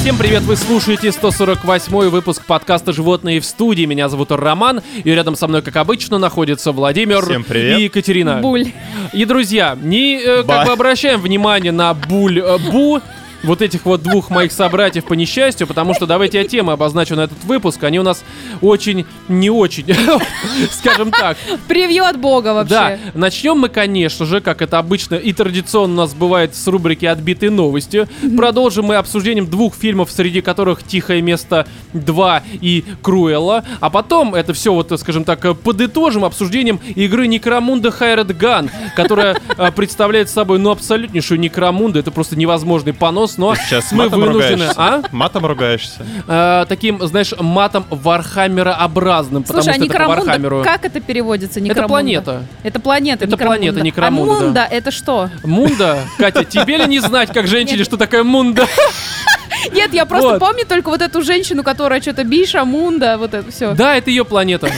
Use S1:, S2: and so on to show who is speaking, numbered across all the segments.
S1: Всем привет, вы слушаете 148-й выпуск подкаста «Животные в студии». Меня зовут Роман, и рядом со мной, как обычно, находится Владимир
S2: Всем привет.
S1: и Екатерина.
S3: Буль.
S1: И, друзья, не э,
S2: Ба.
S1: как бы обращаем внимание на буль-бу, вот этих вот двух моих собратьев по несчастью, потому что давайте я темы обозначу на этот выпуск. Они у нас очень не очень, скажем так.
S3: Превью от бога вообще.
S1: Да, начнем мы, конечно же, как это обычно и традиционно у нас бывает с рубрики «Отбитые новости». Продолжим мы обсуждением двух фильмов, среди которых «Тихое место 2» и «Круэлла». А потом это все, вот, скажем так, э, подытожим обсуждением игры Некромунда Хайред Ган, которая э, представляет собой, ну, абсолютнейшую Некромунду. Это просто невозможный понос, но
S2: Сейчас
S1: мы
S2: матом
S1: вынуждены...
S2: ругаешься.
S1: А?
S2: Матом ругаешься.
S1: Э, таким, знаешь, матом вархаммерообразным, потому
S3: Слушай, а
S1: что это по
S3: Некромунда,
S1: Вархаммеру.
S3: как это
S1: Это
S3: переводится? Некромунда?
S1: планета.
S3: Это планета,
S1: Это планета Некромунда,
S3: А
S1: да.
S3: Мунда это что?
S1: Мунда? Катя, тебе ли не знать, как женщине,
S3: Нет.
S1: что такое мунда?
S3: Нет, я просто
S1: Вот.
S3: помню только вот эту женщину, которая что-то Биша, Мунда, вот это все.
S1: Да, это ее планета.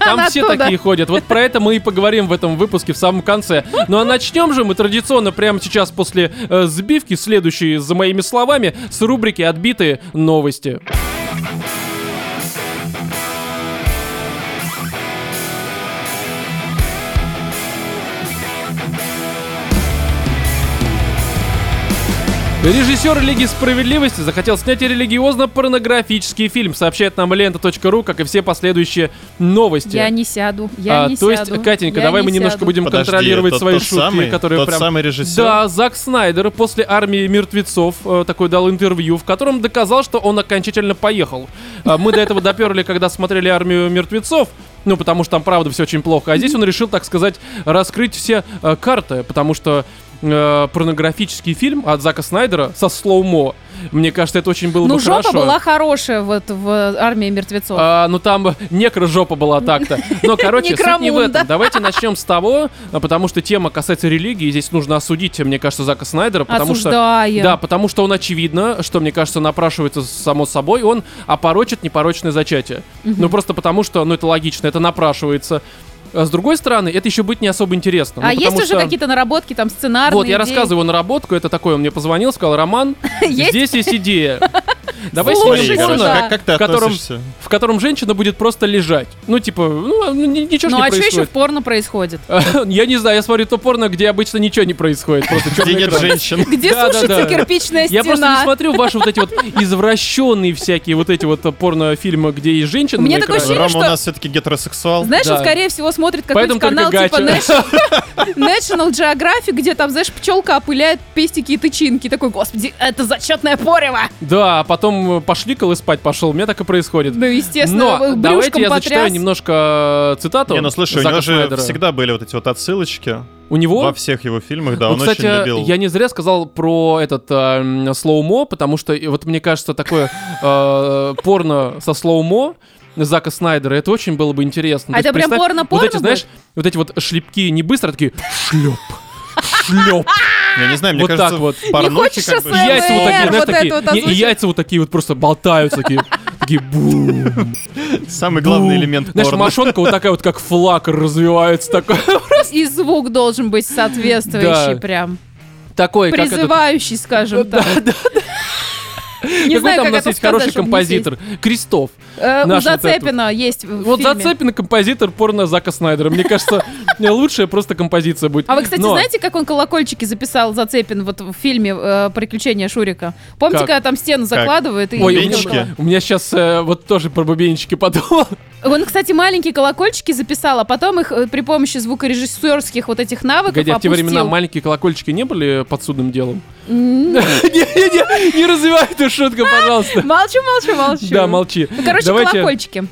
S1: Там
S3: Она
S1: все
S3: оттуда.
S1: такие ходят. Вот про это мы и поговорим в этом выпуске в самом конце. Ну а начнем же мы традиционно прямо сейчас после э, сбивки, следующей за моими словами, с рубрики «Отбитые новости». Режиссер Лиги Справедливости захотел снять религиозно-порнографический фильм, сообщает нам лента.ру, как и все последующие новости.
S3: Я не сяду, я
S1: А,
S3: не
S1: то
S3: сяду,
S1: есть, Катенька,
S3: я
S1: давай
S3: не
S1: мы немножко
S3: сяду.
S1: будем
S2: Подожди,
S1: контролировать
S2: тот-
S1: свои
S2: тот
S1: шутки,
S2: самый-
S1: которые
S2: тот
S1: прям...
S2: самый режиссер.
S1: Да, Зак Снайдер после «Армии мертвецов» э, такой дал интервью, в котором доказал, что он окончательно поехал. Э, мы до этого доперли, когда смотрели «Армию мертвецов», ну, потому что там, правда, все очень плохо. А здесь он решил, так сказать, раскрыть все э, карты, потому что э, порнографический фильм от Зака Снайдера со слоумо. Мне кажется, это очень было
S3: Ну,
S1: бы
S3: жопа
S1: хорошо.
S3: была хорошая вот в «Армии мертвецов».
S1: А, ну там некрожопа была так-то. Но, короче, суть не в
S3: Некромунда.
S1: этом. Давайте начнем с того, а, потому что тема касается религии. Здесь нужно осудить, мне кажется, Зака Снайдера, потому что...
S3: Осуждаем.
S1: Да, потому что он очевидно, что, мне кажется, напрашивается само собой, он опорочит непорочное зачатие. Ну просто потому что, ну это логично, это напрашивается. А С другой стороны, это еще будет не особо интересно.
S3: А
S1: Ну,
S3: есть
S1: потому
S3: уже
S1: что-
S3: какие-то наработки, там, сценарные
S1: Вот, я
S3: идеи?
S1: рассказываю наработку, это такое, он мне позвонил, сказал, Роман,
S3: Есть?
S1: здесь есть идея. Давай
S3: Слушай, ну
S1: снимем
S2: Смотри,
S3: да.
S1: порно,
S2: короче, как, как ты
S1: в котором-
S2: относишься?
S1: в котором женщина будет просто лежать. Ну, типа, ну, ну, ни- ничего ж
S3: Ну,
S1: не
S3: а что еще
S1: происходит.
S3: в порно происходит?
S1: Я не знаю, я смотрю то порно, где обычно ничего не происходит. Просто
S2: Где
S1: чёрный
S2: нет
S1: экран.
S2: женщин?
S3: Где
S1: Да, да, да.
S3: сушится кирпичная
S1: Я просто не
S3: стена?
S1: смотрю ваши вот эти вот извращенные всякие вот эти вот э, порнофильмы, где есть женщины.
S3: У меня
S1: на
S3: такое
S1: экране.
S3: ощущение,
S2: Рома у
S3: что-
S2: нас все-таки гетеросексуал.
S3: Знаешь, он,
S1: Да.
S3: скорее всего, смотрит
S1: Поэтому
S3: какой-нибудь канал
S1: только
S3: типа
S1: гачи.
S3: National, National Geographic, где там, знаешь, пчелка опыляет пестики и тычинки. Такой, господи, это зачетное порево!
S1: Да, а потом э, пошликал и спать пошел. У меня так и происходит.
S3: Ну, естественно,
S1: Но
S3: брюшком
S1: давайте я
S3: потряс.
S1: зачитаю немножко э, цитату.
S2: Не, ну слушай, у
S1: Зака
S2: него же
S1: Снайдера.
S2: всегда были вот эти вот отсылочки
S1: У него?
S2: во всех его фильмах, да,
S1: Вот,
S2: он
S1: Ну, кстати,
S2: очень любил.
S1: я не зря сказал про этот э, м, слоумо, потому что э, вот мне кажется, такое э, порно со слоумо Зака Снайдера, это очень было бы интересно.
S3: А
S1: То есть
S3: это прям
S1: представь,
S3: порно-порно
S1: Вот эти, знаешь, вот эти вот шлепки не быстро, а такие шлеп, шлеп,
S2: Я не знаю, мне
S1: вот так
S2: кажется,
S1: вот.
S2: порнухи
S3: Не хочешь
S2: как бы-
S3: СМР?
S1: яйца вот такие,
S3: А,
S1: знаешь,
S3: вот это
S1: такие,
S3: вот
S1: не, и
S3: озвучить.
S1: яйца вот такие вот просто болтаются, такие, такие бум,
S2: Самый главный
S1: бум.
S2: элемент
S1: Знаешь,
S2: порно.
S1: мошонка вот такая вот, как флаг развивается, такой,
S3: И звук должен быть соответствующий
S1: Да.
S3: прям.
S1: такой, как этот
S3: Призывающий, скажем так. Не
S1: Какой
S3: знаю,
S1: там
S3: как
S1: у нас
S3: это
S1: есть хороший
S3: сказать, чтобы не
S1: композитор? Крестов.
S3: сесть. Э, У
S1: Наш вот этот.
S3: Зацепина есть в
S1: Вот
S3: фильме.
S1: Зацепин и композитор порно Зака Снайдера. Мне кажется, лучшая просто композиция будет.
S3: А вы, кстати,
S1: Но-
S3: знаете, как он колокольчики записал Зацепин вот в фильме э, «Приключения Шурика»? Помните,
S1: Как?
S3: когда там стену закладывает? и-
S1: Ой, у
S2: Бубенчики?
S1: меня, у меня сейчас вот тоже про бубенчики подумал.
S3: Он, кстати, маленькие колокольчики записал, а потом их э, при помощи звукорежиссерских вот этих навыков
S1: Погоди, а в те
S3: опустил.
S1: времена маленькие колокольчики не были подсудным делом?
S3: М,
S1: Не-не-не, не развивай эту шутку, пожалуйста.
S3: Молчу, молчу, молчу.
S1: Да, молчи.
S3: Ну, Короче,
S1: Давайте,
S3: колокольчики.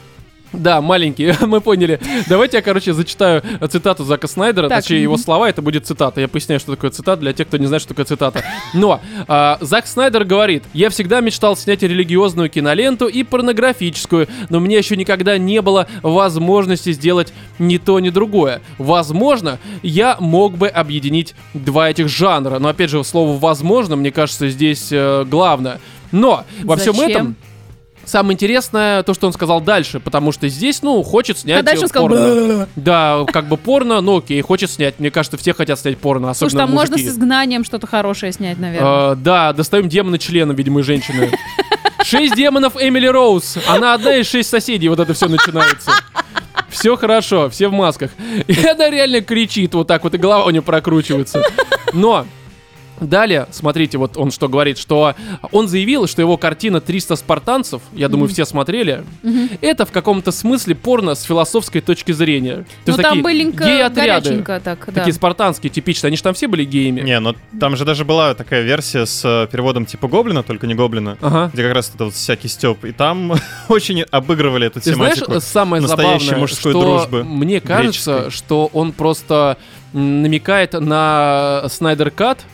S1: да, маленькие, мы поняли. Давайте я, короче, зачитаю э, цитату Зака Снайдера,
S3: Так,
S1: точнее его слова, это будет цитата. Я поясняю, что такое цитата для тех, кто не знает, что такое цитата. Но а, Зак Снайдер говорит, я всегда мечтал снять религиозную киноленту и порнографическую, но мне еще никогда не было возможности сделать ни то, ни другое. Возможно, я мог бы объединить два этих жанра. Но опять же, слово «возможно», мне кажется, здесь э, главное. Но во всем
S3: Зачем?
S1: этом... Самое интересное, то, что он сказал дальше, потому что здесь, ну, хочет снять
S3: А дальше он
S1: э,
S3: сказал...
S1: порно.
S3: «Бля».
S1: Да, как бы порно, но окей, хочет снять. Мне кажется, все хотят снять порно, особенно
S3: Слушай, там можно с
S1: мужики.
S3: изгнанием что-то хорошее снять, наверное.
S1: Э, да, достаем демона члена, видимо, и женщины. Шесть демонов Эмили Роуз. Она одна из шесть соседей. Вот это все начинается. Все хорошо, все в масках. И она реально кричит вот так вот, и голова у нее прокручивается. Но Далее, смотрите, вот он что говорит, что он заявил, что его картина «300 спартанцев», я думаю, все смотрели, это в каком-то смысле порно с философской точки зрения. То
S3: Ну
S1: есть
S3: там
S1: такие
S3: быленько,
S1: гей-отряды,
S3: горяченько так, да.
S1: такие спартанские, типичные, они же там все были геями.
S2: Не, но там же даже была такая версия с э, переводом типа Гоблина, только не Гоблина,
S1: Ага.
S2: где как раз это вот всякий Степ. И там очень обыгрывали эту
S1: Ты знаешь, э,
S2: тематику.
S1: самое
S2: настоящей
S1: забавное,
S2: мужской
S1: что
S2: дружбы
S1: мне кажется,
S2: греческой.
S1: что он просто м, намекает на Снайдер Кат,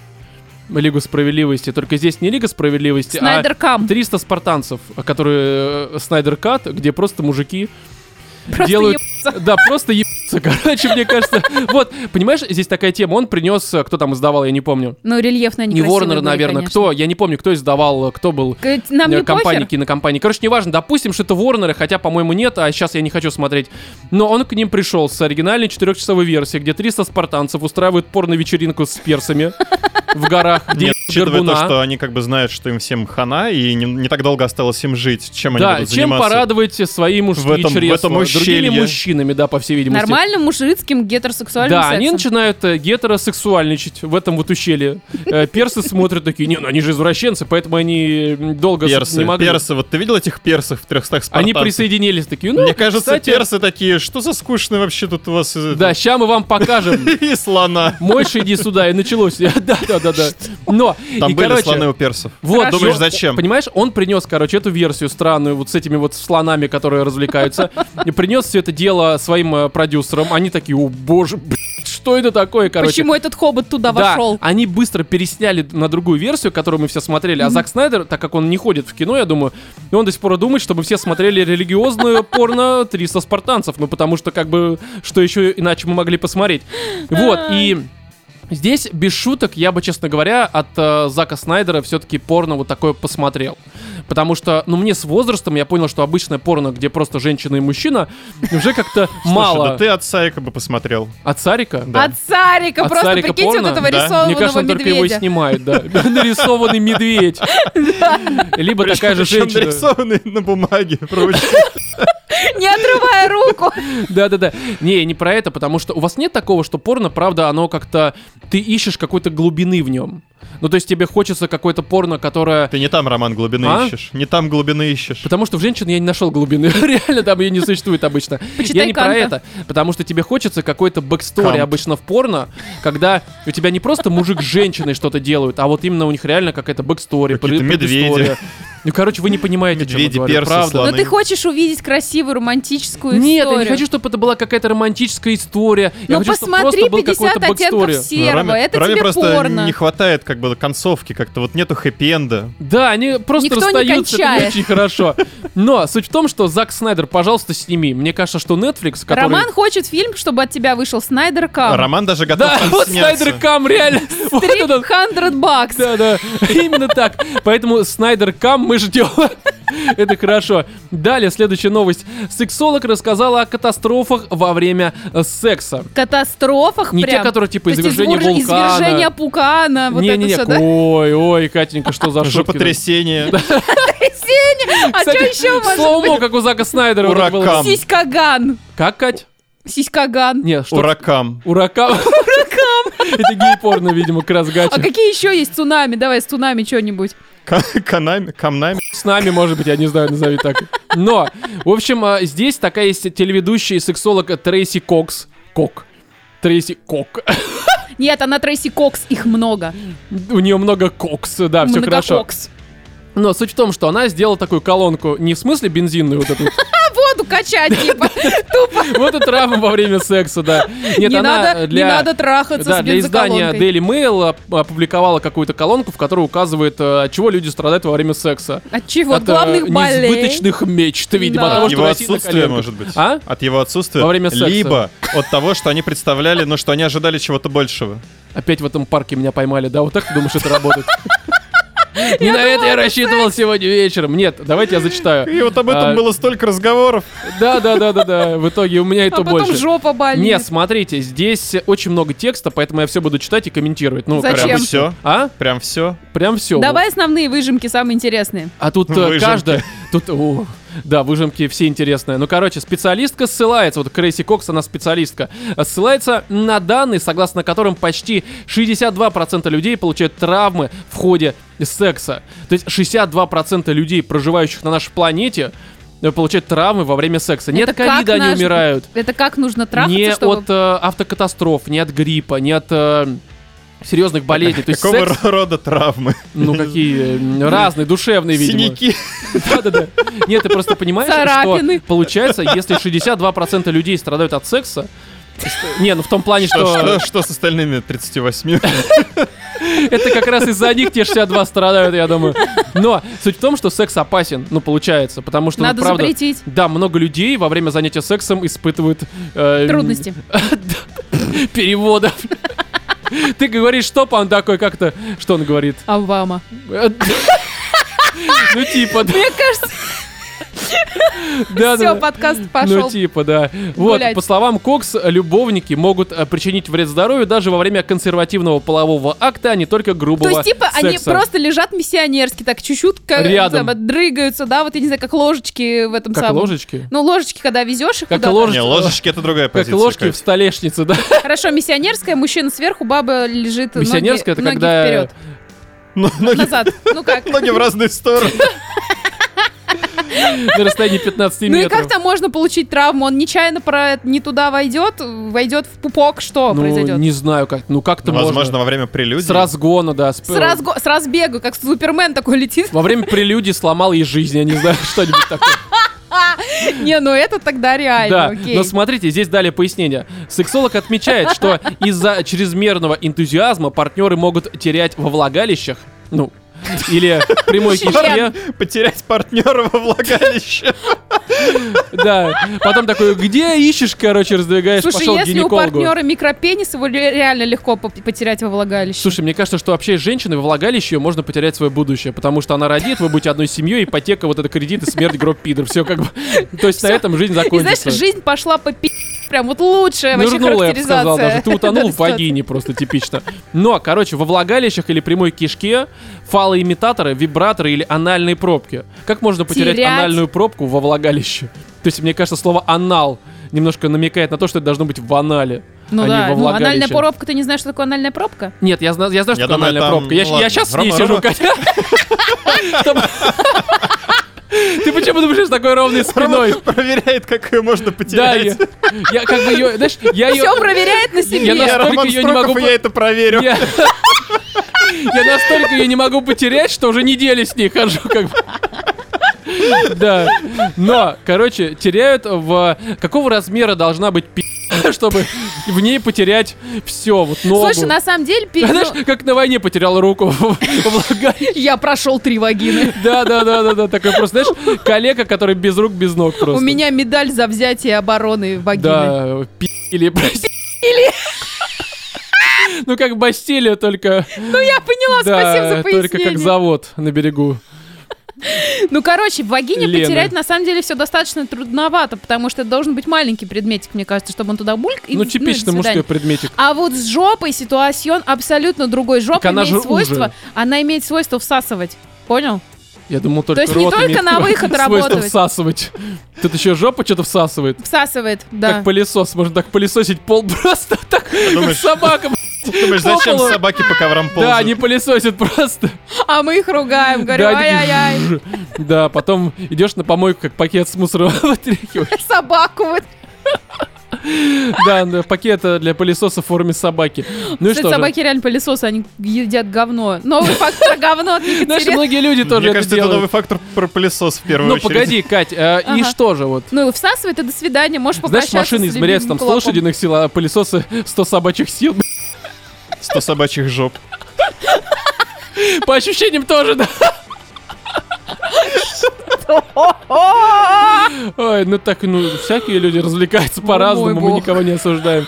S1: Лигу Справедливости, только здесь не Лига Справедливости,
S3: Снайдер
S1: а
S3: Кам.
S1: 300 спартанцев, которые э, Снайдер Кат, где просто мужики
S3: Просто
S1: делают...
S3: ебаться.
S1: Да, просто ебутся, короче, мне кажется. Вот, понимаешь, здесь такая тема, он принес, э, кто там издавал, я не помню.
S3: Ну, рельефно они
S1: Не
S3: красивые
S1: Warner,
S3: были,
S1: наверное,
S3: конечно.
S1: кто, я не помню, кто издавал, э, кто был
S3: К- Нам не
S1: компании,
S3: похер.
S1: кинокомпании. Короче, неважно, допустим, что это Ворнеры, хотя, по-моему, нет, а сейчас я не хочу смотреть. Но он к ним пришел с оригинальной четырехчасовой версией, где 300 спартанцев устраивают порно-вечеринку с персами в горах, где
S2: Нет, учитывая то,
S1: горбуна.
S2: что они как бы знают, что им всем хана, и не, не так долго осталось им жить, чем они
S1: Да,
S2: будут
S1: чем
S2: заниматься.
S1: порадовать свои мужские
S2: в этом- в
S1: чресла
S2: этом
S1: другими
S2: ущелье.
S1: мужчинами, да, по всей видимости.
S3: Нормальным мужицким гетеросексуальным
S1: Да,
S3: сексом.
S1: они начинают э, гетеросексуальничать в этом вот ущелье. Э, Персы смотрят такие, не, ну они же извращенцы, поэтому они м, долго с-
S2: Персы,
S1: не могли.
S2: персы, вот ты видел этих персов в 300 спартанцев?
S1: Они присоединились такие, ну,
S2: Мне кажется,
S1: кстати,
S2: персы такие, что за скучные вообще тут у вас э,
S1: Да, ща мы вам покажем.
S2: и слона.
S1: Мойши, иди сюда, и началось. Да, да, да, да. Но,
S2: Там
S1: и,
S2: были
S1: короче,
S2: слоны у персов.
S1: вот,
S3: Хорошо.
S2: Думаешь, зачем?
S1: Понимаешь, он принес, короче, эту версию странную, вот с этими вот слонами, которые развлекаются, и принес все это дело своим э, продюсерам. Они такие, о боже, блядь, что это такое, короче.
S3: Почему этот хобот туда
S1: Да, А,
S3: вошел?
S1: они быстро пересняли на другую версию, которую мы все смотрели. А Зак Снайдер, так как он не ходит в кино, я думаю, он до сих пор думает, что мы все смотрели религиозную порно 300 спартанцев. Ну, потому что, как бы, что еще иначе мы могли посмотреть. Вот, и... Здесь, без шуток, я бы, честно говоря, от э, Зака Снайдера все-таки порно вот такое посмотрел. Потому что, ну, мне с возрастом я понял, что обычное порно, где просто женщина и мужчина, уже как-то
S2: Слушай,
S1: мало.
S2: да ты отца якобы бы посмотрел.
S1: От Сарика?
S2: Да.
S3: От Сарика,
S1: От
S3: просто
S1: Сарика
S3: прикиньте
S1: порно?
S3: вот этого
S2: Да.
S3: рисованного
S1: Мне кажется, он только его и
S3: медведя.
S1: снимает, да. Нарисованный медведь. Либо такая же
S2: Причем
S1: женщина.
S2: нарисованный на бумаге. прочь.
S3: Не отрывая руку.
S1: Да-да-да. Не, не про это, потому что у вас нет такого, что порно, правда, оно как-то... Ты ищешь какой-то глубины в нем. Ну, то есть тебе хочется какое-то порно, которое...
S2: Ты не там, Роман, глубины
S1: А?
S2: ищешь. Не там глубины ищешь.
S1: Потому что в женщин я не нашел глубины. Реально, там ее не существует обычно.
S3: Почитай
S1: я не про
S3: Канта.
S1: это. Потому что тебе хочется какой-то бэкстори
S2: Кант.
S1: обычно в порно, когда у тебя не просто мужик с женщиной что-то делают, а вот именно у них реально какая-то бэкстори,
S2: Какие-то
S1: пред-
S2: медведи.
S1: предыстория. Ну, короче, вы не понимаете, о чем я
S2: Медведи,
S1: говорю,
S2: персы,
S1: правда.
S2: слоны.
S3: Но ты хочешь увидеть красивую романтическую
S1: Нет,
S3: историю.
S1: я не хочу, чтобы это была какая-то романтическая история. Я
S3: Ну
S1: хочу, чтоб
S3: посмотри
S1: просто был
S3: 50
S1: какой-то
S3: оттенков
S1: бэкстори.
S2: Ну,
S3: серого.
S2: Раме-
S3: Это
S2: Раме
S3: тебе
S2: просто
S3: порно.
S2: не хватает как бы концовки, как-то вот нету хэппи-энда.
S1: Да, они просто
S3: Никто не
S1: расстаются, это не
S3: кончает.
S1: очень хорошо. Но суть в том, что Зак Снайдер, пожалуйста, сними. Мне кажется, что Netflix, который...
S3: Роман хочет фильм, чтобы от тебя вышел Снайдер Кам.
S2: Роман даже готов
S1: Да,
S2: там
S1: вот
S2: сняться.
S1: Снайдер Кам, реально. Вот это он.
S3: 300 бакс.
S1: Да, да, именно так. Поэтому Снайдер Кам мы ждем. Это хорошо. Далее, следующая новость. Сексолог рассказала о катастрофах во время э, секса.
S3: Катастрофах
S1: Не те,
S3: прям.
S1: которые типа
S3: То есть
S1: извержение
S3: извор-
S1: вулкана.
S3: извержение пукана, вот это
S1: Не-не-не,
S3: все, да?
S1: ой, ой, Катенька, что за шутки?
S2: Жопотрясение.
S3: Сеня, а что
S1: Кстати,
S3: еще может
S1: Слоумо, как у Зака Снайдера. вот это было.
S2: Уракан.
S3: Сиськаган.
S1: Как, Кать?
S3: Сиськаган.
S1: Не, что?
S2: Уракам.
S1: Уракам. Это гей-порно, видимо, как раз
S3: А
S1: гача.
S3: какие еще есть цунами? Давай с цунами что-нибудь.
S2: Ка- Канами. Камнами.
S1: С нами, может быть, я не знаю, назови так. Но, в общем, а, здесь такая есть телеведущая и сексолог Трейси Кокс. Кок. Трейси Кок.
S3: Нет, она Трейси Кокс, их много.
S1: У нее много кокс, да, все А, хорошо.
S3: Кокс.
S1: Но суть в том, что она сделала такую колонку, не в смысле бензинную вот эту,
S3: Воду качать, типа.
S1: вот эту травму во время секса, да. Нет,
S3: Не
S1: она
S3: надо,
S1: э,
S3: не
S1: для...
S3: надо трахаться
S1: Да,
S3: с
S1: для издания
S3: бензоколонкой.
S1: Daily Mail оп- опубликовала какую-то колонку, в которой указывает, э, от чего люди страдают во время секса.
S3: От чего? От
S1: э,
S3: главных болей.
S1: неизбыточных мечт, видимо,
S3: Да.
S1: от того,
S2: От
S1: что
S2: его
S1: Россия на
S2: отсутствия,
S1: коленках.
S2: может быть.
S1: А?
S2: От его отсутствия.
S1: Во время секса.
S2: Либо от того, что они представляли, но что они ожидали чего-то большего.
S1: Опять в этом парке меня поймали, да? Вот так ты думаешь, это работает? Не на это я рассчитывал сегодня вечером. Нет, давайте я зачитаю.
S2: И вот об
S1: А,
S2: этом было столько разговоров.
S1: Да, да, да, да, да. В итоге у меня и
S3: А
S1: то
S3: потом
S1: больше.
S3: жопа болит.
S1: Не, смотрите, здесь очень много текста, поэтому я все буду читать и комментировать. Ну,
S3: Зачем?
S1: прям.
S2: Прям все.
S1: А?
S2: Прям все.
S1: Прям все.
S3: Давай основные выжимки, самые интересные.
S1: А тут э,
S2: Выжимки.
S1: каждая... Тут, о, да, выжимки все интересные. Ну, короче, специалистка ссылается, вот Крейси Кокс, она специалистка, э, ссылается на данные, согласно которым почти 62% людей получают травмы в ходе секса. То есть 62% людей, проживающих на нашей планете, э, получают травмы во время секса. Нет
S3: Это как
S1: ковида, они
S3: наш-
S1: умирают.
S3: Это как нужно
S1: не
S3: трахаться, чтобы...
S1: от э, автокатастроф, не от гриппа, не от э, серьезных болезней. То есть
S2: Какого
S1: секс,
S2: рода травмы?
S1: ну какие э, разные, душевные, видимо.
S2: Синяки.
S1: Да-да-да. Нет, ты просто понимаешь,
S3: Царапины.
S1: что получается, если 62% людей страдают от секса, что- не, ну в том плане,
S2: Что,
S1: что
S2: что- что с остальными 38?
S1: это как раз из-за них те 62 страдают, я думаю. Но суть в том, что секс опасен, ну получается, потому что, ну,
S3: Надо
S1: правда,
S3: запретить.
S1: да, много людей во время занятия сексом испытывают э,
S3: Трудности.
S1: переводов. Ты говоришь, что он такой как-то, что он говорит?
S3: Обама.
S1: Э, Ну типа, да,
S3: Мне кажется,
S1: да, да.
S3: все, подкаст
S1: Ну,
S3: пошел.
S1: типа, да. Вот,
S3: гулять.
S1: по словам Кокс, любовники могут э, причинить вред здоровью даже во время консервативного полового акта, а не только грубого
S3: То есть, типа, они
S1: секса.
S3: просто лежат миссионерски, так чуть-чуть как,
S1: Рядом.
S3: там, дрыгаются, да, вот я не знаю, как ложечки в этом
S1: Как
S3: самом.
S1: ложечки?
S3: Ну, ложечки, когда везешь их
S1: Как
S3: куда-то.
S1: ложечки.
S2: Не, ложечки это другая
S1: Как
S2: позиция.
S1: ложки
S2: Кать.
S1: в столешнице, да?
S3: Хорошо, миссионерская, мужчина сверху, баба лежит ноги-
S1: Миссионерская, это
S3: ноги
S1: когда...
S3: вперед,
S2: Ну, Ноги
S3: назад. Ну как?
S2: ноги в разные стороны.
S1: На расстоянии 15
S3: Ну и как
S1: метров.
S3: там можно получить травму? Он нечаянно про не туда войдет, войдет в пупок, что
S1: Ну,
S3: произойдет?
S1: не знаю как. Ну, как-то
S2: Возможно,
S1: можно.
S2: во время прелюдии.
S1: С разгона, да. с-
S3: С, разго- с разбега, как Супермен такой летит.
S1: Во время прелюдии сломал ей жизнь, я не знаю, что-нибудь такое.
S3: Не, ну это тогда реально,
S1: Да,
S3: окей.
S1: но смотрите, здесь далее пояснение. Сексолог отмечает, что из-за чрезмерного энтузиазма партнеры могут терять во влагалищах, ну, или прямой
S3: Член.
S1: кишке.
S2: Потерять партнера во влагалище.
S1: Да. Потом такой, где ищешь, короче, раздвигаешь,
S3: Слушай,
S1: пошел к
S3: если у
S1: гинекологу.
S3: партнера микропенис, его ре- реально легко по- потерять во влагалище.
S1: Слушай, мне кажется, что вообще женщины во влагалище можно потерять свое будущее, потому что она родит, вы будете одной семьей, ипотека, вот это кредит и смерть, гроб пидор. Все как бы. То есть на этом жизнь
S3: И знаешь,
S1: закончится.
S3: жизнь пошла по пи... Прям вот лучшая вообще
S1: Нырнула, я бы
S3: характеризация.
S1: сказал даже. Ты утонул
S3: этой
S1: в
S3: ситуации.
S1: вагине просто типично. Но, короче, во влагалищах или прямой кишке фалоимитаторы, вибраторы или анальные пробки. Как можно потерять
S3: Терять?
S1: анальную пробку во влагалище? То есть, мне кажется, слово «анал» немножко намекает на то, что это должно быть в анале.
S3: Ну
S1: а
S3: да,
S1: не во
S3: ну
S1: влагалище.
S3: анальная пробка, ты не знаешь, что такое анальная пробка?
S1: Нет, я знаю, я знаю,
S2: Я
S1: что такое
S2: думаю,
S1: анальная
S2: там-
S1: пробка. Я,
S2: ладно.
S1: сейчас с
S2: Рома,
S1: ней сижу,
S2: Рома.
S1: Катя. Чтобы- Ты почему думаешь, что с такой ровной спиной?
S2: Рома Проверяет, как ее можно
S1: Да, я,
S2: потерять.
S1: я как бы ее, знаешь, А я ее...
S3: Все проверяет на себе.
S1: Я на-
S2: Я,
S1: настолько
S2: Роман
S1: её не
S2: Строков,
S1: могу
S2: и
S1: по-
S2: я это проверю.
S1: Я, я настолько ее не могу потерять, что уже неделю с ней хожу, как бы. Да. Но, короче, теряют в... Какого размера должна быть пи***, чтобы в ней потерять все, вот ногу.
S3: Слушай, на самом деле, пи- ну,
S1: Знаешь, как на войне потерял руку в влагалище.
S3: я прошел три вагины.
S1: Да, да, да, да, да. Такой просто, знаешь, коллега, который без рук, без ног
S3: У
S1: просто.
S3: меня медаль за взятие обороны вагины.
S1: Да, пи***ли, прости. Ну, как Бастилия, только...
S3: Ну я поняла, спасибо
S1: Да,
S3: за
S1: только как
S3: пояснение.
S1: завод на берегу.
S3: Ну короче, в вагине
S1: Лена.
S3: потерять на самом деле все достаточно трудновато, потому что это должен быть маленький предметик, мне кажется, чтобы он туда бульк и
S1: Ну,
S3: до
S1: типичный
S3: свидания.
S1: мужской предметик.
S3: А вот с жопой ситуацион абсолютно другой. Жопа
S1: она же
S3: имеет свойство,
S1: уже.
S3: она имеет свойство всасывать. Понял?
S1: Я думал, только
S3: есть не
S1: рот
S3: только
S1: имеет
S3: на выход
S1: свойство
S3: работать.
S1: всасывать. Тут еще жопа что-то всасывает.
S3: Всасывает, да.
S1: Как пылесос, можно так пылесосить пол просто так, как
S2: Думаешь,
S1: собака.
S2: думаешь, зачем
S1: попало.
S2: собаки по коврам
S1: Да,
S2: ползают?
S1: они пылесосят просто.
S3: А мы их ругаем, говорю,
S1: Да, такие
S3: ай-яй-яй.
S1: жжж. Да, потом идешь на помойку, как пакет с мусором вытряхиваешь.
S3: Собаку вот.
S1: Да, да, пакет э, для пылесоса в форме собаки. Ну и
S3: Кстати,
S1: что же?
S3: собаки реально пылесосы, они едят говно. Новый факт про говно от
S1: Знаешь,
S3: Екатерины.
S1: многие люди тоже
S2: Мне
S1: это
S2: кажется, это новый
S1: делают.
S2: фактор про пылесос в первую
S1: Ну
S2: очередь.
S1: погоди, Кать, э, и
S3: Ага.
S1: что же вот?
S3: Ну, всасывает и до свидания, можешь
S1: Знаешь,
S3: попрощаться
S1: машины
S3: с
S1: измеряются там
S3: любимым
S1: с
S3: кулаком.
S1: лошадиных сил, а пылесосы 100 собачьих сил.
S2: 100 собачьих жоп.
S1: По ощущениям тоже, да. Ой, ну так, ну, всякие люди развлекаются по-разному,
S3: мой
S1: мы
S3: бог.
S1: никого не осуждаем.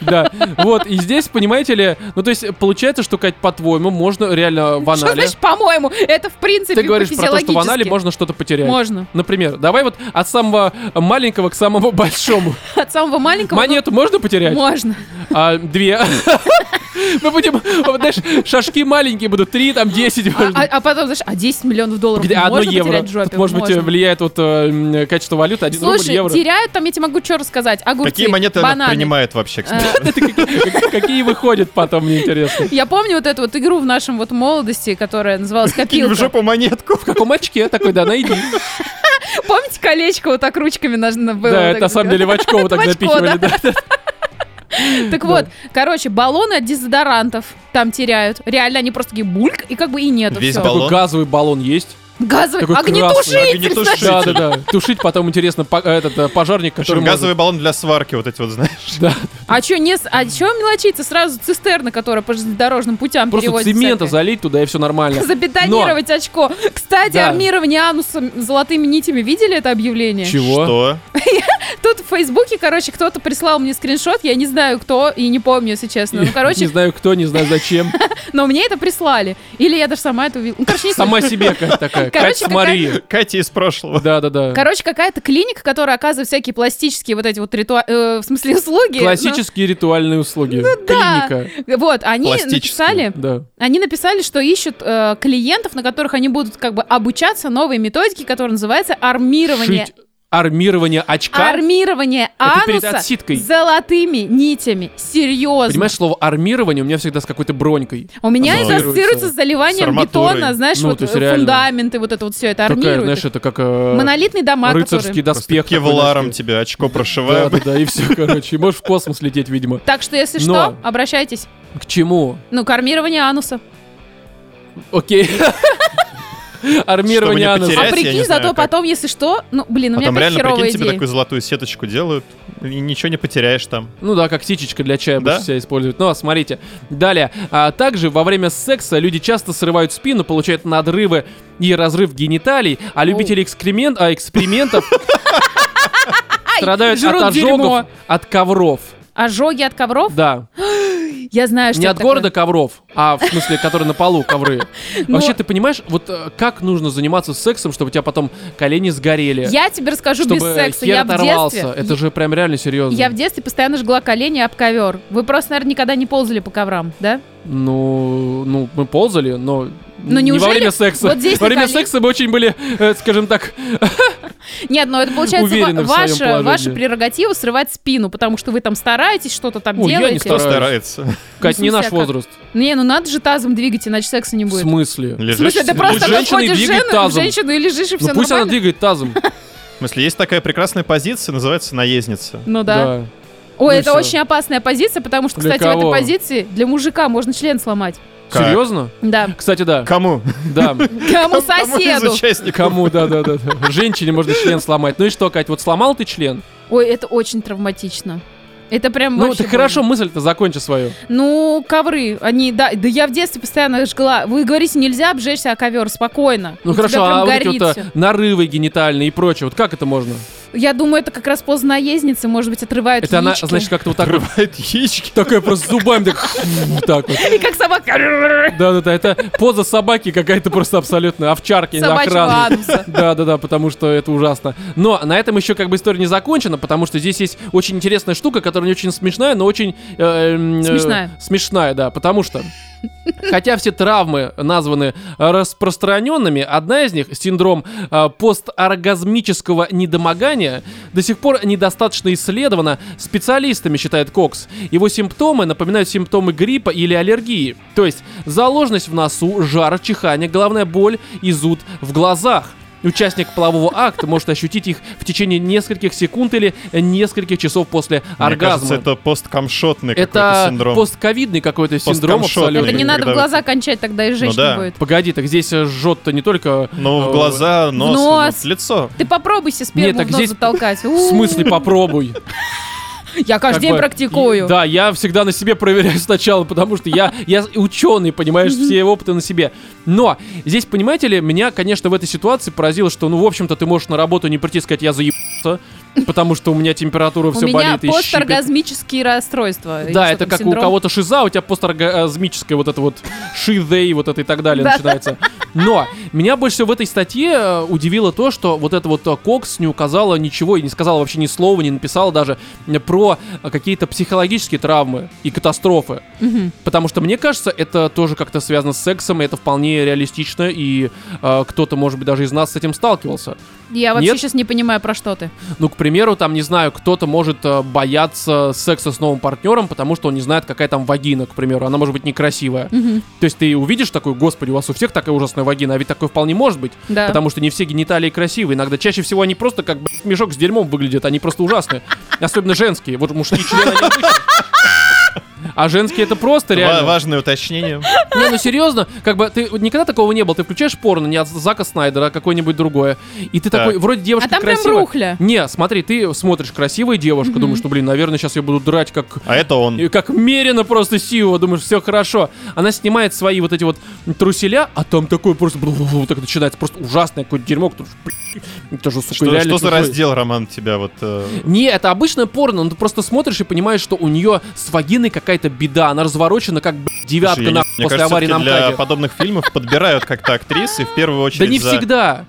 S1: Да. Вот, и здесь, понимаете ли, ну то есть получается, что, Кать, по-твоему, можно реально в
S3: Что
S1: анале...
S3: значит, по-моему? Это в принципе
S1: Ты говоришь про то, что в анале
S3: физиологически.
S1: можно что-то потерять.
S3: Можно.
S1: Например, давай вот от самого маленького к самому большому.
S3: От самого маленького...
S1: Монету можно потерять?
S3: Можно.
S1: А, две. Мы будем, вот знаешь, шашки маленькие будут, три, там, десять,
S3: А,
S1: может быть.
S3: а- а потом, знаешь, а 10 миллионов долларов
S1: Где- а одно
S3: можно
S1: евро.
S3: потерять в жопе?
S1: Тут, может быть,
S3: Можно.
S1: влияет вот э, м, качество валюты, один рубль,
S3: Слушай,
S1: евро.
S3: теряют там, я тебе могу что рассказать. Огурцы,
S2: Какие монеты она
S3: бананы.
S2: принимает
S1: Э,
S2: вообще, кстати?
S1: Как- Какие выходят потом, мне интересно.
S3: Я помню вот эту вот игру в нашем вот молодости, которая называлась
S2: Кинь в
S3: «Копилка».
S2: жопу монетку.
S1: В каком очке такой, да, найди.
S3: Помните колечко вот так руками нужно было?
S1: Да,
S3: вот
S1: это
S3: так
S1: на самом деле в очко вот так
S3: В очко,
S1: запихивали.
S3: да.
S1: да, да.
S3: Так вот, короче, баллоны от дезодорантов там теряют. Реально, они просто такие бульк, и как бы и нету.
S2: Весь
S3: всё.
S2: баллон.
S1: Такой газовый баллон есть.
S3: Газовый
S1: Такой
S3: огнетушитель!
S2: огнетушитель.
S3: знаешь.
S1: Да, да, да. Тушить потом, интересно, по- этот э, пожарник, который
S2: Причем
S1: может-
S2: газовый баллон для сварки, вот эти вот, знаешь.
S1: Да,
S3: А чё, не, с- а чё мелочиться? Сразу цистерна, которая по железнодорожным путям
S1: просто
S3: перевозит
S1: цемента
S3: всякое.
S1: залить туда, и все нормально.
S3: Забетонировать очко. Кстати,
S1: Да.
S3: армирование ануса золотыми нитями. Видели это объявление?
S1: Чего?
S2: Что?
S3: Тут в Фейсбуке, короче, кто-то прислал мне скриншот, я не знаю кто и не помню, если честно. Ну,
S1: Не
S3: короче,
S1: знаю кто, не знаю зачем.
S3: но мне это прислали. Или я даже сама это увидела. Ну, короче, не суть.
S1: Сама себе Кать такая. Кать,
S3: Короче,
S1: смотри.
S2: Катя из прошлого.
S1: Да, да, да.
S3: Короче, какая-то клиника, которая оказывает всякие пластические вот эти вот ритуалы, в смысле услуги. ну,
S1: Классические ритуальные услуги.
S3: да.
S1: Клиника.
S3: вот, они
S2: Пластические.
S3: написали,
S1: Да.
S3: они написали, что ищут э, клиентов, на которых они будут как бы обучаться новой методике, которая называется армирование.
S1: Шить армирование очка.
S3: Армирование
S1: Это перед
S3: ануса
S1: отсидкой.
S3: золотыми нитями. Серьезно.
S1: Понимаешь, слово армирование у меня всегда с какой-то бронькой.
S3: У меня это
S2: Ассоциируется.
S3: ассоциируется с заливанием
S2: С арматурой.
S3: бетона, знаешь,
S1: Ну,
S3: вот
S1: то есть
S3: э,
S1: реально.
S3: фундаменты, вот это вот все это
S1: Такая,
S3: армирует.
S1: знаешь, это как э,
S3: Монолитный дома,
S1: рыцарский
S3: а, который...
S1: доспех. такой,
S2: Кевларом типа,
S1: знаешь,
S2: тебе очко
S1: Да, Ну,
S2: прошиваем.
S1: да, да, и все, короче. И можешь в космос лететь, видимо.
S3: Так что, если
S1: Но.
S3: что, обращайтесь.
S1: К чему?
S3: Ну, к армированию ануса.
S1: Окей.
S2: Чтобы не
S1: Армирование ануса.
S2: потерять.
S3: а
S2: я
S3: прикинь,
S2: не знаю,
S3: зато
S2: как.
S3: потом, если что... Ну, блин, у
S2: А
S3: меня
S2: там
S3: опять
S2: реально,
S3: херовая
S2: прикинь, тебе
S3: идея.
S2: такую золотую сеточку делают, и ничего не потеряешь там.
S1: Ну да, как ситечка для чая
S2: Да?
S1: больше себя используют. Но смотрите. Далее. А также во время секса люди часто срывают спину, получают надрывы и разрыв гениталий, а любители экскремент, а экспериментов страдают от
S3: жрут дерьмо.
S1: ожогов, от ковров.
S3: Ожоги от ковров?
S1: Да.
S3: Я знаю, А что
S1: Не
S3: это
S1: от города ковров, а в смысле, который на полу ковры.
S3: Ну-
S1: Вообще, ты понимаешь, вот э, как нужно заниматься сексом, чтобы у тебя потом колени сгорели?
S3: такое. Я тебе расскажу без
S1: чтобы
S3: секса.
S1: хер
S3: Я в
S1: оторвался.
S3: детстве...
S1: Это же прям реально серьезно.
S3: Я в детстве постоянно жгла колени об ковер. Вы просто, наверное, никогда не ползали по коврам, да?
S1: Ну, ну, мы ползали, но
S3: Ну,
S1: не во
S3: неужели
S1: время секса.
S3: вот здесь Ну,
S1: во
S3: на
S1: время
S3: колени-
S1: секса мы очень были, э, скажем так,
S3: Нет, но это получается ва-
S1: Уверены в своем
S3: ваша,
S1: положении.
S3: ваша прерогатива срывать спину, потому что вы там стараетесь, что-то там
S1: Ой, я не
S3: делаете.
S2: Кто
S1: Стараюсь.
S2: старается?
S1: Кать, не
S3: смысле,
S1: наш
S3: а как?
S1: возраст.
S3: Не, ну надо же тазом двигать, иначе секса не
S1: В
S3: будет.
S1: смысле?
S3: В
S2: Лежишь
S3: смысле, ты
S2: себе,
S3: просто
S2: лежишь.
S1: Женщина и
S3: находишь
S1: двигает
S3: жену,
S1: тазом.
S3: женщину и лежишь, и
S1: Ну
S3: все
S1: пусть она
S3: нормально?
S1: двигает тазом.
S2: В смысле, есть такая прекрасная позиция, называется наездница.
S3: Ну да.
S1: Ну
S3: Ой,
S1: и
S3: это
S1: всё.
S3: очень опасная позиция, потому что,
S1: Для
S3: кстати, в этой
S1: кого?
S3: позиции для мужика можно член сломать.
S2: Как?
S1: Серьезно?
S3: Да.
S1: Кстати, да.
S2: Кому?
S1: Да.
S3: Кому
S2: Кому из
S3: соседу?
S2: участников?
S1: Кому, да, да, да. да. Женщине можно член сломать. Ну и что, Кать, вот сломал ты член?
S3: Ой, это очень травматично. Это прям
S1: Ну,
S3: вообще
S1: ты хорошо
S3: больно.
S1: мысль-то закончи свою.
S3: Ну, ковры, они, да, да я в детстве постоянно жгла. Вы говорите, нельзя обжечься о ковер, спокойно.
S1: Ну
S3: У тебя
S1: хорошо,
S3: прям
S1: а вот эти
S3: горит
S1: вот
S3: всё.
S1: э, нарывы генитальные и прочее, вот как это можно?
S3: Я думаю, это как раз поздно наездницы, может быть, отрывают
S1: Это она,
S3: яички.
S1: значит, как-то вот так вот,
S2: Отрывает яички.
S1: такая просто зубами, так, вот так вот.
S3: И как собака
S1: Да-да-да, это поза собаки какая-то просто абсолютно, овчарки, не
S3: собачьего
S1: охраны.
S3: ануса.
S1: Да-да-да, потому что это ужасно. Но на этом еще как бы история не закончена, потому что здесь есть очень интересная штука, которая не очень смешная, но очень... э, м, э,
S3: Смешная.
S1: Смешная, да, потому что... Хотя все травмы названы распространенными, одна из них, синдром э, посторгазмического недомогания, до сих пор недостаточно исследована специалистами, считает Кокс. Его симптомы напоминают симптомы гриппа или аллергии. То есть заложенность в носу, жар, чихание, головная боль и зуд в глазах. Участник полового акта может ощутить их в течение нескольких секунд или нескольких часов после
S2: Мне кажется,
S1: оргазма.
S2: это посткамшотный какой-то
S1: это
S2: синдром.
S1: постковидный какой-то синдром
S2: Посткамшотный.
S1: абсолютно.
S3: Это не надо в
S2: Когда-
S3: глаза кончать, тогда и жечь
S2: Ну да.
S3: не будет.
S1: Погоди, так здесь э, жжет-то не только...
S2: Ну,
S1: э,
S2: в глаза, нос,
S3: нос.
S2: вот лицо.
S3: Ты попробуй себе сперму
S1: Нет, так
S3: в нос
S1: здесь-
S3: затолкать.
S1: В смысле попробуй?
S3: Я каждый
S1: Как
S3: день
S1: бы,
S3: практикую.
S1: и- Да, я всегда на себе проверяю сначала, потому что я, я ученый, понимаешь, все опыты на себе. Но здесь, понимаете ли, меня, конечно, в этой ситуации поразило, что, ну, в общем-то, ты можешь на работу не прийти и сказать, я заебался. потому что у меня температура
S3: У
S1: все
S3: меня
S1: болит и щипет.
S3: посторгазмические расстройства. или
S1: Да,
S3: что
S1: это
S3: там,
S1: как у
S3: синдром.
S1: кого-то шиза, у тебя постаргазмическая вот это вот шизей, вот это и так далее
S3: Да.
S1: начинается. Но меня больше всего в этой статье э, удивило то, что вот это вот э, Кокс не указала ничего и не сказала вообще ни слова, не написала даже э, про э, какие-то психологические травмы и катастрофы.
S3: Мгм.
S1: Потому что мне кажется, это тоже как-то связано с сексом, и это вполне реалистично, и э, кто-то, может быть, даже из нас с этим сталкивался.
S3: Я вообще
S1: Нет?
S3: сейчас не понимаю, про что ты.
S1: Ну, к примеру, там, не знаю, кто-то может э, бояться секса с новым партнером, потому что он не знает, какая там вагина, к примеру. Она может быть некрасивая.
S3: Мгм.
S1: То есть ты увидишь такой, господи, у вас у всех такая ужасная вагина, а ведь такое вполне может быть.
S3: Да.
S1: Потому что не все гениталии красивые. Иногда чаще всего они просто как блядь, мешок с дерьмом выглядят, они просто ужасные. Особенно женские. Вот мужские члены они обычные. А женские это просто
S2: Ва-
S1: реально.
S2: Важное уточнение.
S1: Не, ну серьезно, как бы ты вот никогда такого не было. Ты включаешь порно, не от Зака Снайдера, а какое-нибудь другое. И ты
S2: Так.
S1: такой, вроде девушка
S3: А там прям
S1: красивая.
S3: рухля.
S1: Не, смотри, ты смотришь красивая девушка, думаешь, что, блин, наверное, сейчас я буду драть как
S2: А это он.
S1: и как мерено просто Сиу, думаешь, все хорошо. Она снимает свои вот эти вот труселя, а там такое просто бу-бу-бу, так начинается просто ужасное какое-то дерьмо. которое, блин, Это же, сука,
S2: Что,
S1: реально
S2: что за
S1: чужое.
S2: раздел, Роман, у тебя вот... э,
S1: Не, это обычное порно, но ты просто смотришь и понимаешь, что у нее с вагиной какая-то беда, она разворочена как блин,
S2: слушай,
S1: девятка
S2: я не-
S1: на
S2: Мне
S1: после
S2: кажется,
S1: аварии на
S2: всё-таки для
S1: Амтаге.
S2: подобных фильмов подбирают как-то актрисы, в первую очередь
S1: Да не
S2: за-
S1: всегда.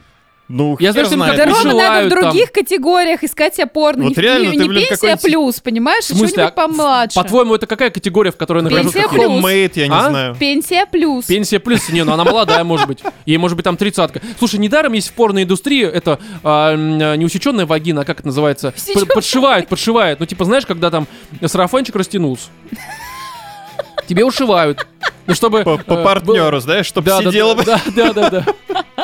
S2: Ну,
S1: Я
S2: хер
S1: знаю, что им
S2: знает.
S1: когда
S3: Да, Рома, надо в
S1: Пришивают там.
S3: других категориях искать себе порно.
S2: Вот
S3: не
S2: реально,
S3: не
S2: ты, блин,
S3: пенсия а
S2: какой-нибудь-
S3: плюс, понимаешь,
S1: В смысле,
S3: что-нибудь
S1: а
S3: помладше.
S1: По-твоему, это какая категория, в которой нахожусь?
S3: Пенсия
S1: Как-
S3: плюс.
S2: Homemade, я не
S1: А?
S2: знаю.
S3: Пенсия плюс.
S1: Пенсия плюс, не, ну она молодая, может быть. Ей может быть там тридцатка. Слушай, недаром есть в порной индустрии это а, м, не усеченная вагина, а как это называется? П-
S3: Усечённая.
S1: Подшивают, подшивают. Ну, типа, знаешь, когда там сарафанчик растянулся. Тебе ушивают. Ну, чтобы...
S2: По, по
S1: э,
S2: партнеру, знаешь,
S1: был-
S2: чтобы
S1: Да, да,
S2: сидела
S1: да,
S2: бы.
S1: да, да, да,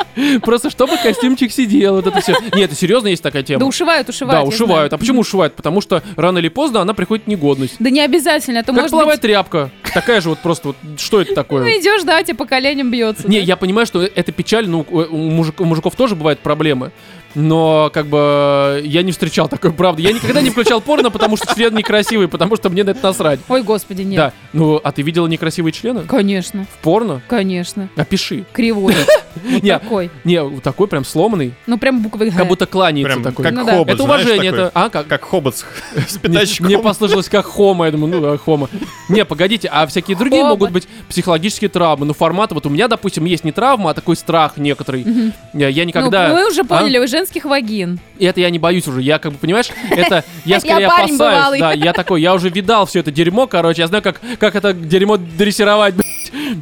S1: да. Просто чтобы костюмчик сидел, вот это все. Нет, это серьезно есть такая
S3: Да
S1: тема.
S3: ушивают, ушивают.
S1: Да,
S3: я
S1: ушивают. А
S3: знаю.
S1: почему ушивают? Потому что рано или поздно она приходит в негодность.
S3: Да не обязательно, это
S1: Как
S3: может
S1: плавает
S3: быть...
S1: тряпка. Такая же вот просто вот. Что это такое?
S3: Ну, идешь, да, тебе по коленям бьется.
S1: Не,
S3: да.
S1: я понимаю, что это печаль, ну, у, у мужик- у мужиков тоже бывают проблемы. Но, как бы, я не встречал такой правды. Я никогда не включал порно, потому что член некрасивый, потому что мне на это насрать.
S3: Ой, господи, нет.
S1: Да. Ну, а ты видела некрасивые члены?
S3: Конечно,
S1: В порно?
S3: конечно.
S1: Опиши.
S3: Кривой. Вот
S1: Не.
S3: Такой.
S1: Не, вот такой прям сломанный,
S3: Ну, прям буквы Г.
S1: как будто кланяется
S2: Прям
S1: такой.
S2: как
S3: Ну да.
S2: хобот,
S1: это
S2: знаешь,
S1: уважение,
S2: такой.
S1: это... А, как?
S2: Как хобот с, с
S1: Мне-
S2: пятачком.
S1: Мне послышалось как хома, я думаю, ну да, хома. Не, погодите, а всякие другие
S3: Хома.
S1: могут быть психологические травмы, ну формат, вот у меня, допустим, есть не травма, а такой страх некоторый. Я я
S3: Ну,
S1: никогда...
S3: мы уже
S1: А?
S3: поняли, у женских вагин.
S1: И это я не боюсь уже, я как бы, понимаешь, это я
S3: Я
S1: скорее
S3: парень
S1: опасаюсь,
S3: бывалый.
S1: да, я такой, я уже видал все это дерьмо, короче, я знаю, как, как это дерьмо дрессировать, блядь.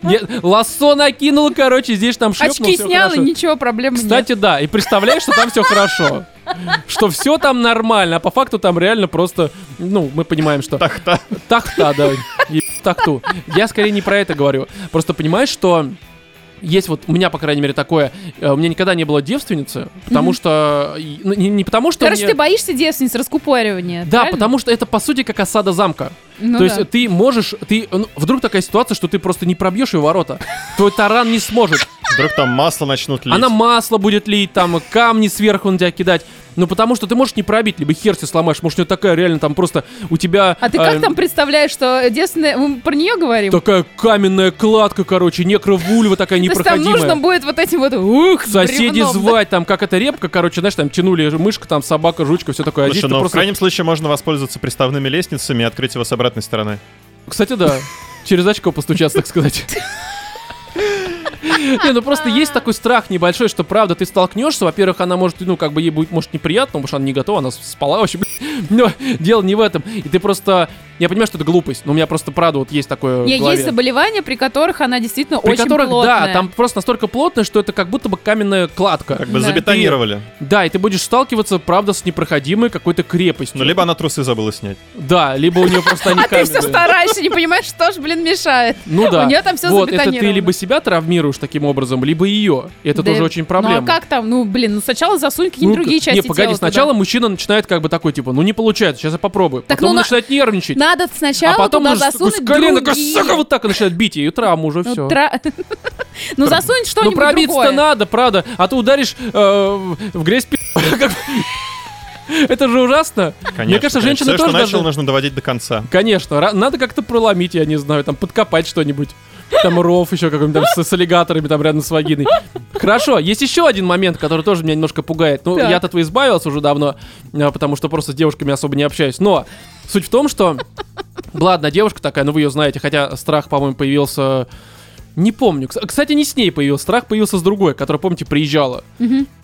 S1: Я лассо накинул, короче, здесь там шлепнул,
S3: Очки
S1: всё
S3: снял, и
S1: хорошо.
S3: ничего, проблем нет.
S1: Кстати, да, и представляешь, что там все хорошо, что все там нормально, а по факту там реально просто, ну, мы понимаем, что
S2: Тахта.
S1: Тахта, да. Е- Тахту. Я скорее не про это говорю. Просто понимаешь, что есть вот у меня, по крайней мере, такое. э, У меня никогда не было девственницы, потому что... и, ну, Не, не потому что...
S3: Короче,
S1: мне-
S3: ты боишься девственниц, раскупоривания.
S1: да,
S3: правильно?
S1: потому что это, по сути, как осада замка.
S3: Ну
S1: То есть
S3: да.
S1: э, ты можешь... Ты, ну, вдруг такая ситуация, что ты просто не пробьешь ее ворота. Твой таран не сможет.
S2: Вдруг там масло начнут лить.
S1: Она масло будет лить, там камни сверху на тебя кидать. Ну, потому что ты можешь не пробить, либо хер себе сломаешь. Может, у нее такая реально там просто... У тебя...
S3: А ты
S1: э,
S3: как там представляешь, что девственная... Мы про нее говорим?
S1: Такая каменная кладка, короче, некровульва такая
S3: То есть там
S1: непроходимая.
S3: нужно будет вот этим вот... Ух,
S1: Соседи
S3: бревном, да.
S1: звать, там как это репка, короче, знаешь, там тянули мышка, там собака, жучка, все такое. А
S2: Слушай,
S1: здесь ты
S2: ну, в
S1: просто-
S2: крайнем случае можно воспользоваться приставными лестницами и открыть его с обратной стороны.
S1: Кстати, да. Через очко постучаться, так сказать. Не, ну просто есть такой страх небольшой, что правда ты столкнешься. Во-первых, она может, ну, как бы ей будет, может, неприятно, потому что она не готова, она спала вообще, блядь. Но дело не в этом. И ты просто. Я понимаю, что это глупость, но у меня просто правда вот есть такое. в
S3: Не,
S1: голове.
S3: есть заболевания, при которых она действительно
S1: При
S3: очень
S1: которых,
S3: плотная.
S1: да, там просто настолько плотно, что это как будто бы каменная кладка.
S2: Как бы
S3: Да.
S2: забетонировали.
S1: Да, и ты будешь сталкиваться, правда, с непроходимой какой-то крепостью.
S2: Ну, либо она трусы забыла снять.
S1: Да, либо у нее просто они
S3: А ты все
S1: каменные.
S3: стараешься, не понимаешь, что ж, блин, мешает.
S1: Ну да.
S3: У неё там всё
S1: Вот, это ты
S3: забетонировано.
S1: либо себя травмируешь таким образом, либо ее. Это
S3: Да,
S1: тоже очень проблема.
S3: Ну а как там? Ну, блин, ну сначала засунь какие-нибудь
S1: Ну,
S3: другие
S1: Не,
S3: части
S1: погоди,
S3: тела туда.
S1: сначала мужчина начинает как бы такой, типа, ну не получается, сейчас я попробую.
S3: Так,
S1: потом
S3: ну, на-
S1: начинает нервничать.
S3: Надо сначала
S1: а потом
S3: туда
S1: уже с- с
S3: засунуть
S1: колена, как,
S3: другие.
S1: сука, вот так и начинает бить, и травма уже
S3: Ну,
S1: все.
S3: тра- Ну, засунь
S1: Ну
S3: что-нибудь
S1: пробиться-то
S3: другое.
S1: надо, правда. А ты ударишь э, в грязь пи***. Как бы- Это же ужасно.
S2: Конечно.
S1: Мне кажется, женщины
S2: Все,
S1: тоже
S2: что начал,
S1: должны...
S2: нужно доводить до конца.
S1: Конечно, ра- надо как-то проломить, я не знаю, там подкопать что-нибудь. там ров еще какой-нибудь там с, с аллигаторами там рядом с вагиной. Хорошо, есть еще один момент, который тоже меня немножко пугает. Ну,
S3: Так.
S1: я от этого избавился уже давно, а, потому что просто с девушками особо не общаюсь. Но суть в том, что... Ладно, девушка такая, ну вы ее знаете, хотя страх, по-моему, появился... Не помню. Кс- Кстати, не с ней появился страх, появился с другой, которая, помните, приезжала.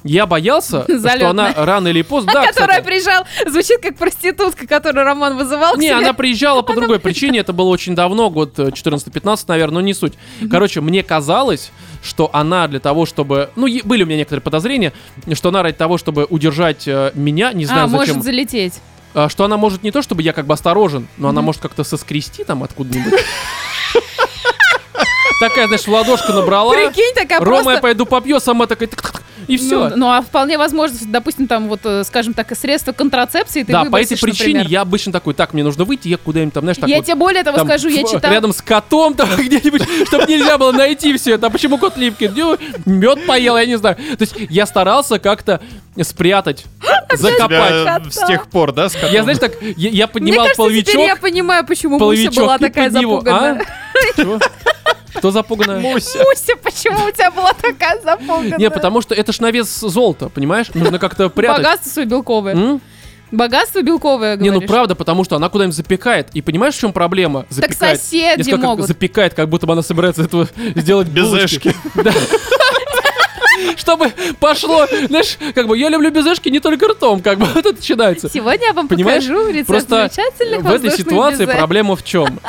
S1: Я боялся, что
S3: Залетная.
S1: она рано или поздно... Да,
S3: Которая
S1: кстати.
S3: приезжал, звучит как проститутка, которую Роман вызывал к
S1: Не,
S3: себе. А,
S1: она приезжала по другой причине, это было очень давно, год э, 14-15, наверное, но не суть. Короче, мне казалось, что она для того, чтобы... Ну, е- были у меня некоторые подозрения, что она ради того, чтобы удержать э, меня, не знаю
S3: а,
S1: зачем,
S3: может залететь.
S1: а, что она может не то, чтобы я как бы осторожен, но она может как-то соскрести там откуда-нибудь. Такая, знаешь, в ладошку набрала.
S3: Прикинь, такая
S1: Рома, я
S3: просто...
S1: пойду попью, а сама такая... тык-тык-тык, И все.
S3: Ну, ну, а вполне возможно, допустим, там вот, э, скажем так, и средства контрацепции ты
S1: да, по этой
S3: выбросишь,
S1: причине
S3: например.
S1: я обычно такой, так, мне нужно выйти, я куда-нибудь там, знаешь, так
S3: Я
S1: вот
S3: тебе более того
S1: там
S3: скажу, я
S1: ф-
S3: читала...
S1: Рядом с котом там где-нибудь, чтобы нельзя было найти все это. А почему кот липкий? Ну, мед поел, я не знаю. То есть я старался как-то спрятать,
S3: А
S1: закопать.
S2: Тебя
S3: Кота.
S2: с тех пор, да, с котом?
S1: Я, знаешь, так, я, я
S3: Мне
S1: поднимал
S3: кажется, теперь я
S1: половичок,
S3: понимаю, почему Муся
S1: половичок
S3: была
S1: и
S3: такая
S1: подниму.
S3: запуганная.
S1: А? Чего? Кто запуганная?
S2: Муся.
S3: Муся, почему у тебя была такая запуганная?
S1: Не, потому что это ж на вес золота, понимаешь? Нужно как-то прятать.
S3: Богатство свое белковое.
S1: М?
S3: Богатство белковое,
S1: Не,
S3: говоришь.
S1: ну правда, потому что она куда-нибудь запекает. И понимаешь, в чем проблема? Запекает.
S3: соседи
S1: Я сказал, как
S3: могут.
S1: запекает, как будто бы она собирается этого сделать
S2: Без
S1: булочки.
S2: эшки.
S1: Да. Чтобы пошло, знаешь, как бы я люблю безэшки не только ртом, как бы вот это начинается.
S3: Сегодня я вам
S1: Понимаешь?
S3: покажу рецепт
S1: Просто
S3: замечательных
S1: В этой
S3: воздушных
S1: ситуации
S3: безе.
S1: проблема в чем?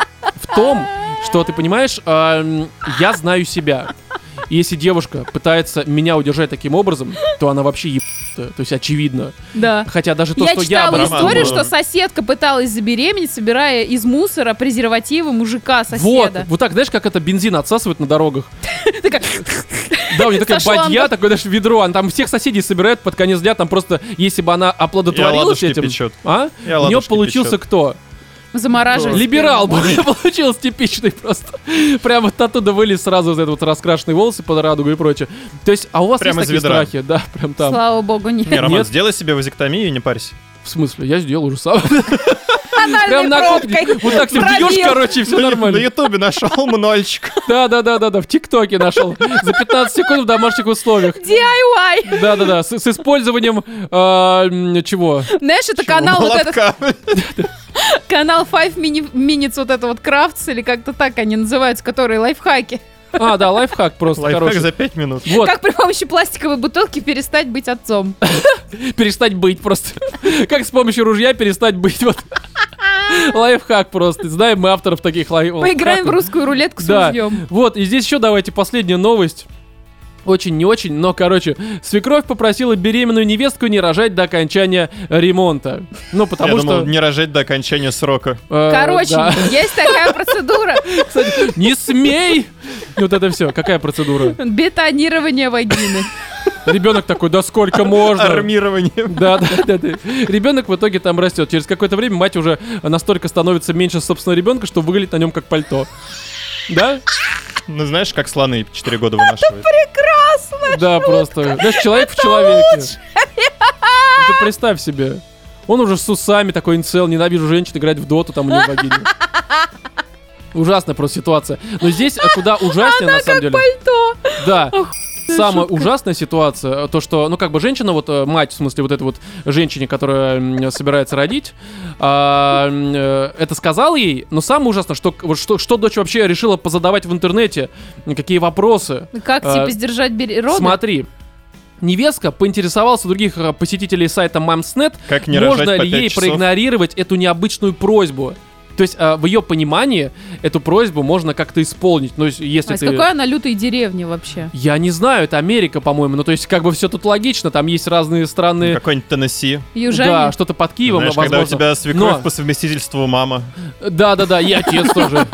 S1: В том, что ты понимаешь, эм, я знаю себя. И Если девушка пытается меня удержать таким образом, то она вообще ебанутая. То есть очевидно.
S3: Да.
S1: Хотя даже то,
S3: Я
S1: что я об
S3: читала
S1: этом
S2: обратно
S3: историю,
S2: была.
S3: что соседка пыталась забеременеть, собирая из мусора презервативы мужика
S1: Вот,
S3: соседа.
S1: вот так, знаешь, как это бензин отсасывает на дорогах.
S3: Такая,
S1: Да, у нее такая
S3: Со
S1: бадья,
S3: шлангом.
S1: такое даже ведро, она там всех соседей собирает под конец дня, там просто, если бы она оплодотворилась
S2: ладошки
S1: этим,
S2: печет.
S1: а?
S2: И
S1: у нее
S2: оладушки
S1: получился
S2: печет.
S1: кто?
S3: Замораживать.
S1: Либерал бы
S3: сперму.
S1: получился типичный просто. Прямо вот оттуда вылез сразу за это вот раскрашенные волосы под радугу и прочее. То есть, а у вас
S2: Прямо
S1: есть
S2: из
S1: такие
S2: ведра.
S1: страхи? Да, прям там.
S3: Слава богу,
S2: Не,
S3: нет.
S1: Нет.
S2: Роман, сделай себе вазектомию и не парься.
S1: В смысле, я сделал уже сам. Прям
S3: Анальной
S1: на кухне.
S3: пробкой.
S1: Вот так себе
S3: Пробил.
S1: бьешь, короче, и все
S2: На- На
S1: нормально.
S2: ютубе нашел мануальчик.
S1: Да, да, да, да, да. В ТикТоке нашел. За 15 секунд в домашних условиях.
S3: DIY.
S1: Да, да, да. С, с использованием а, м, чего?
S3: Знаешь, это канал вот этот,
S2: Молотка.
S3: канал Five Mini- Minutes, вот это вот Crafts, или как-то так они называются, которые лайфхаки.
S1: А, да, лайфхак просто
S2: Лайфхак
S1: хороший.
S2: за 5 минут.
S1: Вот,
S3: Как при помощи пластиковой бутылки перестать быть отцом.
S1: перестать быть просто. Как с помощью ружья перестать быть. Вот. Лайфхак просто. Знаем мы авторов таких лай- лайфхаков.
S3: Поиграем в русскую рулетку с
S1: Да.
S3: ружьем.
S1: Вот, и здесь еще давайте последняя новость. Очень не очень, но, короче, свекровь попросила беременную невестку не рожать до окончания ремонта. Ну,
S2: Я
S1: потому
S2: думал,
S1: что...
S2: не рожать до окончания срока.
S1: э,
S3: Короче,
S1: да.
S3: есть такая процедура.
S1: Кстати, не смей! Вот это все. Какая процедура?
S3: Бетонирование вагины.
S1: Ребенок такой, да сколько можно?
S2: Армирование.
S1: Да, да, да, да. Ребенок в итоге там растет. Через какое-то время мать уже настолько становится меньше собственного ребенка, что выглядит на нем как пальто. Да?
S2: Ну знаешь, как слоны 4 года вынашивают.
S3: Прекрасно!
S1: Да, просто. Знаешь, человек в человеке. Ну, Ты представь себе. Он уже с усами такой инцел, ненавижу женщин играть в доту, там у него богиня. Ужасная просто ситуация. Но здесь э, куда ужаснее, на самом деле.
S3: Пальто!
S1: Да.
S3: Охуенная
S1: Самая
S3: шутка.
S1: ужасная ситуация, э, то что, ну как бы женщина, вот э, мать, в смысле вот эта вот женщине, которая м, собирается родить, а, м, э, это сказал ей, но самое ужасное, что, к- вот что, что дочь вообще решила позадавать в интернете, м, какие вопросы.
S3: Как,
S1: А,
S3: типа, сдержать бери- роды?
S1: Смотри, невестка поинтересовался у других э, посетителей сайта Мамснет,
S2: Как не рожать
S1: можно
S2: по
S1: ли
S2: 5
S1: ей
S2: часов.
S1: проигнорировать эту необычную просьбу. То есть э, в ее понимании эту просьбу можно как-то исполнить. Ну, если
S3: А из
S1: ты...
S3: какой она лютой деревни вообще?
S1: Я не знаю, это Америка, по-моему. Ну, то есть, как бы все тут логично, там есть разные страны.
S2: Какой-нибудь Теннесси.
S3: Южане?
S1: Да, что-то под Киевом,
S2: Ну, Знаешь, когда у
S1: э, возможно.
S2: тебя свекровь
S1: Но-
S2: по совместительству мама.
S1: Да, да, да, и отец тоже.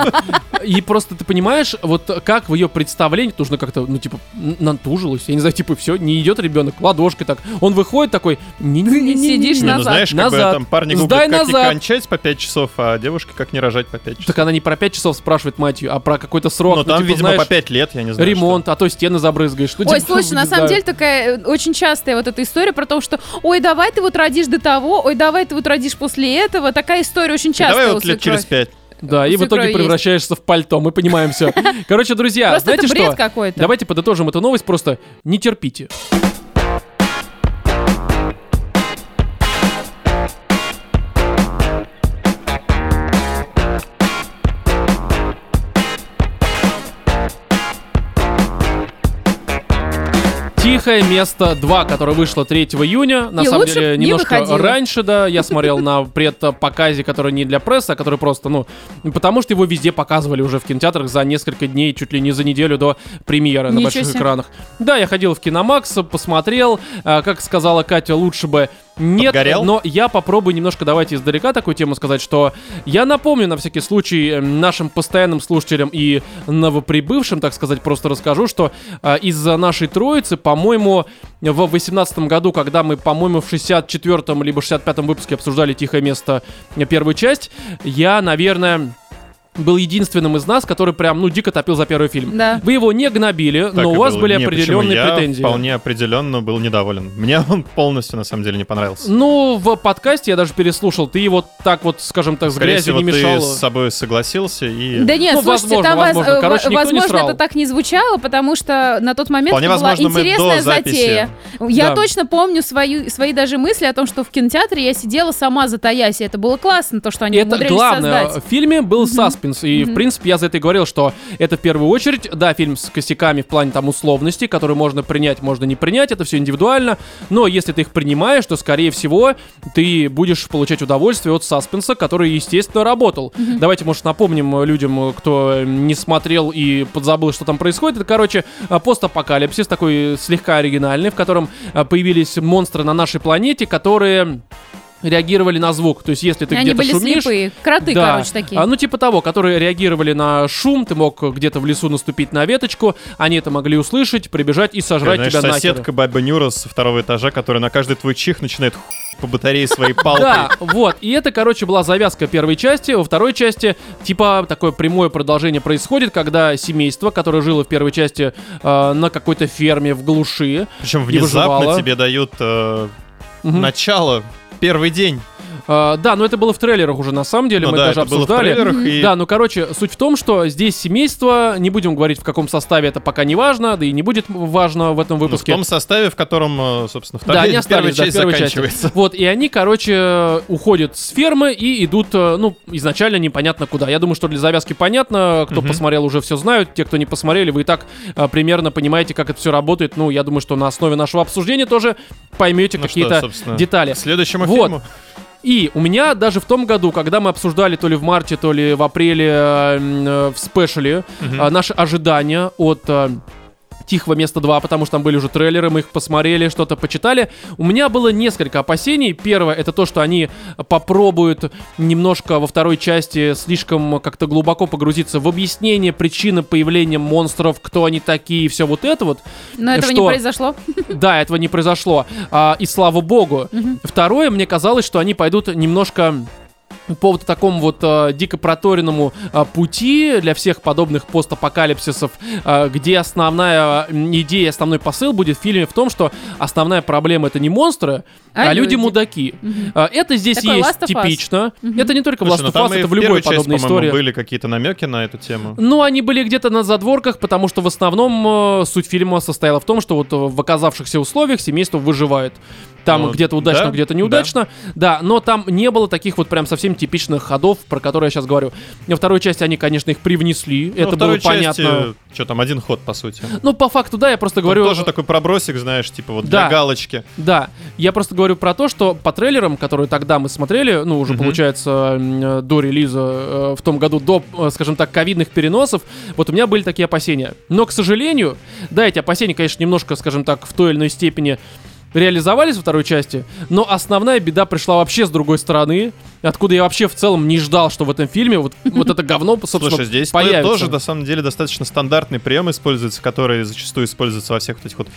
S1: И просто ты понимаешь, вот как в ее представлении нужно как-то, ну, типа, н- натужилась. Я не знаю, типа, все, не идет ребенок, ладошкой так. Он выходит такой, не не
S3: Сидишь
S2: Не, ну
S3: Назад.
S2: знаешь, как бы
S1: Назад.
S2: там парни
S1: Сдай
S2: гуглят, как не
S1: назад.
S2: кончать по 5 часов, а девушки как не рожать по 5 часов.
S1: Так она не про 5 часов спрашивает матью, а про какой-то срок.
S2: Но
S1: ну,
S2: там,
S1: типа,
S2: видимо,
S1: знаешь,
S2: по 5 лет, я не знаю.
S1: Ремонт, а то стены забрызгаешь. Ну,
S3: Ой,
S1: типа,
S3: слушай, на
S1: не
S3: самом
S1: знаю.
S3: деле такая э, очень частая вот эта история про то, что ой, давай ты вот родишь до того, ой, давай ты вот родишь после этого. Такая история очень
S2: что.
S3: частая
S2: Давай
S3: у
S2: вот лет
S3: свекрови.
S2: через 5.
S1: Да, и в
S3: свекрови
S1: итоге
S3: есть.
S1: превращаешься в пальто, мы понимаем все. Короче, друзья,
S3: Просто
S1: знаете
S3: это бред
S1: что?
S3: какой-то.
S1: Давайте подытожим эту новость, просто не терпите. Тихое место 2, которое вышло 3 июня. На
S3: И
S1: самом
S3: лучше б
S1: деле,
S3: не
S1: немножко
S3: выходило.
S1: раньше, да, я смотрел на предпоказе, который не для прессы, а который просто, ну, потому что его везде показывали уже в кинотеатрах за несколько дней, чуть ли не за неделю до премьеры на
S3: Ничего
S1: больших
S3: себе.
S1: экранах. Да, я ходил в Киномакс, посмотрел, а, как сказала Катя, лучше бы нет,
S2: Подгорел?
S1: но я попробую немножко давайте издалека такую тему сказать, что я напомню на всякий случай э, нашим постоянным слушателям и новоприбывшим, так сказать, просто расскажу, что э, из-за нашей троицы, по-моему, в 18 году, когда мы, по-моему, в 64-м либо 65-м выпуске обсуждали «Тихое место» э, первую часть, я, наверное, был единственным из нас, который прям, ну, дико топил за первый фильм.
S3: Да.
S1: Вы его не гнобили,
S2: Так
S1: но
S2: и
S1: Ну, у вас
S2: было.
S1: были
S2: Не, почему?
S1: определенные
S2: я
S1: претензии.
S2: вполне определенно был недоволен. Мне он полностью, на самом деле, не понравился.
S1: Ну, в подкасте я даже переслушал, ты его так вот, скажем так, с
S2: Скорее
S1: грязью
S2: всего,
S1: Ну, не мешал.
S2: ты с собой согласился и...
S3: Да нет,
S1: Ну,
S3: слушайте,
S1: возможно,
S3: там воз-
S1: возможно.
S3: э,
S1: Короче, никто
S3: во-
S1: не
S3: возможно,
S1: срал.
S3: это так не звучало, потому что на тот момент
S2: Вполне
S3: это была
S2: возможно, мы до
S3: интересная
S2: записи.
S3: затея. Я
S1: Да.
S3: точно помню свою, свои даже мысли о том, что в кинотеатре я сидела сама затаясь, и это было классно, то, что они
S1: Это
S3: умудрились
S1: главное. э,
S3: создать.
S1: В фильме был саспенс, и, в принципе, я за это и говорил, что это в первую очередь, да, фильм с косяками в плане там условности, которые можно принять, можно не принять, это все индивидуально, но если ты их принимаешь, то, скорее всего, ты будешь получать удовольствие от саспенса, который, естественно, работал. Давайте, может, напомним э, людям, э, кто э, не смотрел и подзабыл, что там происходит. Это, короче, э, постапокалипсис, такой э, слегка оригинальный, в котором э, появились монстры на нашей планете, которые реагировали на звук. То есть, если ты
S3: они
S1: где-то
S3: были
S1: шумишь,
S3: слепые, кроты,
S1: да.
S3: короче, такие.
S1: А, ну, типа того, которые реагировали на шум, ты мог где-то в лесу наступить на веточку, они это могли услышать, прибежать и
S2: Такая,
S1: сожрать
S2: Э, знаешь,
S1: тебя
S2: соседка
S1: нахер.
S2: баба Нюра со второго этажа, которая на каждый твой чих начинает ху- по батарее своей палкой.
S1: Да, вот. И это, короче, была завязка первой части. Во второй части, типа, такое прямое продолжение происходит, когда семейство, которое жило в первой части э, на какой-то ферме в глуши,
S2: Причем
S1: И выживала.
S2: внезапно тебе дают э,
S1: Мгм.
S2: начало, первый день.
S1: Э, да, но это было в трейлерах уже, на самом деле,
S2: Ну
S1: мы
S2: да,
S1: даже
S2: это было в
S1: обсуждали.
S2: трейлерах, и-
S1: Да, ну короче, суть в том, что здесь семейство, не будем говорить в каком составе, это пока не важно, да и не будет важно в этом
S2: Ну, в
S1: выпуске.
S2: том составе, в котором, э, собственно,
S1: Да, они
S2: вторая, первая
S1: остались, да,
S2: часть
S1: в первой части.
S2: заканчивается.
S1: Вот, и они, короче, уходят с фермы и идут, э, ну, изначально непонятно куда. Я думаю, что для завязки понятно, кто
S2: Мгм.
S1: посмотрел, уже все знают, те, кто не посмотрели, вы и так э, примерно понимаете, как это все работает. Ну, я думаю, что на основе нашего обсуждения тоже поймете
S2: Ну что,
S1: какие-то
S2: собственно,
S1: детали.
S2: К следующему
S1: Вот.
S2: фильму.
S1: И у меня даже в том году, когда мы обсуждали то ли в марте, то ли в апреле э, м, э, в спешле
S2: Мгм.
S1: э, наши ожидания от э, Тихого места 2, потому что там были уже трейлеры, мы их посмотрели, что-то почитали. У меня было несколько опасений. Первое, это то, что они попробуют немножко во второй части слишком как-то глубоко погрузиться в объяснение причины появления монстров, кто они такие и все вот это вот.
S3: Но этого
S1: что?
S3: не произошло.
S1: Да, этого не произошло. А, и слава богу. Второе, мне казалось, что они пойдут немножко по вот такому вот э, дико проторенному э, пути для всех подобных постапокалипсисов, э, где основная э, идея, основной посыл будет в фильме в том, что основная проблема это не монстры, а,
S3: А
S1: люди
S3: люди.
S1: мудаки. Э, это здесь
S3: Такой
S1: есть
S3: Last of Us.
S1: типично. Это не только в
S2: Слушай,
S1: Last
S2: ну
S1: of
S2: там
S1: Us,
S2: и
S1: это
S2: в
S1: в любой
S2: первой части,
S1: подобной
S2: по-моему,
S1: истории.
S2: были какие-то намеки на эту тему.
S1: Ну, они были где-то на задворках, потому что в основном э, суть фильма состояла в том, что вот э, в оказавшихся условиях семейство выживает. Там
S2: Ну,
S1: где-то удачно,
S2: да,
S1: где-то неудачно. Да. но там не было таких вот прям совсем типичных ходов, про которые я сейчас говорю. Во второй части они, конечно, их привнесли.
S2: Ну,
S1: это было
S2: второй
S1: понятно.
S2: части, что там, один ход, по сути.
S1: Ну, по факту, да, я просто
S2: Там
S1: говорю.
S2: тоже такой пробросик, знаешь, типа вот
S1: Да.
S2: для галочки.
S1: Да, я просто говорю про то, что по трейлерам, которые тогда мы смотрели, ну, уже,
S2: Мгм.
S1: получается, м, э, до релиза э, в том году, до, э, скажем так, ковидных переносов, вот у меня были такие опасения. Но, к сожалению, да, эти опасения, конечно, немножко, скажем так, в той или иной степени реализовались во второй части, но основная беда пришла вообще с другой стороны, откуда я вообще в целом не ждал, что в этом фильме вот, вот это говно, собственно,
S2: Слушай, здесь то-
S1: появится.
S2: тоже, на самом деле, достаточно стандартный прием используется, который зачастую используется во всех вот этих вот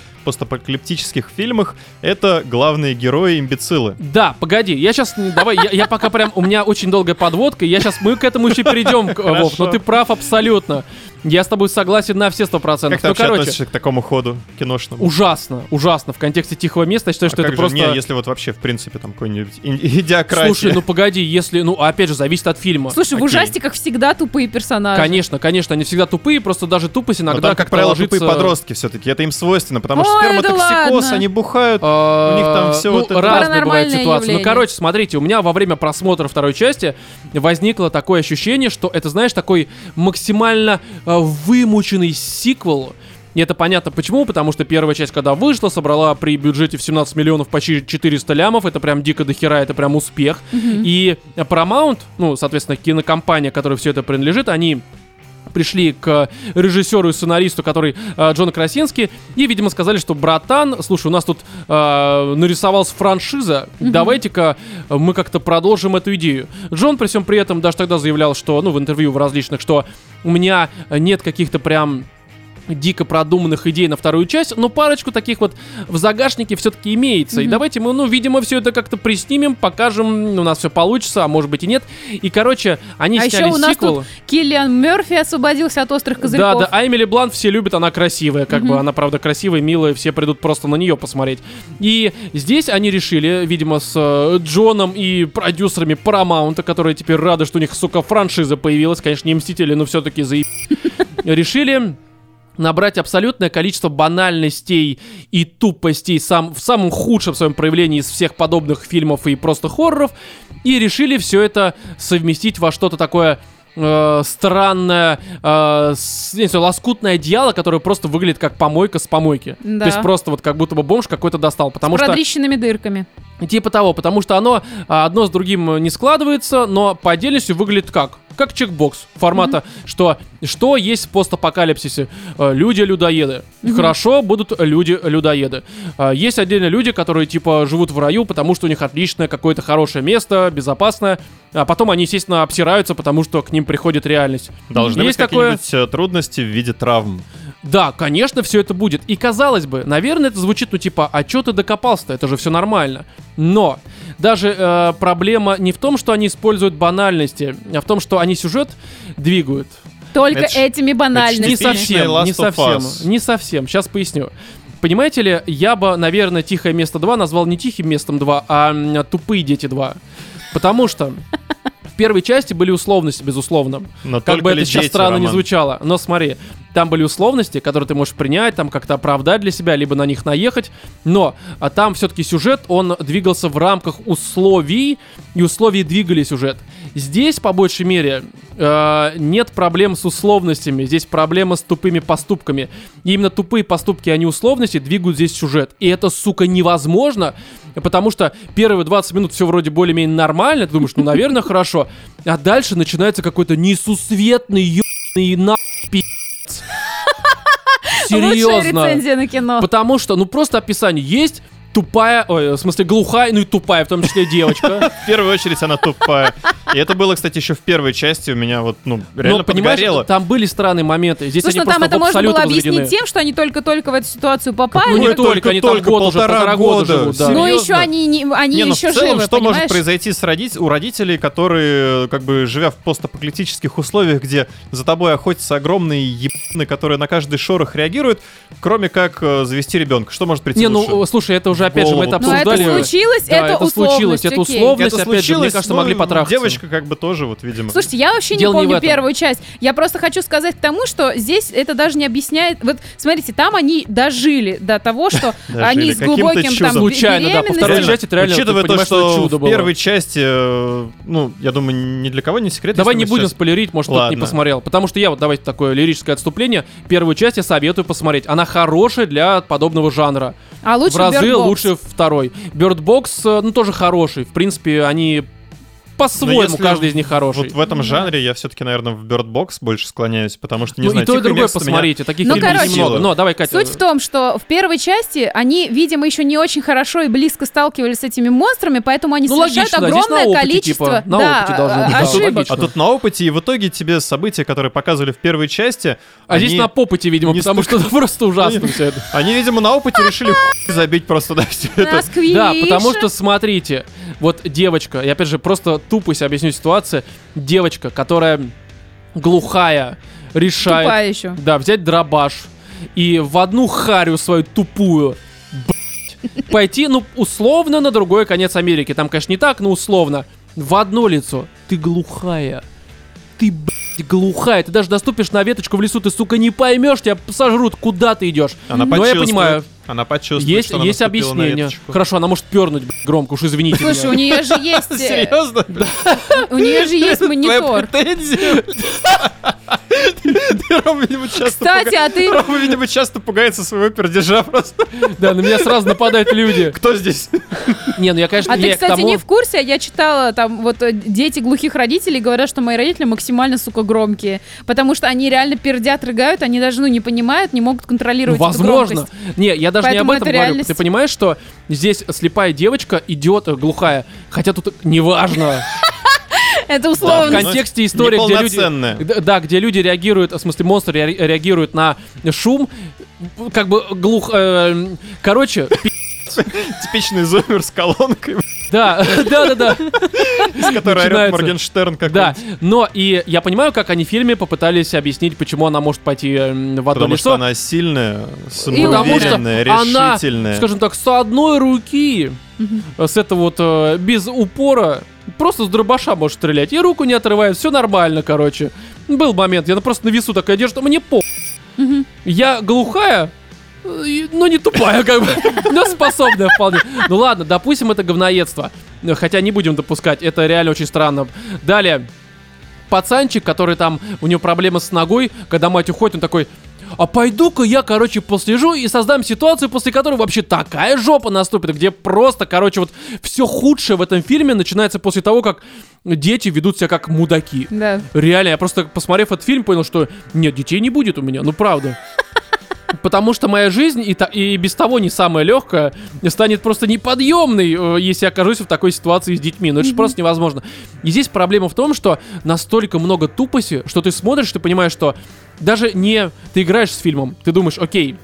S2: постапокалиптических фильмах. Это главные герои-имбецилы.
S1: Да, погоди, я сейчас, давай, я, я пока прям, у меня очень долгая подводка, я сейчас, мы к этому еще перейдем, к-
S2: Хорошо.
S1: Вов, но ты прав абсолютно. Я с тобой согласен на все сто
S2: Как
S1: процентов.
S2: ты
S1: Ну,
S2: вообще
S1: короче,
S2: относишься к такому ходу киношному?
S1: ужасно, ужасно. В контексте тихого места, я считаю,
S2: А
S1: что это
S2: как же не,
S1: просто...
S2: если вот вообще, в принципе, там какой-нибудь ин- идиократия.
S1: Слушай, ну стадии, если, ну, опять же, зависит от фильма.
S3: Слушай, а в
S2: Окей.
S3: ужастиках всегда тупые персонажи.
S1: Конечно, конечно, они всегда тупые, просто даже тупость
S2: Но
S1: иногда
S2: Ну, там, как
S1: как-то
S2: правило,
S1: ложится-
S2: тупые подростки все-таки. Это им свойственно, потому что
S3: Ой,
S2: сперма
S3: да
S2: токсикоз,
S3: ладно.
S2: они бухают.
S1: А,
S2: У них там всё
S1: ну,
S2: вот это-
S1: разные бывают
S3: Паранормальное
S1: ситуации. Ну,
S3: явление.
S1: короче, смотрите, у меня во время просмотра второй части возникло такое ощущение, что это, знаешь, такой максимально э, вымученный сиквел. И это понятно почему, потому что первая часть, когда вышла, собрала при бюджете в 17 миллионов почти 400 лямов, это прям дико дохера, это прям успех. И Paramount, ну, соответственно, кинокомпания, которой все это принадлежит, они пришли к режиссеру и сценаристу, который э, Джон Красинский, и, видимо, сказали, что братан, слушай, у нас тут э, нарисовалась франшиза, давайте-ка мы как-то продолжим эту идею. Джон при всем при этом даже тогда заявлял, что, ну, в интервью в различных, что у меня нет каких-то прям дико продуманных идей на вторую часть, но парочку таких вот в загашнике все-таки имеется. И давайте мы, ну, видимо, все это как-то приснимем, покажем, у нас все получится, а может быть и нет. И, короче, они
S3: А
S1: сняли
S3: еще у нас
S1: сиквел.
S3: тут Киллиан Мерфи освободился от острых
S1: Да,
S3: козырьков.
S1: да, а Эмили Блант все любят, она красивая, как бы, она, правда, красивая, милая, все придут просто на нее посмотреть. И здесь они решили, видимо, с э, Джоном и продюсерами Paramount, которые теперь рады, что у них, сука, франшиза появилась, конечно, не Мстители, но все-таки заеб... Решили набрать абсолютное количество банальностей и тупостей сам, в самом худшем своем проявлении из всех подобных фильмов и просто хорроров, и решили все это совместить во что-то такое э, странное, э, с- не знаю, лоскутное одеяло, которое просто выглядит как помойка с помойки.
S3: Да.
S1: То есть просто вот как будто бы бомж какой-то достал. Потому
S3: С
S1: что...
S3: продрищенными дырками.
S1: Типа того, потому что оно а, одно с другим э, не складывается, но по отдельности выглядит как? Как чекбокс формата, что, что есть в постапокалипсисе? Э, Люди-людоеды. Хорошо будут люди-людоеды. Э, Есть отдельно люди, которые типа живут в раю, потому что у них отличное какое-то хорошее место, безопасное. А потом они, естественно, обсираются, потому что к ним приходит реальность.
S2: Должны
S1: есть
S2: быть
S1: такое-
S2: какие-нибудь э, трудности в виде травм.
S1: Да, конечно, все это будет. И казалось бы, наверное, это звучит, ну типа, а чё ты докопался-то, это же все нормально. Но даже э, проблема не в том, что они используют банальности, а в том, что они сюжет двигают.
S3: Только
S2: Это ж-
S3: этими
S1: Не
S2: Типичный
S3: банальностями.
S1: совсем,
S2: Last
S1: не
S2: of Us.
S1: совсем, не совсем. Сейчас поясню. Понимаете ли, я бы, наверное, «Тихое место 2» назвал не «Тихим местом 2», а м, «Тупые дети 2». Потому что в первой части были условности, безусловно.
S2: Но
S1: Как
S2: только
S1: бы это
S2: ли
S1: сейчас
S2: дети,
S1: странно не
S2: Роман?
S1: звучало. Но смотри, там были условности, которые ты можешь принять, там как-то оправдать для себя, либо на них наехать. Но а там все-таки сюжет, он двигался в рамках условий, и условия двигали сюжет. Здесь, по большей мере, э, нет проблем с условностями, здесь проблема с тупыми поступками. И именно тупые поступки, а не условности, двигают здесь сюжет. И это, сука, невозможно, потому что первые 20 минут все вроде более-менее нормально, ты думаешь, ну, наверное, хорошо. А дальше начинается какой-то несусветный ебаный на пи***ц.
S3: Лучшая
S1: Серьезно.
S3: рецензия на кино.
S1: Потому что, ну, просто описание есть тупая, ой, в смысле глухая, ну и тупая, в том числе девочка.
S2: В первую очередь она тупая. И это было, кстати, еще в первой части у меня вот, ну, реально
S1: Но, понимаешь,
S2: подгорело.
S1: там были странные моменты. Здесь
S3: Слушай,
S1: они
S3: ну там
S1: просто
S3: это
S1: в
S3: можно
S1: абсолютно
S3: было объяснить
S1: возведены.
S3: тем, что они только-только в эту ситуацию
S1: Ну,
S3: попали.
S1: не
S2: Нет,
S1: только, они там
S2: только-только,
S1: год уже,
S2: полтора
S1: полтора года
S2: года.
S1: живут. да.
S3: Но
S2: серьезно?
S3: еще они, не, они
S2: Не, ну в
S3: еще
S2: целом,
S3: живы,
S2: что может
S3: понимаешь?
S2: произойти с родит- у родителей, которые, как бы, живя в постапокалиптических условиях, где за тобой охотятся огромные ебаны, которые на каждый шорох реагируют, кроме как э, завести ребенка? Что может прийти
S1: Не,
S2: лучше?
S1: ну, слушай, это уже, опять же, мы это
S2: голову
S3: Ну, это
S1: обсуждали.
S3: случилось,
S1: Да,
S3: это
S1: это случилось,
S3: условность,
S1: это
S3: окей.
S1: условно. Опять же, мне кажется, могли потрахаться.
S2: ну, Девочка как бы тоже, вот, видимо.
S3: Слушайте, я вообще
S1: Дело не
S3: не помню
S1: в этом.
S3: первую часть. Я просто хочу сказать к тому, что здесь это даже не объясняет. Вот смотрите, там они дожили до того, что
S2: Дожили.
S3: они с
S2: Каким-то
S3: глубоким там
S2: чудом.
S1: Случайно, да, по
S3: беременностью.
S1: второй части это реально,
S2: Учитывая
S1: ты
S2: то,
S1: понимаешь, что
S2: что
S1: чудо
S2: в
S1: было.
S2: первой части, э, ну, я думаю, ни для кого не секрет.
S1: Давай
S2: если
S1: не
S2: мы
S1: будем
S2: сейчас-
S1: спойлерить, может, кто-то не
S2: Ладно.
S1: посмотрел. Потому что я вот, давайте такое лирическое отступление. Первую часть я советую посмотреть. Она хорошая для подобного жанра.
S3: А лучше
S1: в разы
S3: Bird Box.
S1: лучше второй. Бёрдбокс, ну, тоже хороший. В принципе, они
S2: Но
S1: по-своему,
S2: Ну, если
S1: каждый из них хороший. Ну,
S2: Вот в этом жанре я все-таки, наверное, в Bird Box больше склоняюсь, потому что, не
S1: ну,
S2: знаю,
S1: и то, и
S2: «Тихое
S1: другое
S2: место» меня-
S1: посмотрите. Таких
S3: Ну,
S1: фильмов
S3: короче,
S1: немного. Но давай, Катя.
S3: Суть в том, что в первой части они, видимо, еще не очень хорошо и близко сталкивались с этими монстрами, поэтому они
S1: Ну,
S3: совершают
S1: логично, здесь на
S3: огромное
S1: опыте,
S3: количество
S1: типа, на
S3: да,
S1: опыте должно
S3: а-
S1: быть, да,
S3: ошибок.
S1: логично.
S2: А тут на опыте, и в итоге тебе события, которые показывали в первой части,
S1: А здесь
S2: они-
S1: на попыте, видимо,
S2: не
S1: потому что
S2: столько-
S1: это просто ужасно все это.
S2: Они, видимо, на опыте решили хуй забить просто на все это.
S3: Москвич.
S1: Да, потому что, смотрите, вот девочка, я опять же просто тупость объясню ситуацию. Девочка, которая глухая, решает,
S3: тупая еще.
S1: да, взять дробаш и в одну харю свою тупую, блядь, пойти, ну, условно на другой конец Америки. Там, конечно, не так, но условно. в одно лицо. Ты глухая. Ты, блядь, глухая. Ты даже доступишь на веточку в лесу, ты, сука, не поймешь, тебя сожрут, куда ты идешь.
S2: Она
S1: Но Ну, я
S2: почувствует.
S1: понимаю,
S2: Она почувствует,
S1: есть,
S2: что она
S1: есть
S2: наступила на
S1: объяснение.
S2: веточку.
S1: Хорошо, она может пернуть, блядь, громко, уж извините
S3: Слушай, у
S1: меня.
S3: нее же есть... э,
S2: Серьезно?
S3: У нее же есть
S2: Твоя
S3: монитор.
S2: претензия? Ты, Рома, видимо, часто
S3: Кстати,
S2: пуга-
S3: а ты-
S2: Рома, видимо, часто пугается своего пердежа просто.
S1: Да, на меня сразу нападают люди.
S2: Кто здесь?
S1: Не, ну я, конечно,
S3: А ты,
S1: я к
S3: кстати,
S1: тому-
S3: не в курсе, а я читала, там вот э, дети глухих родителей говорят, что мои родители максимально, сука, громкие, потому что они реально пердят, рыгают, они даже, ну, не понимают, не могут контролировать эту
S1: Ну, Возможно.
S3: громкость.
S1: Не, я даже
S3: Поэтому
S1: не об
S3: это
S1: этом говорю.
S3: реальность.
S1: Ты понимаешь, что здесь слепая девочка идет э, глухая, хотя тут неважно.
S3: Это
S1: В
S2: Да,
S3: условно.
S2: но
S1: контексте истории, где
S2: неполноценная.
S1: люди, Д- да, где люди реагируют, в смысле монстры ре- реагируют на шум, как бы глух, эм, короче, пи-
S2: Типичный зумер с колонкой,
S1: да, да, да, да.
S2: из которой орет
S1: Начинается.
S2: Моргенштерн как
S1: Да, А но и я понимаю, как они в фильме попытались объяснить, почему она может пойти эм, в одно
S2: Потому что
S1: лицо.
S2: она сильная,
S1: Потому что
S2: самоуверенная,
S1: она,
S2: решительная.
S1: скажем так, с одной руки, э, с этого вот э, без упора, просто с дробаша может стрелять. И руку не отрывает, все нормально, короче. Был момент, я просто на весу такая одежда, мне по.
S3: Мгм.
S1: Я глухая, э, и- но не тупая, как бы, но способная вполне. Ну ладно, допустим, это говноедство. Э, Хотя не будем допускать, это реально очень странно. Далее, пацанчик, который там, у него проблемы с ногой, когда мать уходит, он такой, а пойду-ка я, короче, послежу и создам ситуацию, после которой вообще такая жопа наступит, где просто, короче, вот все худшее в этом фильме начинается после того, как дети ведут себя как мудаки.
S3: Да.
S1: Реально, я просто посмотрев этот фильм, понял, что нет, детей не будет у меня, ну правда. Потому что моя жизнь и, та- и без того не самая легкая станет просто неподъемной, э, если я окажусь в такой ситуации с детьми. Ну это же просто невозможно. И здесь проблема в том, что настолько много тупости, что ты смотришь, ты понимаешь, что даже не ты играешь с фильмом, ты думаешь, окей,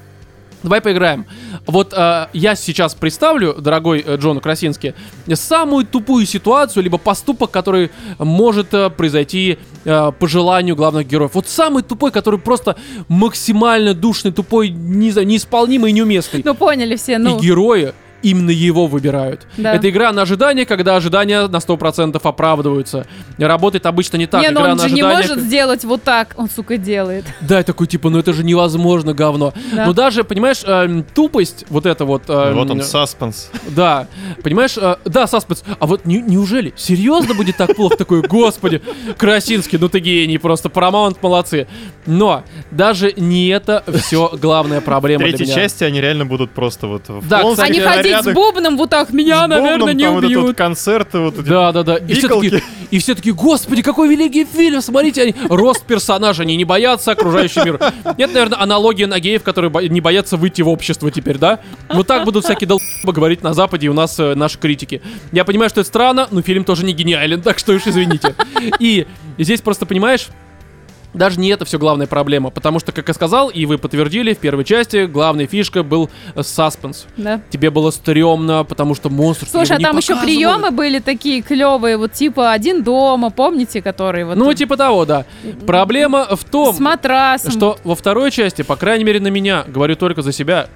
S1: Давай поиграем. Вот э, я сейчас представлю, дорогой э, Джон Красинский, самую тупую ситуацию, либо поступок, который может э, произойти э, по желанию главных героев. Вот самый тупой, который просто максимально душный, тупой, не знаю, неисполнимый и неуместный.
S3: Ну, поняли все, ну.
S1: И герои именно его выбирают.
S3: Да.
S1: Это игра на ожидание, когда ожидания на 100% оправдываются. Работает обычно не так.
S3: не, ну
S1: игра
S3: он
S1: на
S3: же не
S1: ожидание-
S3: может сделать вот так. Он, сука, делает.
S1: Да, я такой, типа, ну это же невозможно, говно.
S3: Да.
S1: Но даже, понимаешь, эм, тупость вот эта вот... эм,
S2: Вот он, саспенс.
S1: Да, понимаешь, э, да, саспенс. А вот не- неужели? Серьезно будет так плохо? Такой, господи, Красинский, ну ты гений просто, Paramount молодцы. Но даже не это все главная
S2: В
S1: проблема для
S2: третьей
S1: меня.
S2: части они реально будут просто вот в
S1: Да,
S2: клоунских
S3: А не
S1: Кстати,
S3: ходить с
S2: нарядах,
S3: бубном вот так,
S2: с
S3: меня,
S2: бубном,
S3: наверное, не
S2: там вот этот вот
S3: убьют.
S2: концерты, вот эти
S1: Да, да, да. И все,
S2: Биколки.
S1: такие, и все такие, господи, какой великий фильм, смотрите, они, рост персонажа, они не боятся окружающий мир. Это, наверное, аналогия на геев, которые бо- не боятся выйти в общество теперь, да? Вот так будут всякие долбы говорить на Западе и у нас э, наши критики. Я понимаю, что это странно, но фильм тоже не гениален, так что уж извините. И здесь просто, понимаешь, даже не это все главная проблема, потому что, как я сказал, и вы подтвердили, в первой части главная фишка был э, саспенс.
S3: Да.
S1: Тебе было стрёмно, потому что монстр... тебе
S3: Слушай, а
S1: не
S3: там еще
S1: показывали.
S3: приемы были такие клевые, вот типа один дома, помните, который вот
S1: Ну, типа того, да. Проблема в том,
S3: с матрасом.
S1: что во второй части, по крайней мере на меня, говорю только за себя,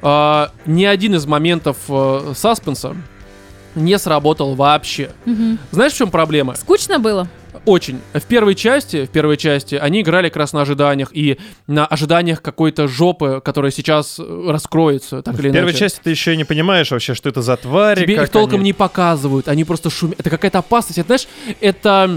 S1: а, ни один из моментов э, саспенса не сработал вообще.
S3: Мгм.
S1: Знаешь, в чем проблема?
S3: Скучно было?
S1: Очень. В первой части, в первой части они играли как раз на ожиданиях и на ожиданиях какой-то жопы, которая сейчас э, раскроется, так или
S2: В
S1: иначе.
S2: первой части ты еще и не понимаешь вообще, что это за твари.
S1: Тебе
S2: как
S1: их толком
S2: они.
S1: не показывают, они просто шумят. Это какая-то опасность. Это, знаешь, это...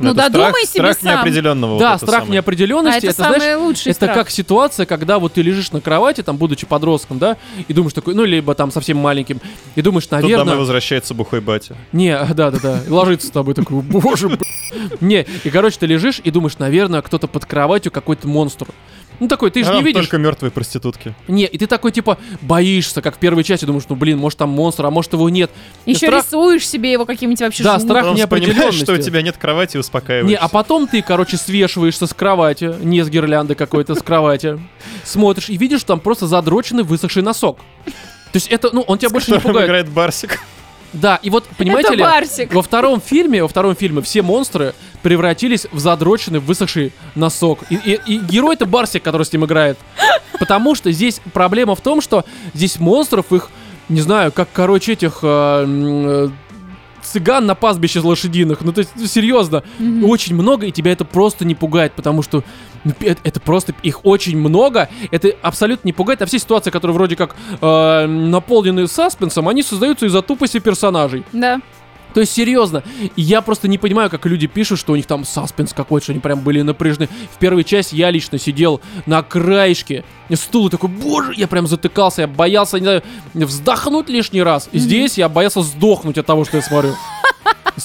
S3: Ну,
S2: это страх-
S3: додумай себе
S2: страх
S3: сам.
S2: неопределенного.
S1: да,
S2: вот это
S1: страх
S2: самое.
S1: неопределенности.
S3: а это,
S1: это,
S3: самый
S1: знаешь,
S3: лучший
S1: Это
S3: страх.
S1: как ситуация, когда вот ты лежишь на кровати, там, будучи подростком, да, и думаешь такой, ну, либо там совсем маленьким, и думаешь,
S2: Тут домой
S1: наверное...
S2: возвращается бухой батя.
S1: Не, а, да-да-да, и ложится с тобой такой, боже, б***ь». Не, и, короче, ты лежишь и думаешь, наверное, кто-то под кроватью какой-то монстр. Ну, такой, ты же
S2: А,
S1: не видишь.
S2: Только мертвые проститутки.
S1: Не, и ты такой, типа, боишься, как в первой части, думаешь, ну, блин, может, там монстр, а может, его нет. И
S3: Еще
S1: страх-
S3: рисуешь себе его каким-нибудь вообще
S1: Да,
S3: жмутом.
S1: страх
S2: Потом понимаешь,
S1: неопределенности.
S2: что у тебя нет кровати и успокаиваешься.
S1: Не, а потом ты, короче, свешиваешься с кровати, не с гирлянды какой-то, с кровати, смотришь и видишь, что там просто задроченный высохший носок. То есть это, ну, он тебя больше не
S2: Которым
S1: пугает.
S2: играет Барсик.
S1: Да, и вот, понимаете
S3: Это
S1: ли,
S3: Барсик.
S1: во втором фильме, во втором фильме все монстры превратились в задроченный высохший носок. И, и- и герой это Барсик, который с ним играет. Потому что здесь проблема в том, что здесь монстров их, не знаю, как, короче, этих... э, а, м, э, цыган на пастбище лошадиных. Ну, то есть, ну, серьезно,
S3: Мгм.
S1: очень много, и тебя это просто не пугает, потому что ну, пи- это, это просто их очень много, это абсолютно не пугает, а все ситуации, которые вроде как э, наполнены саспенсом, они создаются из-за тупости персонажей.
S3: Да.
S1: То есть, серьезно, я просто не понимаю, как люди пишут, что у них там саспенс какой-то, что они прям были напряжены. В первой части я лично сидел на краешке стула такой, боже, я прям затыкался, я боялся, не знаю, вздохнуть лишний раз. И здесь я боялся сдохнуть от того, что я смотрю.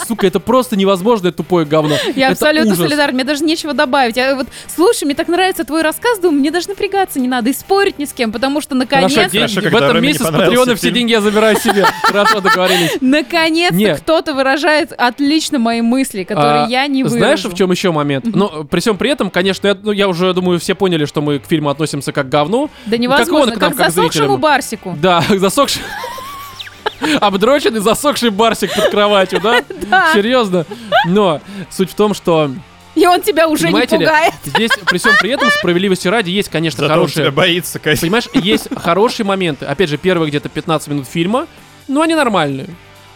S1: Сука, это просто невозможное тупое говно.
S3: Я
S1: Это
S3: абсолютно
S1: ужас.
S3: солидарна, мне даже нечего добавить. Я вот слушай, мне так нравится твой рассказ, думаю, мне даже напрягаться не надо и спорить ни с кем, потому что
S1: Хорошо,
S3: наконец,
S1: деньги.
S2: Хорошо,
S1: в
S2: когда
S1: этом
S2: Рэме не
S1: месяце с
S2: понравился
S1: Патреона все
S2: фильм.
S1: деньги я забираю себе. Хорошо, договорились.
S3: наконец-то
S1: Нет.
S3: кто-то выражает отлично мои мысли, которые
S1: А,
S3: я не выражу.
S1: Знаешь, в чем еще момент? Но э, при всем при этом, конечно, я, ну, я уже думаю, все поняли, что мы к фильму относимся как к говну. Ну,
S3: Да
S1: как
S3: невозможно,
S1: он к
S3: как,
S1: нам, как к
S3: засохшему
S1: зрителям.
S3: барсику.
S1: Да, засохший. Обдроченный, засохший барсик под кроватью, да?
S3: Да.
S1: Серьезно. Но суть в том, что,
S3: И он тебя уже
S1: понимаете
S3: не
S1: ли,
S3: пугает.
S1: здесь при всем при этом справедливости ради есть, конечно,
S2: Зато он тебя
S1: хорошие...
S2: боится, конечно.
S1: Понимаешь, есть хорошие моменты. Опять же, первые где-то 15 минут фильма, но они нормальные.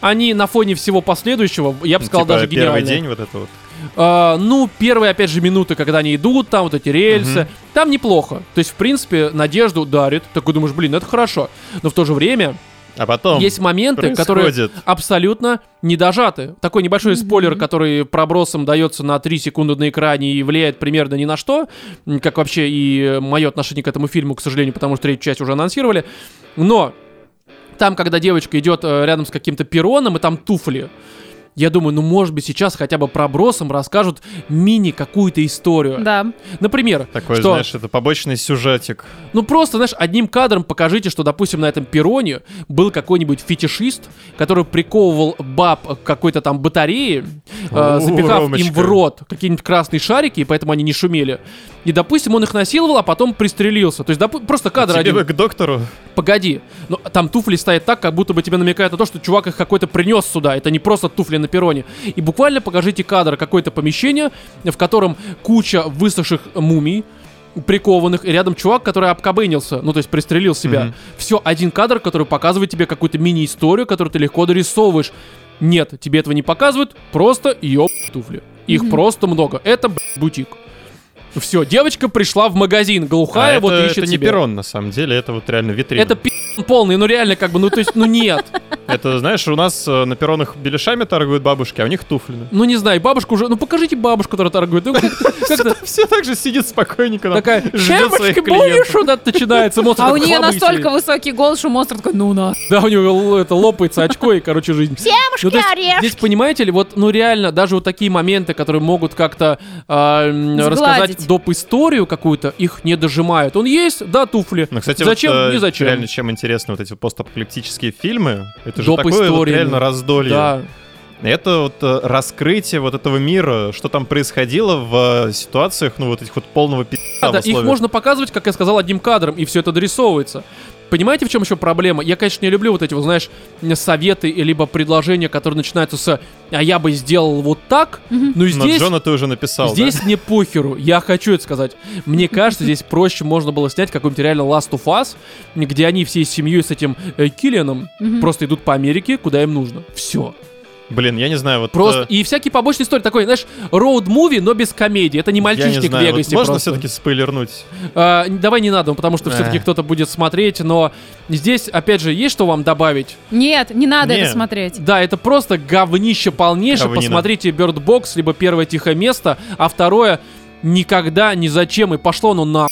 S1: Они на фоне всего последующего, я бы сказал,
S2: Типа,
S1: даже
S2: первый
S1: гениальные.
S2: день вот это вот.
S1: А, ну, первые, опять же, минуты, когда они идут, там вот эти рельсы,
S2: Мгм.
S1: там неплохо. То есть, в принципе, надежду дарит. Такой думаешь, блин, ну это хорошо. Но в то же время
S2: А потом
S1: есть моменты, которые
S2: происходит.
S1: абсолютно недожаты. Такой небольшой спойлер, который пробросом дается на 3 секунды на экране и влияет примерно ни на что, м, как вообще и мое отношение к этому фильму, к сожалению, потому что третью часть уже анонсировали. Но там, когда девочка идет э, рядом с каким-то пероном, и там туфли, я думаю, ну, может быть, сейчас хотя бы пробросом расскажут мини какую-то историю.
S3: Да. А
S1: Например,
S2: Такой,
S1: что
S2: знаешь, это побочный сюжетик.
S1: ну просто, знаешь, одним кадром покажите, что, допустим, на этом перроне был какой-нибудь фетишист, который приковывал баб к какой-то там батарее, э,
S2: О,
S1: запихав им в
S2: Ромочка.
S1: рот какие-нибудь красные шарики, и поэтому они не шумели. И, допустим, он их насиловал, а потом пристрелился. То есть, допу- просто кадр
S2: Тебе
S1: один.
S2: бы к доктору.
S1: Погоди, но там туфли стоят так, как будто бы тебе намекают на то, что чувак их какой-то принес сюда. Это не просто туфли на перроне. И буквально покажите кадр какое-то помещение, в котором куча высохших мумий прикованных, и рядом чувак, который обкабынился, ну, то есть пристрелил себя.
S2: Мгм.
S1: Все, один кадр, который показывает тебе какую-то мини-историю, которую ты легко дорисовываешь. Нет, тебе этого не показывают, просто ёб туфли. Их
S3: Мгм.
S1: просто много. Это, б***ь, бутик. Все, девочка пришла в магазин, глухая,
S2: А
S1: вот
S2: это,
S1: ищет
S2: это не
S1: себе.
S2: перрон, на самом деле, это вот реально витрина.
S1: Это пи*** полный, ну реально как бы, ну то есть, ну нет.
S2: Это, знаешь, у нас э, на перронах беляшами торгуют бабушки, а у них туфли.
S1: Ну не знаю, бабушка уже, ну покажите бабушку, которая торгует. Ну как-то как-то
S2: Все так же сидит спокойненько. там,
S1: такая,
S2: ждет своих
S1: девочка,
S2: клиентов.
S1: будешь куда начинается. Моцарт
S3: А у
S1: такой,
S3: нее
S1: «Хлобысь
S3: настолько
S1: ей».
S3: высокий голос, что монстр такой, ну на.
S1: Да, у него л- это лопается очко и, короче, жизнь. Ну, то есть, здесь, понимаете ли, вот, ну реально, даже вот такие моменты, которые могут как-то а, м,
S3: Сгладить.
S1: рассказать доп. историю какую-то, их не дожимают. Он есть, да, туфли.
S2: Ну, кстати,
S1: зачем?
S2: вот, э,
S1: не зачем.
S2: реально, чем интересны вот эти постапокалиптические фильмы, это же
S1: Доп.
S2: такое вот
S1: историями.
S2: реально раздолье.
S1: да.
S2: Это вот э, раскрытие вот этого мира, что там происходило в э, ситуациях, ну, вот этих вот полного пи***а
S1: А, да,
S2: в условиях.
S1: их можно показывать, как я сказал, одним кадром, и все это дорисовывается. Понимаете, в чем еще проблема? Я, конечно, не люблю вот эти, вот, знаешь, советы либо предложения, которые начинаются с «а я бы сделал вот так», но
S2: Но
S1: здесь...
S2: Ну, Джона ты уже написал, да?
S1: Здесь не похеру, я хочу это сказать. Мне кажется, здесь проще можно было снять какой-нибудь реально Last of Us, где они всей семьей с этим э, Киллианом
S3: Мгм.
S1: просто идут по Америке, куда им нужно. Все.
S2: Блин, я не знаю, вот...
S1: Просто.
S2: э,
S1: И всякие побочные истории. Такой, знаешь, роуд-муви, но без комедии. Это не
S2: я не
S1: мальчишник в
S2: знаю, вот
S1: Вегасе.
S2: можно
S1: просто.
S2: все-таки спойлернуть?
S1: А, н- давай не надо, потому что все-таки
S2: Эх.
S1: кто-то будет смотреть, но здесь, опять же, есть что вам добавить?
S3: Нет, не надо
S2: Не.
S3: это смотреть.
S1: Да, это просто говнище полнейшее.
S2: Говнина.
S1: Посмотрите Bird Box, либо первое тихое место, а второе никогда, ни зачем, и пошло ну на...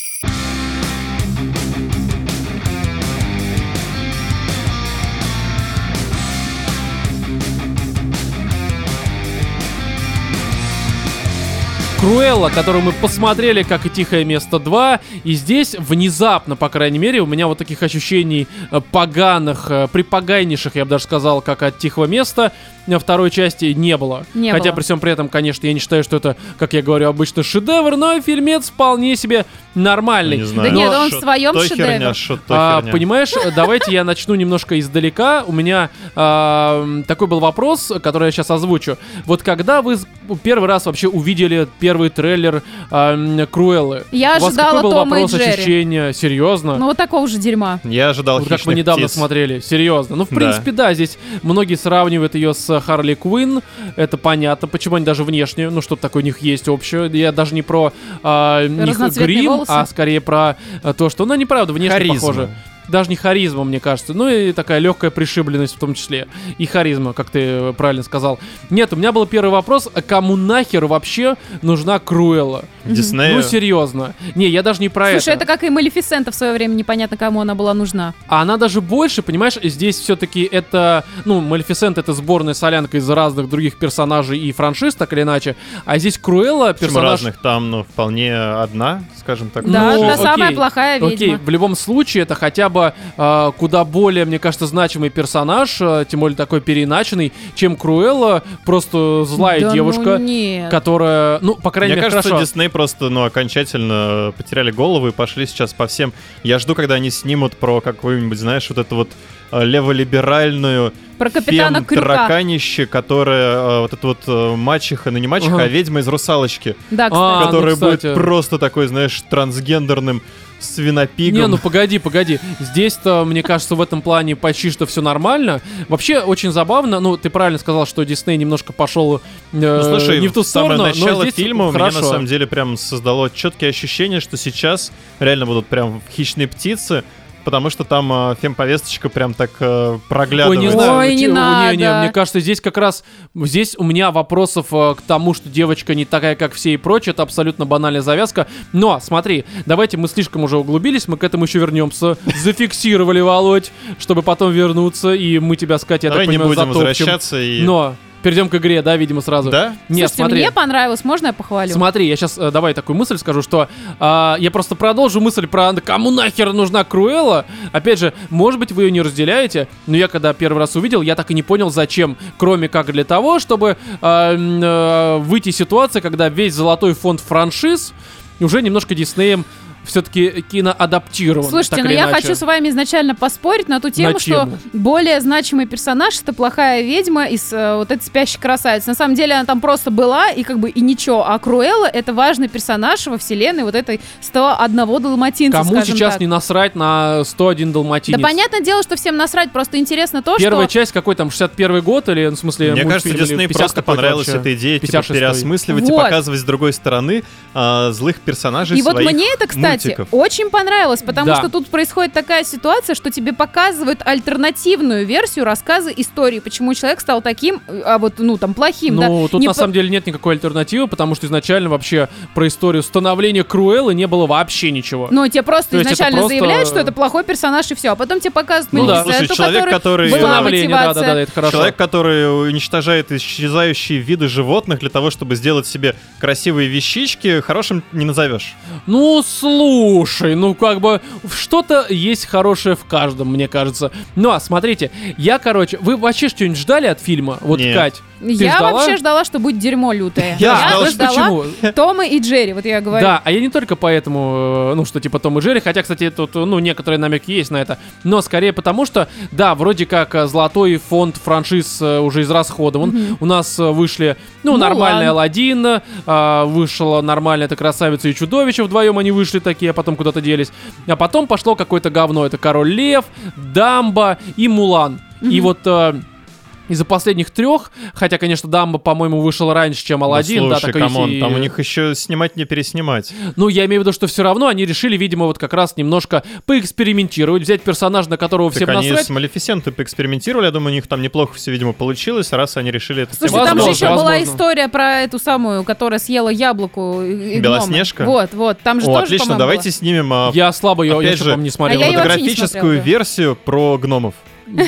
S1: Круэлла, которую мы посмотрели, как и «Тихое место 2», и здесь внезапно, по крайней мере, у меня вот таких ощущений э, поганых, э, припоганнейших, я бы даже сказал, как от «Тихого места», э, второй части не было.
S3: Не
S1: Хотя
S3: было.
S1: при всем при этом, конечно, я не считаю, что это, как я говорю, обычно шедевр, но фильмец вполне себе нормальный.
S2: Не знаю.
S3: нет,
S2: Ну,
S3: он в
S2: шо
S3: своем
S2: то
S3: шедевре.
S2: Херня, шо то
S1: А,
S2: херня.
S1: понимаешь, давайте я начну немножко издалека. У меня а, м, такой был вопрос, который я сейчас озвучу. Вот когда вы с- первый раз вообще увидели первый трейлер эм, Круэллы?
S3: Я
S1: У вас
S3: ожидала
S1: какой был
S3: Тома и
S1: вопрос
S3: Джерри.
S1: ощущения? Серьезно?
S3: Ну вот такого же дерьма.
S2: Я ожидал
S1: Вот как мы
S2: «Хищных
S1: недавно
S2: птиц».
S1: смотрели, серьезно. Ну, в
S2: Да.
S1: принципе, да. здесь многие сравнивают ее с э, Харли Квинн, это понятно, почему они даже внешне, ну, что-то такое у них есть общее. Я даже не про а, них
S3: Разноцветные
S1: грим,
S3: волосы.
S1: а скорее про э, то, что, ну, они правда внешне
S2: Харизма.
S1: похожи. Даже не харизма, мне кажется. Ну и такая легкая пришибленность в том числе. И харизма, как ты правильно сказал. Нет, у меня был первый вопрос, а кому нахер вообще нужна Круэлла?
S2: Диснею.
S1: Ну, серьезно. Не, я даже не про
S3: Слушай, это как и Малефисента в свое время, непонятно кому она была нужна.
S1: а она даже больше, понимаешь, здесь все-таки это, ну, Малефисент это сборная солянка из разных других персонажей и франшиз, так или иначе. А здесь Круэлла
S2: Почему
S1: персонаж...
S2: разных там, ну, вполне одна, скажем так.
S3: Да,
S1: Ну,
S3: та
S1: окей,
S3: самая плохая
S1: Окей,
S3: ведьма.
S1: в любом случае это хотя бы э, куда более, мне кажется, значимый персонаж, э, тем более такой переиначенный, чем Круэлла, просто злая
S3: Да ну
S1: девушка,
S3: нет.
S1: которая, ну, по крайней
S2: Мне
S1: мере,
S2: кажется,
S1: хорошо.
S2: Дисней просто, ну, окончательно э, потеряли голову и пошли сейчас по всем. Я жду, когда они снимут про какую-нибудь, знаешь, вот эту вот э, леволиберальную
S3: Про капитана Крюка.
S2: фем-тараканище, которая э, вот эта вот э, мачеха, ну не мачеха,
S1: Ага.
S2: а ведьма из «Русалочки»,
S3: Да,
S1: А,
S3: кстати.
S1: ну,
S2: которая
S1: кстати.
S2: будет просто такой, знаешь, трансгендерным свинопигом.
S1: Не, ну погоди, погоди. Здесь-то, мне кажется, в этом плане почти что все нормально. Вообще, очень забавно. Ну, ты правильно сказал, что Дисней немножко пошел э,
S2: Ну, слушай,
S1: не в ту
S2: самое
S1: сторону. но
S2: начало
S1: здесь
S2: фильма у меня
S1: хорошо.
S2: на самом деле прям создало четкие ощущение, что сейчас реально будут прям хищные птицы, потому что там э, фемповесточка прям так э,
S1: Ой, не
S2: проглядывается.
S1: знаю,
S3: Ой,
S1: у
S3: не
S1: те- у-
S3: надо.
S1: мне кажется, здесь как раз здесь у меня вопросов э, к тому, что девочка не такая, как все и прочее, это абсолютно банальная завязка. Но смотри, давайте мы слишком уже углубились, мы к этому еще вернемся. Зафиксировали, Володь, чтобы потом вернуться, и мы тебя, сказать, я
S2: Давай
S1: так
S2: не
S1: понимаю,
S2: будем
S1: затопчем.
S2: возвращаться и...
S1: Но перейдем к игре, да, видимо, сразу.
S2: Да?
S1: Нет,
S3: Слушайте,
S1: смотри.
S3: мне понравилось, можно я похвалю?
S1: Смотри, я сейчас давай такую мысль скажу, что а, я просто продолжу мысль про кому нахер нужна Круэлла. Опять же, может быть, вы ее не разделяете, но я когда первый раз увидел, я так и не понял, зачем, кроме как для того, чтобы а, м, э, выйти из ситуации, когда весь золотой фонд франшиз уже немножко Диснеем все-таки киноадаптирован.
S3: Слушайте,
S1: так
S3: ну
S1: или
S3: я
S1: иначе.
S3: хочу с вами изначально поспорить на ту тему, что
S1: тему.
S3: более значимый персонаж это плохая ведьма из э, вот этой спящей красавицы. На самом деле она там просто была и как бы и ничего. А Круэлла это важный персонаж во вселенной вот этой 101 далматинца,
S1: Кому
S3: скажем
S1: сейчас
S3: так.
S1: не насрать на 101
S3: Да
S1: Далматинец?
S3: понятное дело, что всем насрать, просто интересно то,
S1: Первая
S3: что...
S1: часть какой там, 61 год или, ну, в смысле,
S2: Мне кажется,
S1: мультфильм, или
S2: Дисней
S1: 50
S2: просто
S1: какой-то
S2: понравилась
S1: вообще?
S2: эта идея, типа,
S1: 56-й.
S2: переосмысливать и
S3: Вот.
S2: показывать с другой стороны а, злых персонажей
S3: И вот
S2: своих
S3: мне это, кстати,
S2: мультиков.
S3: очень понравилось, потому
S1: Да.
S3: что тут происходит такая ситуация, что тебе показывают альтернативную версию рассказа истории, почему человек стал таким, э, а вот, ну, там, плохим, да.
S1: Ну, тут
S3: Не
S1: на
S3: по-
S1: самом деле нет никакой альтернативы, потому что изначально вообще про историю становления Круэллы не было вообще ничего.
S3: Ну, тебе
S1: типа. То
S3: просто
S1: есть это
S3: изначально
S1: просто-
S3: заявляют, что это плохой персонаж, и все. А потом тебе показывают
S1: Ну да.
S3: Малефисенту,
S2: Слушай, человек, который-
S3: была
S1: Становление, да,
S3: мотивация.
S1: да, да, это хорошо.
S2: Человек, который уничтожает исчезающие виды животных для того, чтобы сделать себе красивые вещички, хорошим не назовешь.
S1: Ну, слушай, ну как бы что-то есть хорошее в каждом, мне кажется. Ну, а смотрите, я, короче, вы вообще что-нибудь ждали от фильма? Вот,
S2: Нет.
S1: Кать, ты
S3: Я
S1: ждала?
S3: вообще ждала, что будет дерьмо лютое.
S2: Я ждал,
S1: знаешь
S3: ждала
S1: почему?
S3: Тома и Джерри, вот я говорю.
S1: Да, а я не только поэтому, э, ну, что типа Том и Джерри, хотя, кстати, тут, ну, некоторые намеки есть на это, но скорее потому, что, да, вроде как э, золотой фонд франшиз э, уже израсходован, у нас э, вышли, ну,
S3: Мулан.
S1: нормальный Аладдин, э, вышла нормальная эта красавица и чудовище, вдвоем они вышли такие, а потом куда-то делись, а потом пошло какое-то говно, это Король Лев, Дамба и Мулан, и вот... э, из-за последних трех, хотя, конечно, Дамба, по-моему, вышел раньше, чем Аладдин, да,
S2: Ну, слушай,
S1: такой
S2: камон,
S1: и- э,
S2: там у них еще снимать не переснимать.
S1: ну, я имею в виду, что все равно они решили, видимо, вот как раз немножко поэкспериментировать, взять персонажа, на которого всем
S2: так они
S1: насрать.
S2: с Малефисентом поэкспериментировали, я думаю, у них там неплохо все, видимо, получилось, раз они решили это
S3: Слушай,
S1: Возможно,
S3: там же еще была
S1: возможно.
S3: история про эту самую, которая съела яблоку. и- и гнома.
S2: Белоснежка?
S3: Вот, вот. Там же
S2: О,
S3: тоже,
S2: отлично,
S3: по-моему,
S2: давайте
S3: было.
S2: снимем а,
S1: Я слабо ее, я
S2: Опять
S1: что,
S2: же,
S1: по-моему, не смотрел.
S3: А я её вообще не
S2: кинематографическую
S3: смотрела, да.
S2: версию про гномов.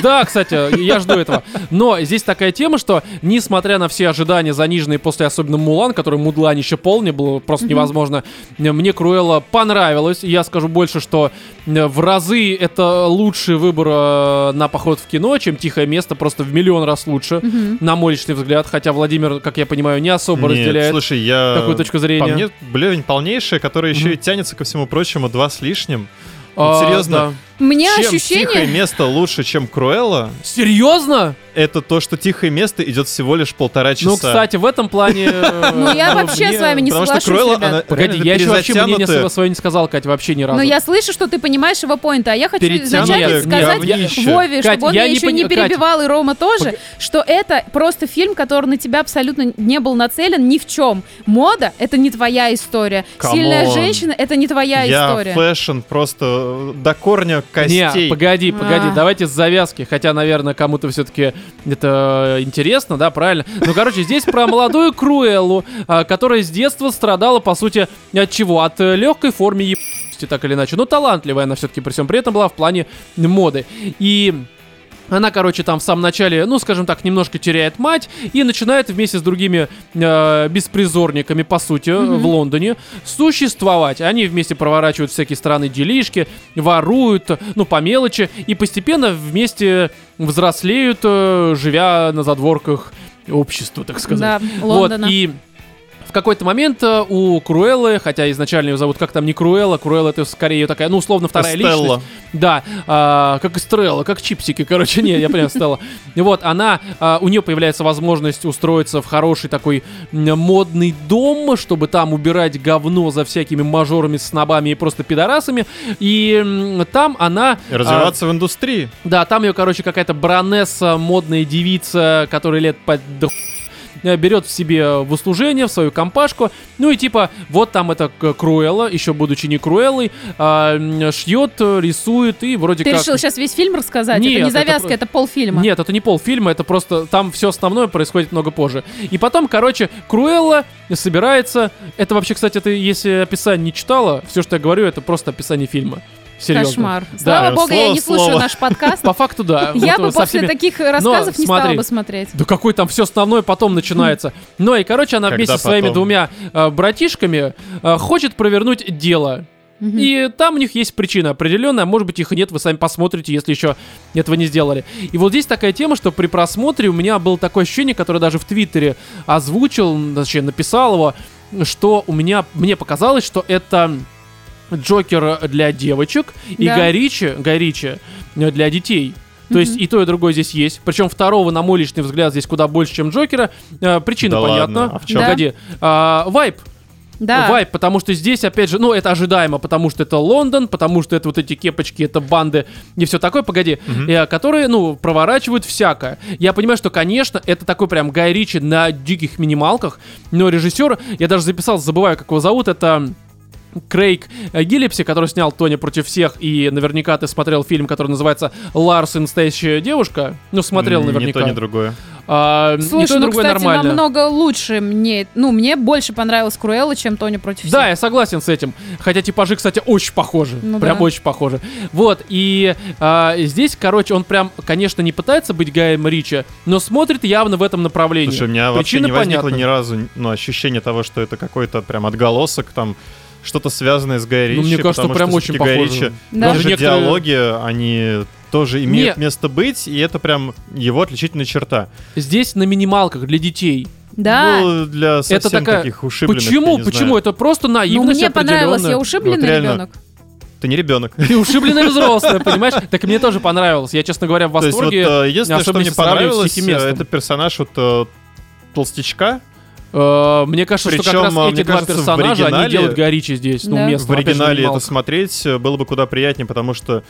S1: Да, кстати, я жду этого. Но здесь такая тема, что, несмотря на все ожидания заниженные после особенно Мулан, который мудлань еще полный было просто невозможно, э, мне Круэлла понравилась. И Я скажу больше, что э, в разы это лучший выбор э, на поход в кино, чем «Тихое место», просто в миллион раз лучше, на мой личный взгляд. Хотя Владимир, как я понимаю, не особо
S2: Нет,
S1: разделяет
S2: слушай, я...
S1: такую точку
S2: Э, По
S1: зрения.
S2: мне, блевень полнейшая, которая еще и тянется ко всему прочему два с лишним.
S1: А,
S2: серьезно,
S1: да.
S3: У меня
S2: Чем тихое
S3: ощущение...
S2: место лучше, чем Круэлла,
S1: Серьезно?
S2: это то, что тихое место идет всего лишь полтора часа.
S1: Ну, кстати, в этом плане... э,
S3: Ну, я вообще
S1: мне-
S3: с вами не
S2: Потому что
S3: соглашусь,
S2: Круэлла,
S3: ребят.
S2: она
S1: Погоди,
S2: реально
S1: я еще вообще мнение
S2: перезатянутая.
S1: сво- свое не сказал, Кать, вообще ни разу.
S3: Но Ну, я слышу, что ты понимаешь его поинт, а я хочу изначально
S2: Перетянутое
S3: сказать
S2: говнище.
S3: Вове,
S1: Кать,
S3: чтобы он
S1: я
S3: меня
S1: не
S3: еще не
S1: пони-
S3: перебивал, и Рома тоже, что это просто фильм, который на тебя абсолютно не был нацелен ни в чем. Мода — это не твоя история.
S2: Камон.
S3: Сильная женщина — это не твоя
S2: я
S3: история.
S2: фэшн просто э, до корня костей.
S1: Не, погоди, погоди,
S3: А.
S1: давайте с завязки, хотя, наверное, кому-то все-таки это интересно, да, правильно? Ну, короче, здесь про молодую Круэллу, а, которая с детства страдала, по сути, от чего? От э, легкой формы ебаности, так или иначе. Ну, талантливая она все-таки при всем при этом была в плане моды. И... Она, короче, там в самом начале, ну, скажем так, немножко теряет мать и начинает вместе с другими э, беспризорниками, по сути, э, в Лондоне существовать. Они вместе проворачивают всякие страны делишки, воруют, э, ну, по мелочи, и постепенно вместе взрослеют, э, живя на задворках общества, так сказать.
S3: Да, Лондона.
S1: Вот, и в какой-то момент э, у Круэллы, хотя изначально ее зовут как там не Круэлла, Круэлла это скорее ее такая, ну, условно, вторая
S2: Эстелла.
S1: личность. Да, а, как Эстрелла, как чипсики, короче, не, я прям Эстелла. Вот, она, а, у нее появляется возможность устроиться в хороший такой м, модный дом, чтобы там убирать говно за всякими мажорами, снобами и просто пидорасами. И м, там она...
S2: И Развиваться в индустрии.
S1: а, да, там ее, короче, какая-то бронесса, модная девица, которая лет под до ху- э, берет в себе в услужение, в свою компашку, ну и типа, вот там это к- Круэлла, еще будучи не Круэллой, а, м, шьет, э, рисует и вроде
S3: Ты
S1: как...
S3: решил сейчас весь фильм рассказать?
S1: Нет,
S3: это не
S1: это
S3: завязка,
S1: про-
S3: это, полфильма.
S1: Нет, это не полфильма, это просто там все основное происходит много позже. И потом, короче, Круэлла собирается. Это вообще, кстати, ты если описание не читала, все, что я говорю, это просто описание фильма. Серьезно.
S3: Кошмар.
S1: Да.
S3: Слава богу, я
S2: слово
S3: не
S2: в
S3: слушаю
S2: слово.
S3: наш подкаст.
S1: По факту, да.
S3: Я
S1: Вот,
S3: бы
S1: э, со
S3: после
S1: всеми-
S3: таких рассказов не стала
S1: смотри.
S3: бы смотреть.
S1: Да какой там все основное потом начинается. Ну и, короче, она
S2: Когда
S1: вместе со своими
S2: потом?
S1: двумя э, братишками э, хочет провернуть дело.
S3: Мгм.
S1: И там у них есть причина определенная, может быть их и нет, вы сами посмотрите, если еще этого не сделали. И вот здесь такая тема, что при просмотре у меня было такое ощущение, которое даже в Твиттере озвучил, точнее написал его, что у меня, мне показалось, что это Джокер для девочек и
S3: Да.
S1: Гай Ричи, Гай Ричи э, для детей. То есть
S3: Мгм.
S1: и то, и другое здесь есть. Причем второго, на мой личный взгляд, здесь куда больше, чем Джокера. Э, причина
S2: Да
S1: понятна.
S2: ладно, а в чём?
S3: Да.
S1: Погоди. А, вайп.
S3: Да.
S1: Вайп, потому что здесь, опять же, ну, это ожидаемо, потому что это Лондон, потому что это вот эти кепочки, это банды и все такое, погоди, э, которые, ну, проворачивают всякое. Я понимаю, что, конечно, это такой прям Гай Ричи на диких минималках, но режиссер, я даже записал, забываю, как его зовут, это... Крейг э, Гиллипси, который снял Тони против всех, и наверняка ты смотрел фильм, который называется «Ларс и настоящая девушка». Ну, смотрел
S2: Н-
S1: наверняка.
S2: Ни то, ни другое.
S1: А, и то, и
S3: Слушай, ну,
S1: другое
S3: кстати,
S1: нормально.
S3: намного лучше мне, ну, мне больше понравилась Круэлла, чем Тони против
S1: Да,
S3: всех.
S1: я согласен с этим. Хотя типажи, кстати, очень похожи.
S3: Ну
S1: прям
S3: да.
S1: очень похожи. Вот, и а, здесь, короче, он прям, конечно, не пытается быть Гаем Ричи, но смотрит явно в этом направлении.
S2: Слушай, у меня вообще
S1: Причина
S2: не возникло
S1: понятна.
S2: ни разу ну, ощущение того, что это какой-то прям отголосок там что-то связанное с Гай
S1: Ну, мне
S2: Ричи,
S1: кажется,
S2: потому
S1: прям
S2: что
S1: очень
S2: всё-таки Гай
S1: похоже.
S2: Ричи,
S3: Да.
S2: Даже
S1: Даже некоторые-
S2: диалоги, они тоже имеют
S1: Не.
S2: место быть, и это прям его отличительная черта.
S1: Здесь на минималках для детей.
S3: Да.
S2: Ну, для совсем
S1: это такая...
S2: таких ушибленных, я
S1: Почему?
S2: не
S1: Почему?
S2: знаю.
S1: Это просто
S3: Ну,
S1: наивность
S3: мне понравилось, я
S1: определенная.
S3: ушибленный
S2: Вот реально.
S3: ребенок.
S2: Ты не ребенок.
S1: Ты ушибленная взрослая, понимаешь? Так и мне тоже понравилось. Я, честно говоря, в
S2: То есть вот
S1: восторге.
S2: э, единственное, что
S1: особенно
S2: мне
S1: если сравнивать с
S2: понравилось, э,
S1: «Тихим местом».
S2: это персонаж вот э, толстячка.
S1: Э, Мне кажется, что
S2: Причем,
S1: как раз
S2: э,
S1: эти
S2: мне
S1: два
S2: кажется, в
S1: персонажа, они
S2: оригинале-
S1: делают горичи здесь. Ну,
S3: Да.
S1: местно.
S2: В
S1: опять же,
S2: оригинале это
S1: минималка.
S2: смотреть э, было бы куда приятнее, потому что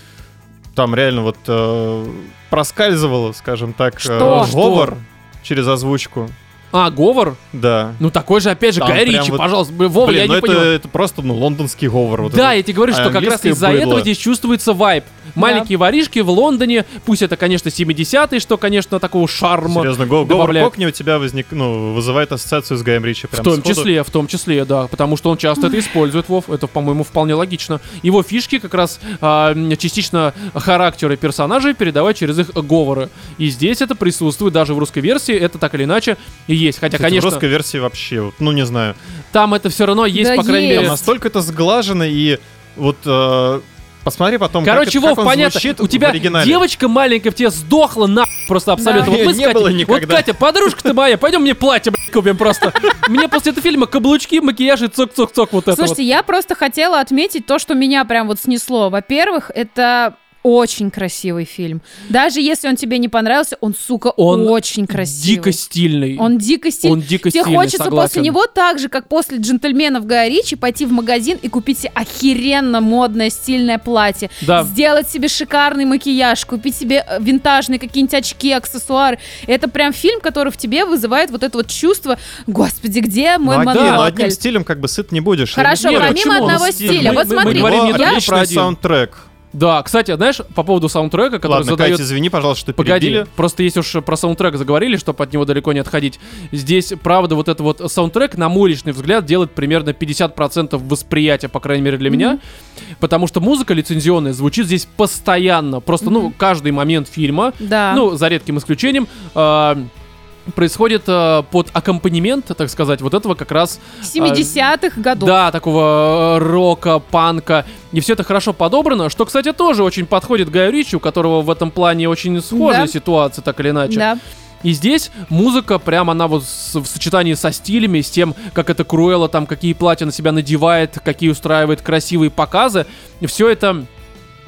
S2: там реально вот э, проскальзывало, скажем так, э,
S3: Что?
S2: говор через озвучку.
S1: А, Говор?
S2: Да.
S1: Ну, такой же, опять же,
S2: Там
S1: Гай
S2: прям
S1: Ричи,
S2: вот-
S1: пожалуйста. Блин, Вова,
S2: Блин,
S1: я
S2: ну
S1: не
S2: это,
S1: понимаю.
S2: это просто ну, лондонский говор. Вот
S1: да,
S2: этот.
S1: я тебе говорю,
S2: А
S1: что как раз
S2: английское
S1: из-за
S2: быдло.
S1: этого здесь чувствуется вайб. Маленькие воришки в Лондоне, пусть это, конечно, 70-е, что, конечно, такого шарма.
S2: Серьезно, го- говор
S1: добавляет.
S2: Кокни у тебя возник, ну, вызывает ассоциацию с Гаем Ричи.
S1: В
S2: Прям
S1: том
S2: сходу.
S1: числе, в том числе, да, потому что он часто это использует, Вов, это, по-моему, вполне логично. Его фишки как раз а, м, частично характеры персонажей передавать через их говоры. И здесь это присутствует даже в русской версии, это так или иначе и есть. Хотя,
S2: Кстати,
S1: конечно,
S2: В русской версии вообще, вот, ну не знаю.
S1: там это все равно есть,
S3: Да
S1: по крайней
S3: есть.
S2: Там
S1: мере,
S2: настолько это сглажено и вот э, посмотри потом. как
S1: Короче,
S2: это- как
S1: Вов,
S2: он
S1: понятно,
S2: звучит
S1: у
S2: в
S1: тебя
S2: оригинале.
S1: девочка маленькая в тебе сдохла на просто абсолютно.
S2: Да.
S1: Вот мы с
S2: Не
S1: Катей-
S2: было
S1: вот
S2: никогда.
S1: Катя, подружка ты моя, пойдем мне платье, блядь, купим просто. Мне после этого фильма каблучки, макияж и цок-цок-цок вот это вот.
S3: Слушайте, я просто хотела отметить то, что меня прям вот снесло. Во-первых, это очень красивый фильм. Даже если он тебе не понравился, он, сука,
S1: Он
S3: очень красивый.
S1: Дико стильный.
S3: Он дико стильный.
S1: Он дико
S3: Тебе
S1: стильный,
S3: хочется
S1: согласен.
S3: после него так же, как после джентльменов Гая Ричи, пойти в магазин и купить себе охеренно модное стильное платье.
S1: Да.
S3: Сделать себе шикарный макияж, купить себе э, винтажные какие-нибудь очки, аксессуары. Это прям фильм, который в тебе вызывает вот это вот чувство, господи, где мой
S2: Ну, а- да, но
S3: монокль?»
S2: одним стилем как бы сыт не будешь.
S3: Хорошо,
S2: Я не
S1: Нет,
S2: верю.
S3: помимо
S1: почему?
S3: одного
S1: Он
S2: стильный.
S3: стиля.
S1: Мы-
S3: вот
S1: мы
S3: смотри,
S1: говорим не
S2: Его
S1: только
S2: отличный
S1: про один.
S2: саундтрек.
S1: Да, кстати, знаешь, по поводу саундтрека, который
S2: Ладно,
S1: задает...
S2: Катя, извини, пожалуйста, что
S1: Погоди,
S2: перебили.
S1: просто если уж про саундтрек заговорили, чтобы от него далеко не отходить, здесь, правда, вот этот вот саундтрек, на мой личный взгляд, делает примерно 50% восприятия, по крайней мере, для меня, потому что музыка лицензионная звучит здесь постоянно, просто, ну, каждый момент фильма,
S3: Да.
S1: ну, за редким исключением, э, происходит э, под аккомпанемент, так сказать, вот этого как раз а,
S3: 70-х годов.
S1: да, такого э, рока, панка. И все это хорошо подобрано, что, кстати, тоже очень подходит Гаю Ричи, у которого в этом плане очень схожая
S3: Да.
S1: ситуация, так или иначе.
S3: Да.
S1: И здесь музыка, прям она вот с- в сочетании со стилями, с тем, как это Круэлла, там, какие платья на себя надевает, какие устраивает красивые показы, все это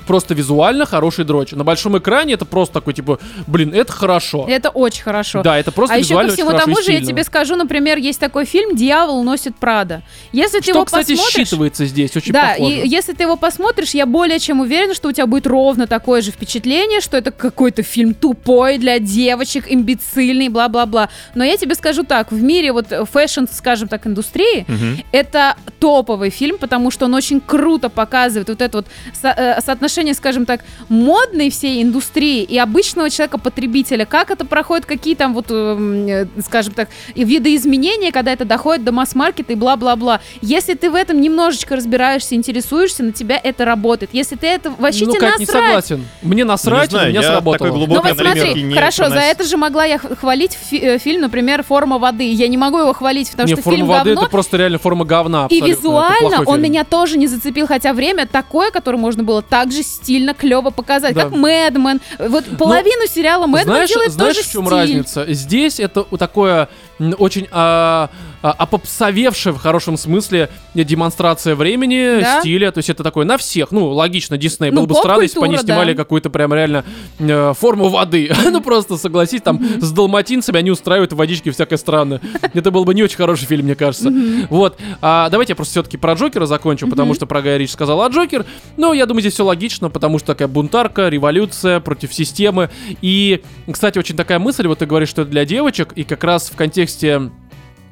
S1: просто визуально хороший дрочь. На большом экране это просто такой, типа, блин, это хорошо.
S3: Это очень хорошо.
S1: Да, это просто
S3: а еще ко
S1: визуально
S3: всему
S1: очень хорошо
S3: тому
S1: и
S3: же я
S1: стильно.
S3: тебе скажу, например, есть такой фильм «Дьявол носит Прада». Если ты
S1: Что,
S3: его
S1: кстати,
S3: посмотришь...
S1: считывается здесь, очень
S3: да,
S1: похоже.
S3: и если ты его посмотришь, я более чем уверена, что у тебя будет ровно такое же впечатление, что это какой-то фильм тупой для девочек, имбецильный, бла-бла-бла. Но я тебе скажу так, в мире вот э, фэшн, скажем так, индустрии,
S2: Мгм.
S3: это топовый фильм, потому что он очень круто показывает вот это вот со- э, соотношение, скажем так, модной всей индустрии и обычного человека-потребителя. Как это проходит, какие там вот, эм, э, скажем так, и виды изменения, когда это доходит до масс-маркета и бла-бла-бла. Если ты в этом немножечко разбираешься, интересуешься, на тебя это работает. Если ты это вообще
S1: ну,
S3: тебе
S1: Кать, не
S3: насрать,
S1: согласен. Мне
S2: Ну,
S1: насрать,
S2: не знаю,
S1: у меня
S2: я
S1: сработало.
S2: такой
S3: ну
S2: глубокий
S3: вот
S2: например,
S3: смотри,
S2: и не
S3: хорошо, за
S2: приносит.
S3: это же могла я х- хвалить фи- э, фильм, например, «Форма воды». Я не могу его хвалить, потому
S1: не,
S3: что
S1: форма
S3: фильм
S1: воды
S3: говно,
S1: это просто реально форма говна.
S3: и
S1: абсолютно. Это
S3: визуально
S1: плохой
S3: он
S1: фильм.
S3: меня тоже не зацепил, хотя время такое, которое можно было так же стильно, клево показать,
S1: Да.
S3: как Мэдмен. Вот половину сериала Мэдмен
S1: знаешь,
S3: делает
S1: знаешь,
S3: тоже
S1: в чем
S3: стиль.
S1: разница? Здесь это у- такое м, очень а, а, опопсовевшее в хорошем смысле демонстрация времени,
S3: Да.
S1: стиля. То есть это такое на всех. Ну, логично, Дисней.
S3: Ну,
S1: Было бы странно, если бы они
S3: поп-культура,
S1: снимали
S3: да.
S1: какую-то прям реально э, форму воды. ну, просто согласись, там с далматинцами они устраивают водички всякое странное. Это был бы не очень хороший фильм, мне кажется. Вот. А, давайте я просто все-таки про Джокера закончу, потому что про Гая Ричи сказала а Джокер. Ну, я думаю, здесь все логично, потому что такая бунтарка, революция против системы. И, кстати, очень такая мысль, вот ты говоришь, что это для девочек, и как раз в контексте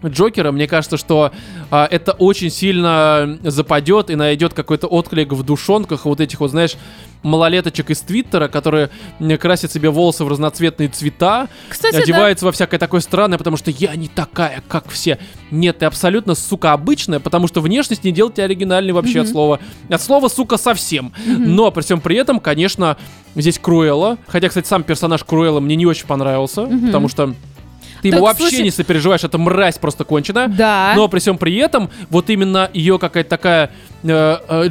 S1: Джокера, мне кажется, что а, это очень сильно западет и найдет какой-то отклик в душонках вот этих вот, знаешь, малолеточек из Твиттера, которые м, красят себе волосы в разноцветные цвета,
S3: Кстати,
S1: одевается во всякое такое странное, потому что я не такая, как все. Нет, ты абсолютно, сука, обычная, потому что внешность не делает тебя оригинальной вообще от
S3: Мгм.
S1: слова. От слова, сука, совсем.
S3: Мгм.
S1: Но при всем при этом, конечно, здесь Круэлла. Хотя, кстати, сам персонаж Круэлла мне не очень понравился,
S3: Мгм.
S1: потому что ты
S3: Так,
S1: ему вообще
S3: слушай-
S1: не сопереживаешь, это мразь просто кончена.
S3: да. Да.
S1: Но при всем при этом, вот именно ее какая-то такая э, э,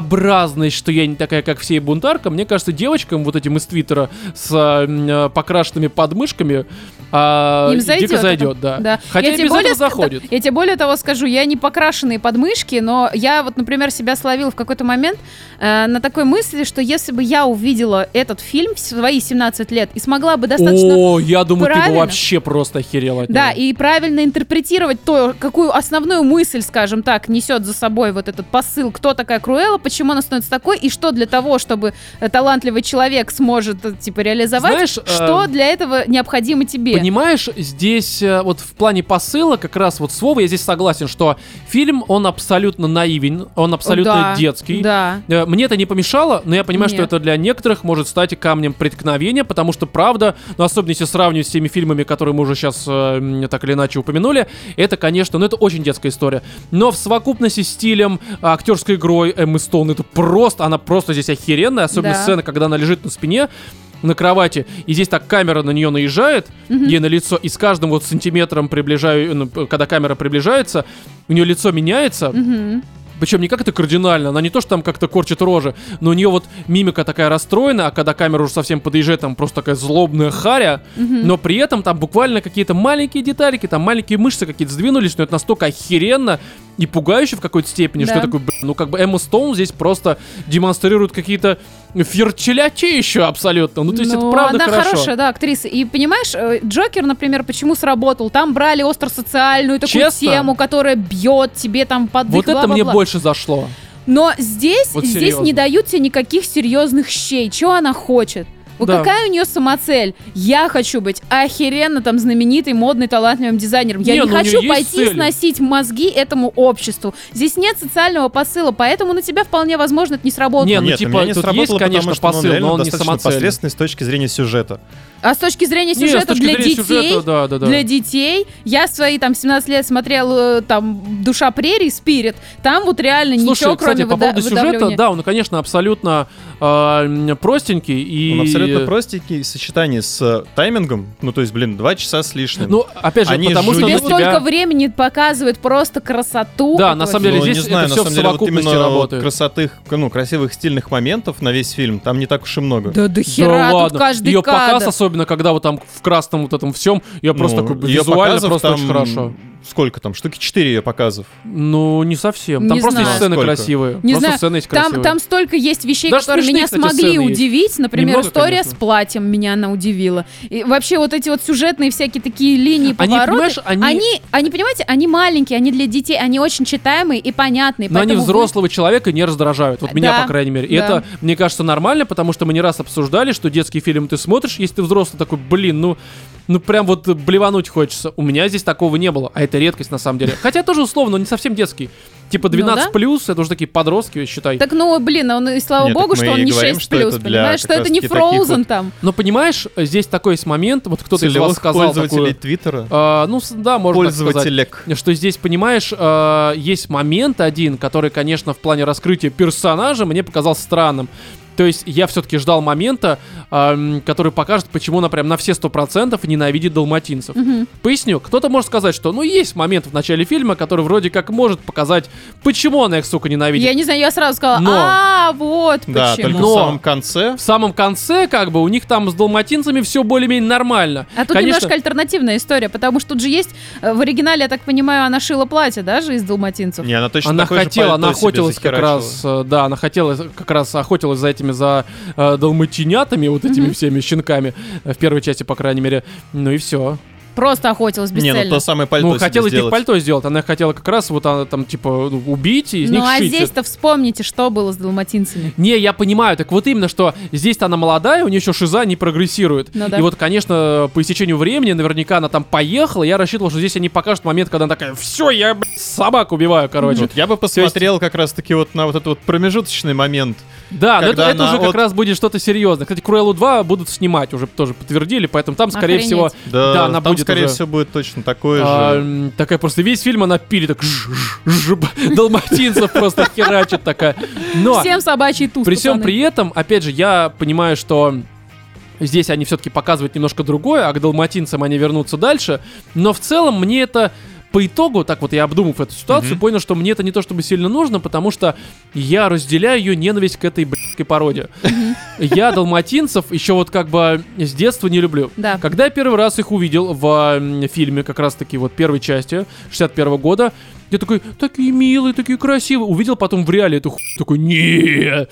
S1: джокерообразность, что я не такая, как все, и бунтарка, мне кажется, девочкам вот этим из Твиттера с э, м, э, покрашенными подмышками а,
S3: Им
S1: дико
S3: зайдет
S1: зайдет,
S3: это.
S1: да. Хотя
S3: Я
S1: и
S3: тебе
S1: без
S3: более
S1: этого
S3: ска-
S1: заходит.
S3: Я тебе более того скажу, я не покрашенные подмышки, но я вот, например, себя словила в какой-то момент э, на такой мысли, что если бы я увидела этот фильм в свои 17 лет и смогла бы достаточно
S1: О, я думаю, ты бы
S3: правильно.
S1: вообще просто охерел от
S3: Да,
S1: него.
S3: и правильно интерпретировать то, какую основную мысль, скажем так, несет за собой вот этот посыл, кто такая Круэлла, почему она становится такой, и что для того, чтобы э, талантливый человек сможет, э, типа, реализовать,
S1: Знаешь, э,
S3: что для этого необходимо тебе.
S1: Понимаешь, здесь э, вот в плане посыла как раз вот слово, я здесь согласен, что фильм, он абсолютно наивен, он абсолютно
S3: Да,
S1: детский.
S3: Да.
S1: Э, Мне это не помешало, но я понимаю, что
S3: Нет.
S1: это для некоторых может стать камнем преткновения, потому что правда, ну особенно если сравнивать с теми фильмами, которые мы уже сейчас так или иначе упомянули, это, конечно, ну это очень детская история. Но в совокупности с стилем, а, актерской игрой Эммы Стоун, это просто, она просто здесь охеренная, особенно
S3: Да.
S1: сцена, когда она лежит на спине, на кровати, и здесь так камера на нее наезжает,
S3: Мгм.
S1: ей на лицо, и с каждым вот сантиметром приближаю, ну, п- когда камера приближается, у нее лицо меняется,
S3: Мгм.
S1: причем не как это кардинально, она не то, что там как-то корчит рожи, но у нее вот мимика такая расстроена, а когда камера уже совсем подъезжает, там просто такая злобная харя,
S3: Мгм.
S1: но при этом там буквально какие-то маленькие деталики, там маленькие мышцы какие-то сдвинулись, но это настолько охеренно, и пугающе в какой-то степени, что
S3: Да.
S1: я такой, «Блин, ну как бы Эмма Стоун здесь просто демонстрирует какие-то еще абсолютно. Ну то есть это
S3: Ну,
S1: правда
S3: она
S1: хорошо.
S3: хорошая, да, актриса. И понимаешь, э, Джокер, например, почему сработал? Там брали остро-социальную такую
S1: Честно?
S3: тему, которая бьет тебе там под дых,
S1: Вот это мне
S3: бла-бла-бла.
S1: больше зашло.
S3: Но здесь,
S1: Вот
S3: здесь
S1: серьезно.
S3: не дают тебе никаких серьезных щей. Чего она хочет? Вот
S1: Да.
S3: какая у нее самоцель? Я хочу быть охеренно там знаменитой, модной, талантливым дизайнером. Я
S1: Не,
S3: не,
S1: ну у
S3: хочу
S1: нее есть
S3: пойти
S1: цель.
S3: сносить мозги этому обществу. Здесь нет социального посыла, поэтому на тебя вполне возможно это не сработает.
S1: Не, ну,
S2: Нет, у
S1: типа,
S2: меня не
S1: тут
S2: сработало,
S1: есть,
S2: потому
S1: конечно,
S2: что он
S1: посыл,
S2: реально
S1: но он не
S2: достаточно
S1: самоцельный.
S2: посредственный с точки зрения сюжета.
S3: А с точки зрения
S1: Не, с
S3: сюжета
S1: точки
S3: для
S1: зрения
S3: детей...
S1: сюжета, да, да, да.
S3: Для детей. Я в свои там 17 лет смотрел э, там «Душа прерий», «Спирит». Там вот реально
S1: Слушай,
S3: ничего,
S1: кстати,
S3: кроме
S1: по
S3: выда-
S1: поводу сюжета,
S3: выдавливания.
S1: да, он, конечно, абсолютно э, простенький и...
S2: Он абсолютно простенький в сочетании с э, таймингом, ну то есть, блин, два часа с лишним.
S1: Ну, опять же,
S2: Они
S1: потому что ну,
S2: жуют.
S3: Тебе
S1: у
S2: Оно
S3: столько
S1: тебя...
S3: времени показывает просто красоту.
S1: Да,
S3: этого
S1: на самом
S2: Ну,
S1: деле
S3: фильма.
S1: здесь это
S2: не знаю, на
S1: всё
S2: самом
S1: в
S2: деле, вот
S1: совокупности
S2: именно вот
S1: работает.
S2: красотых, ну, красивых стильных моментов на весь фильм там не так уж и много.
S3: Да до
S1: Да
S3: хера, тут
S1: ладно.
S3: каждый
S1: Ее
S3: кадр.
S1: показ, особенно когда вот там в красном вот этом всем, я просто
S2: Ну,
S1: такой
S2: её
S1: визуально
S2: показов
S1: просто
S2: там
S1: очень хорошо.
S2: Сколько там? Штуки 4 ее показов.
S1: Ну, не совсем. Там
S3: Не
S1: просто есть
S3: знаю.
S1: сцены
S2: Сколько?
S1: красивые.
S3: Не
S1: просто
S3: знаю,
S1: сцены есть красивые.
S3: Там, там столько есть вещей,
S1: Да,
S3: которые
S1: смешные,
S3: меня
S1: кстати,
S3: смогли
S1: сцены есть.
S3: удивить. Например,
S1: Немного,
S3: история
S1: конечно.
S3: с платьем меня она удивила. И вообще вот эти вот сюжетные всякие такие линии,
S1: Они,
S3: повороты.
S1: понимаешь, они-
S3: они, они, понимаете, они маленькие, они для детей, они очень читаемые и понятные.
S1: Но они
S3: поэтому вы- А,
S1: взрослого человека не раздражают. Вот меня,
S3: Да,
S1: по крайней мере. И
S3: да.
S1: это, мне кажется, нормально, потому что мы не раз обсуждали, что детский фильм ты смотришь, если ты взрослый, такой, блин, ну... Ну, прям вот э, блевануть хочется. У меня здесь такого не было, а это редкость на самом деле. Хотя тоже условно, не совсем детский. Типа
S3: Ну да.
S1: 12 плюс, это уже такие подростки, считай.
S3: Так, ну, блин, он, и слава
S2: Нет, так
S3: богу,
S2: мы
S3: что
S2: и
S3: он не
S2: говорим,
S3: 6+,
S2: что это для
S3: понимаешь,
S2: как
S3: что это не
S2: раз-таки таких
S3: Frozen
S2: вот
S3: там.
S1: Но понимаешь, э, здесь такой есть момент, вот кто-то из вас
S2: Целевых
S1: сказал
S2: пользователей
S1: такую...
S2: Твиттера.
S1: А, ну, с- да, можно так сказать.
S2: Пользователек.
S1: Что здесь, понимаешь, э, есть момент один, который, конечно, в плане раскрытия персонажа мне показался странным. То есть я все-таки ждал момента, эм, который покажет, почему она прям на все сто процентов ненавидит далматинцев.
S3: Мгм.
S1: Поясню, кто-то может сказать, что ну есть момент в начале фильма, который вроде как может показать, почему она их, сука, ненавидит.
S3: Я не знаю, я сразу сказала,
S1: Но-
S3: а, вот почему.
S2: Да, только
S1: Но-
S2: в самом конце.
S1: В самом конце, как бы, у них там с далматинцами все более-менее нормально.
S3: А тут
S1: Конечно,
S3: немножко альтернативная история, потому что тут же есть, э, в оригинале, я так понимаю, она шила платье даже из далматинцев.
S2: Не, она точно
S1: она
S2: такое же
S1: хотела, она
S2: пальто себе
S1: охотилась как
S2: захерачила.
S1: раз, э, да, она хотела как раз охотилась за этими за э, далматинятами, вот этими всеми щенками э, в первой части, по крайней мере. Ну и все.
S3: Просто охотилась
S2: Не,
S3: бесцельно.
S2: ну то самое пальто
S1: Ну
S2: себе
S1: хотелось их
S2: сделать.
S1: пальто сделать, она их хотела как раз вот она там типа ну, убить и из
S3: Ну
S1: них
S3: а
S1: шить.
S3: здесь-то вспомните, что было с далматинцами.
S1: Не, я понимаю, так вот именно, что здесь-то она молодая, у нее еще шиза не прогрессирует.
S3: Ну да.
S1: И вот, конечно, по истечению времени наверняка она там поехала, я рассчитывал, что здесь они покажут момент, когда она такая, все, я, блядь, собак убиваю, короче.
S2: Вот я бы посмотрел как раз-таки вот на вот этот вот промежуточный момент.
S1: Да, но это,
S2: Когда
S1: это
S2: она
S1: уже как
S2: от-
S1: раз будет что-то серьезное. Кстати, Круэллу 2 будут снимать, уже тоже подтвердили, поэтому там, скорее
S3: Охренеть.
S1: всего,
S2: Да,
S1: Да, она
S2: там,
S1: будет
S2: скорее
S1: уже.
S2: всего, будет точно такое
S1: а,
S2: же.
S1: м, такая просто весь фильм она пили, так жж, жж, жж, далматинцев просто херачит такая. Но
S3: Всем собачий туз,
S1: Ну, а при всем
S3: пацаны.
S1: при этом, опять же, я понимаю, что здесь они все-таки показывают немножко другое, а к далматинцам они вернутся дальше. Но в целом мне это по итогу, так вот я обдумав эту ситуацию,
S2: Мгм.
S1: понял, что мне это не то чтобы сильно нужно, потому что я разделяю ее ненависть к этой блядской породе. Я далматинцев еще вот как бы с детства не люблю.
S3: Да.
S1: Когда я первый раз их увидел в м, фильме, как раз таки вот первой части 61 года, я такой, такие милые, такие красивые. Увидел потом в реале эту хуй, такой, не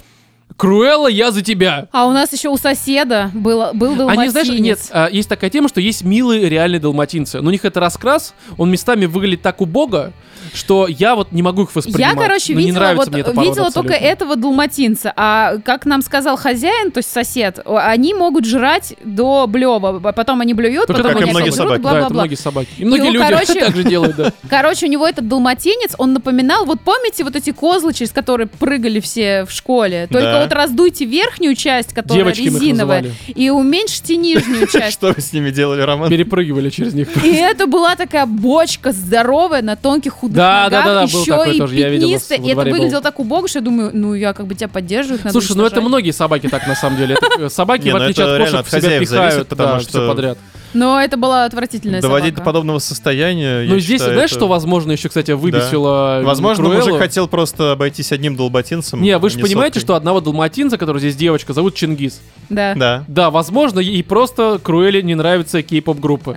S1: Круэлла, я за тебя.
S3: А у нас еще у соседа было, был
S1: Они,
S3: далматинец.
S1: знаешь, нет, а, есть такая тема, что есть милые реальные далматинцы. Но у них это раскрас, он местами выглядит так убого, что я вот не могу их воспринимать.
S3: Я, короче,
S1: Ну, не
S3: видела,
S1: нравится
S3: вот,
S1: мне эта порода
S3: видела только
S1: абсолютно.
S3: этого далматинца. А как нам сказал хозяин, то есть сосед, о, они могут жрать до блева. а Потом они блюют,
S1: Только
S3: потом
S2: как и
S3: они
S2: многие
S3: опять
S2: собаки.
S3: жрут,
S1: Да, это
S3: бла-бла-бла.
S1: многие собаки. И многие
S3: он,
S1: люди
S3: короче-
S1: так же делают, да.
S3: Короче, у него этот далматинец, он напоминал, вот помните вот эти козлы, через которые прыгали все в школе? Только
S2: Да.
S3: вот раздуйте верхнюю часть, которая
S1: Девочками их
S3: резиновая,
S1: называли.
S3: и уменьшите нижнюю
S1: ну,
S3: часть.
S2: Что вы с ними делали, Роман?
S1: Перепрыгивали через них.
S3: И это была такая бочка здоровая на тонких худых
S1: Да,
S3: ногах,
S1: да, да, да, был
S3: еще
S1: такой
S3: и
S1: тоже, я видел, у нас
S3: пятнистая.
S1: во
S3: И это
S1: дворе был.
S3: выглядело так убого, что я думаю, ну я как бы тебя поддерживаю. их надо
S1: Слушай, ну это
S3: уничтожать.
S1: многие собаки так на самом деле. Это, э, Собаки,
S2: Не,
S1: в
S2: ну
S1: отличие
S2: это
S1: от
S2: реально
S1: кошек,
S2: от
S1: в себя
S2: хозяев
S1: пихают,
S2: зависит, потому
S1: да,
S2: что
S1: всё подряд.
S3: Но это была отвратительная
S2: Доводить до
S3: собака.
S2: подобного состояния. я
S1: Ну здесь,
S2: считаю,
S1: знаешь,
S2: это-
S1: что, возможно, еще, кстати, выбесило
S2: Возможно,
S1: Круэллу?
S2: мужик хотел просто обойтись одним долботинцем.
S1: Не,
S2: а
S1: вы же понимаете, что одного далматинца, который здесь девочка, зовут Чингис.
S3: Да.
S2: соткой. Да.
S1: Да, возможно, ей просто Круэле не нравятся кей-поп-группы.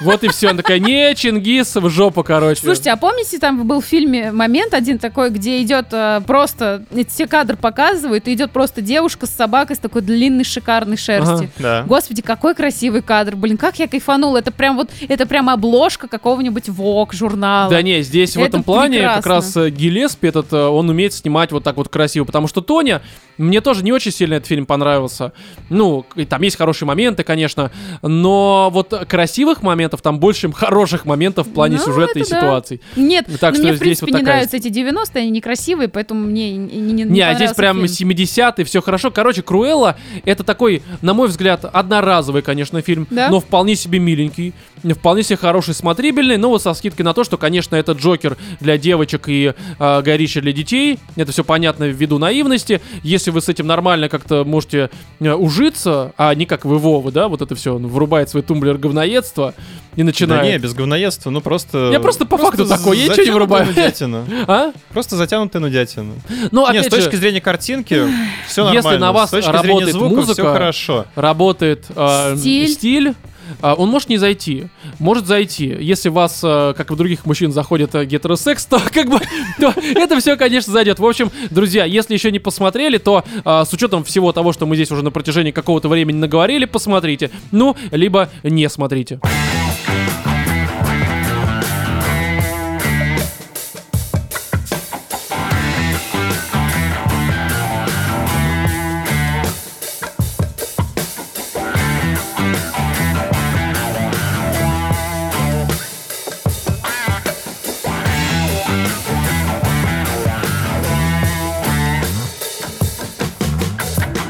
S1: Вот и все. Она такая, не, Чингис, в жопу, короче.
S3: Слушайте, а помните, там был в фильме момент один такой, где идет э, просто, эти все кадры показывают, и идет просто девушка с собакой с такой длинной шикарной шерсти.
S2: Да.
S3: Господи, какой красивый кадр, блин, как я кайфанула. Это прям вот, это прям обложка какого-нибудь Vogue журнала.
S1: Да не, здесь в
S3: а Это
S1: этом плане как
S3: прекрасно.
S1: раз э, Гиллеспи этот, э, он умеет снимать вот так вот красиво, потому что Тоня, мне тоже не очень сильно этот фильм понравился. Ну, и там есть хорошие моменты, конечно, но вот красивых моментов там больше, чем хороших моментов в плане
S3: Ну,
S1: сюжета и
S3: это да.
S1: ситуаций.
S3: Нет,
S1: Ну, так
S3: ну,
S1: что
S3: мне, в
S1: здесь
S3: принципе,
S1: вот
S3: не
S1: такая
S3: нравятся эти 90-е, они некрасивые, поэтому мне и- и не, не,
S1: Не, а здесь
S3: понравился
S1: прям
S3: фильм.
S1: 70-е, все хорошо. Короче, Круэлла это такой, на мой взгляд, одноразовый, конечно, фильм,
S3: Да?
S1: но вполне себе миленький, вполне себе хороший, смотрибельный, но вот со скидкой на то, что, конечно, это Джокер для девочек и э, Горича для детей. Это все понятно ввиду наивности. Если вы с этим нормально как-то можете э, ужиться, а не как вы Вова, да, вот это все, он врубает свой тумблер говноедства и
S2: Да не,
S1: начинает.
S2: без говноедства, ну просто...
S1: Я просто по факту такой, я ничего не
S2: затянутая
S1: врубаю.
S2: нудятина.
S1: А?
S2: Просто затянутая нудятина.
S1: Ну,
S2: Не,
S1: опять
S2: с точки
S1: же,
S2: зрения картинки все
S1: Если
S2: нормально.
S1: на вас
S2: с точки
S1: работает
S2: зрения звука
S1: музыка,
S2: все хорошо.
S1: работает э,
S3: Стиль.
S1: стиль, а, он может не зайти, может зайти. Если вас, э, как и у других мужчин, заходит э, гетеросекс, то как бы то это все, конечно, зайдет. В общем, друзья, если еще не посмотрели, то а, с учетом всего того, что мы здесь уже на протяжении какого-то времени наговорили, посмотрите. Ну, либо не смотрите.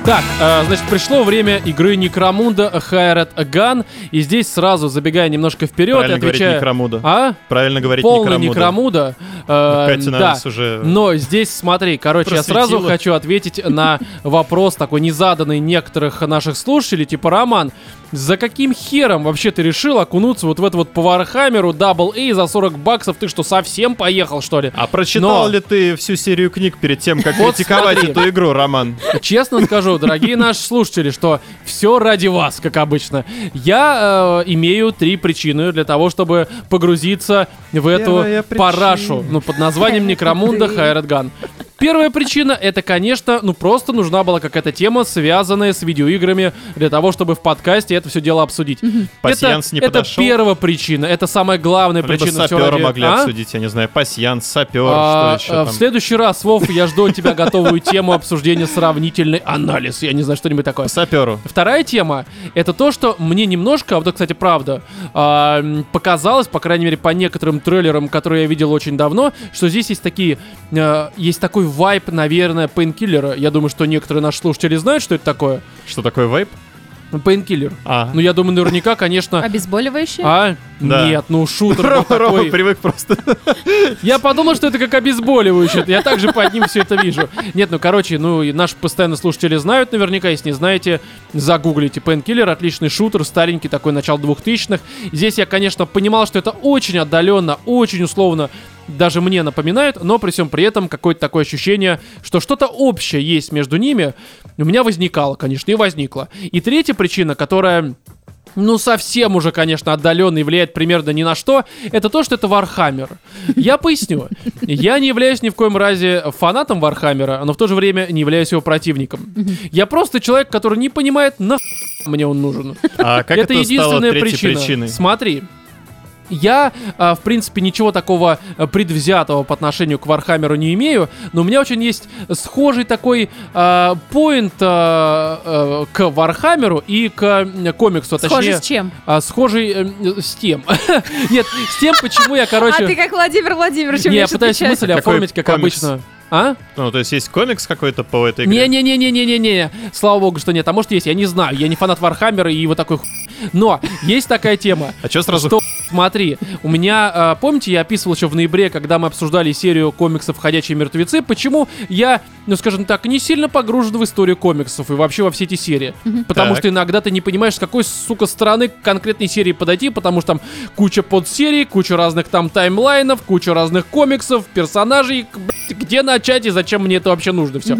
S1: Так, э, значит, пришло время игры Некромунда Хайрат Ган. И здесь сразу, забегая немножко вперед,
S2: Правильно
S1: и
S2: говорить
S1: отвечая...
S2: Некромуда.
S1: А?
S2: Правильно говорить
S1: Полный Некромуда.
S2: Некромуда.
S1: Э,
S2: Катя на
S1: да.
S2: нас уже...
S1: Но здесь, смотри, короче, я сразу
S2: Просветила.
S1: хочу ответить на вопрос такой незаданный некоторых наших слушателей, типа Роман, за каким хером вообще ты решил окунуться вот в эту вот по Вархаммеру Double A за 40 баксов? Ты что, совсем поехал, что ли?
S2: А прочитал
S1: Но-
S2: ли ты всю серию книг перед тем, как
S1: Вот
S2: критиковать
S1: смотри.
S2: эту игру, Роман?
S1: Честно скажу, дорогие наши слушатели, что все ради вас, как обычно. Я э, имею три причины для того, чтобы погрузиться в эту
S2: Первая причина.
S1: парашу, ну, под названием Некромунда Хайредган. Первая причина это, конечно, ну просто нужна была какая-то тема, связанная с видеоиграми, для того, чтобы в подкасте это все дело обсудить.
S2: Пасьянс
S1: это,
S2: не
S1: это
S2: подошел?
S1: первая причина, это самая главная
S2: Либо
S1: причина. всё
S2: сапера
S1: ради-
S2: могли
S1: А?
S2: обсудить, я не знаю, пасьянс, сапер,
S1: А,
S2: что еще
S1: а,
S2: там.
S1: В следующий раз, Вов, я жду от тебя готовую тему обсуждения сравнительный анализ. Я не знаю, что-нибудь такое.
S2: Саперу.
S1: Вторая тема это то, что мне немножко, а вот это, кстати, правда, а, м, показалось, по крайней мере, по некоторым трейлерам, которые я видел очень давно, что здесь есть такие, э, есть такой вайп, наверное, пейнкиллера. Я думаю, что некоторые наши слушатели знают, что это такое.
S2: Что такое вейп?
S1: Пейнкиллер.
S2: А.
S1: Ну, я думаю, наверняка, конечно.
S3: Обезболивающее?
S1: А?
S2: Да.
S1: Нет, ну шутер был
S2: Рома, Рома
S1: такой.
S2: привык просто.
S1: Я подумал, что это как обезболивающее. Я также под ним все это вижу. Нет, ну короче, ну и наши постоянно слушатели знают наверняка, если не знаете, загуглите Painkiller, отличный шутер, старенький такой, начало 2000-х. Здесь я, конечно, понимал, что это очень отдаленно, очень условно даже мне напоминает, но при всем при этом какое-то такое ощущение, что что-то общее есть между ними, у меня возникало, конечно, и возникло. И третья причина, которая ну, совсем уже, конечно, отдаленно и влияет примерно ни на что, это то, что это Вархаммер. Я поясню. Я не являюсь ни в коем разе фанатом Вархаммера, но в то же время не являюсь его противником. Я просто человек, который не понимает, на мне он нужен.
S2: А как это, стало
S1: единственная
S2: третьей
S1: причина.
S2: причиной?
S1: Смотри. Я, а, в принципе, ничего такого а, предвзятого по отношению к Вархаммеру не имею, но у меня очень есть схожий такой а, поинт а, к Вархаммеру и к м, комиксу, а
S3: Схоже
S1: точнее,
S3: с чем?
S1: а, схожий эм, с тем. Нет, с тем, почему я, короче...
S3: А ты как Владимир Владимирович
S1: Не, я
S3: умеешь
S1: пытаюсь
S3: отвечать.
S1: мысль
S2: Какой
S1: оформить, как
S2: комикс?
S1: обычно. А?
S2: Ну, то есть есть комикс какой-то по этой игре?
S1: Не-не-не-не-не-не-не. Слава богу, что нет. А может есть, я не знаю. Я не фанат Вархаммера и вот такой хуй. Но есть такая тема.
S2: А чё сразу
S1: Что, смотри, у меня, а, помните, я описывал еще в ноябре, когда мы обсуждали серию комиксов «Ходячие мертвецы», почему я, ну скажем так, не сильно погружен в историю комиксов и вообще во все эти серии. Потому
S2: Так.
S1: что иногда ты не понимаешь, с какой, сука, стороны к конкретной серии подойти, потому что там куча подсерий, куча разных там таймлайнов, куча разных комиксов, персонажей, к- блядь, где начать и зачем мне это вообще нужно все.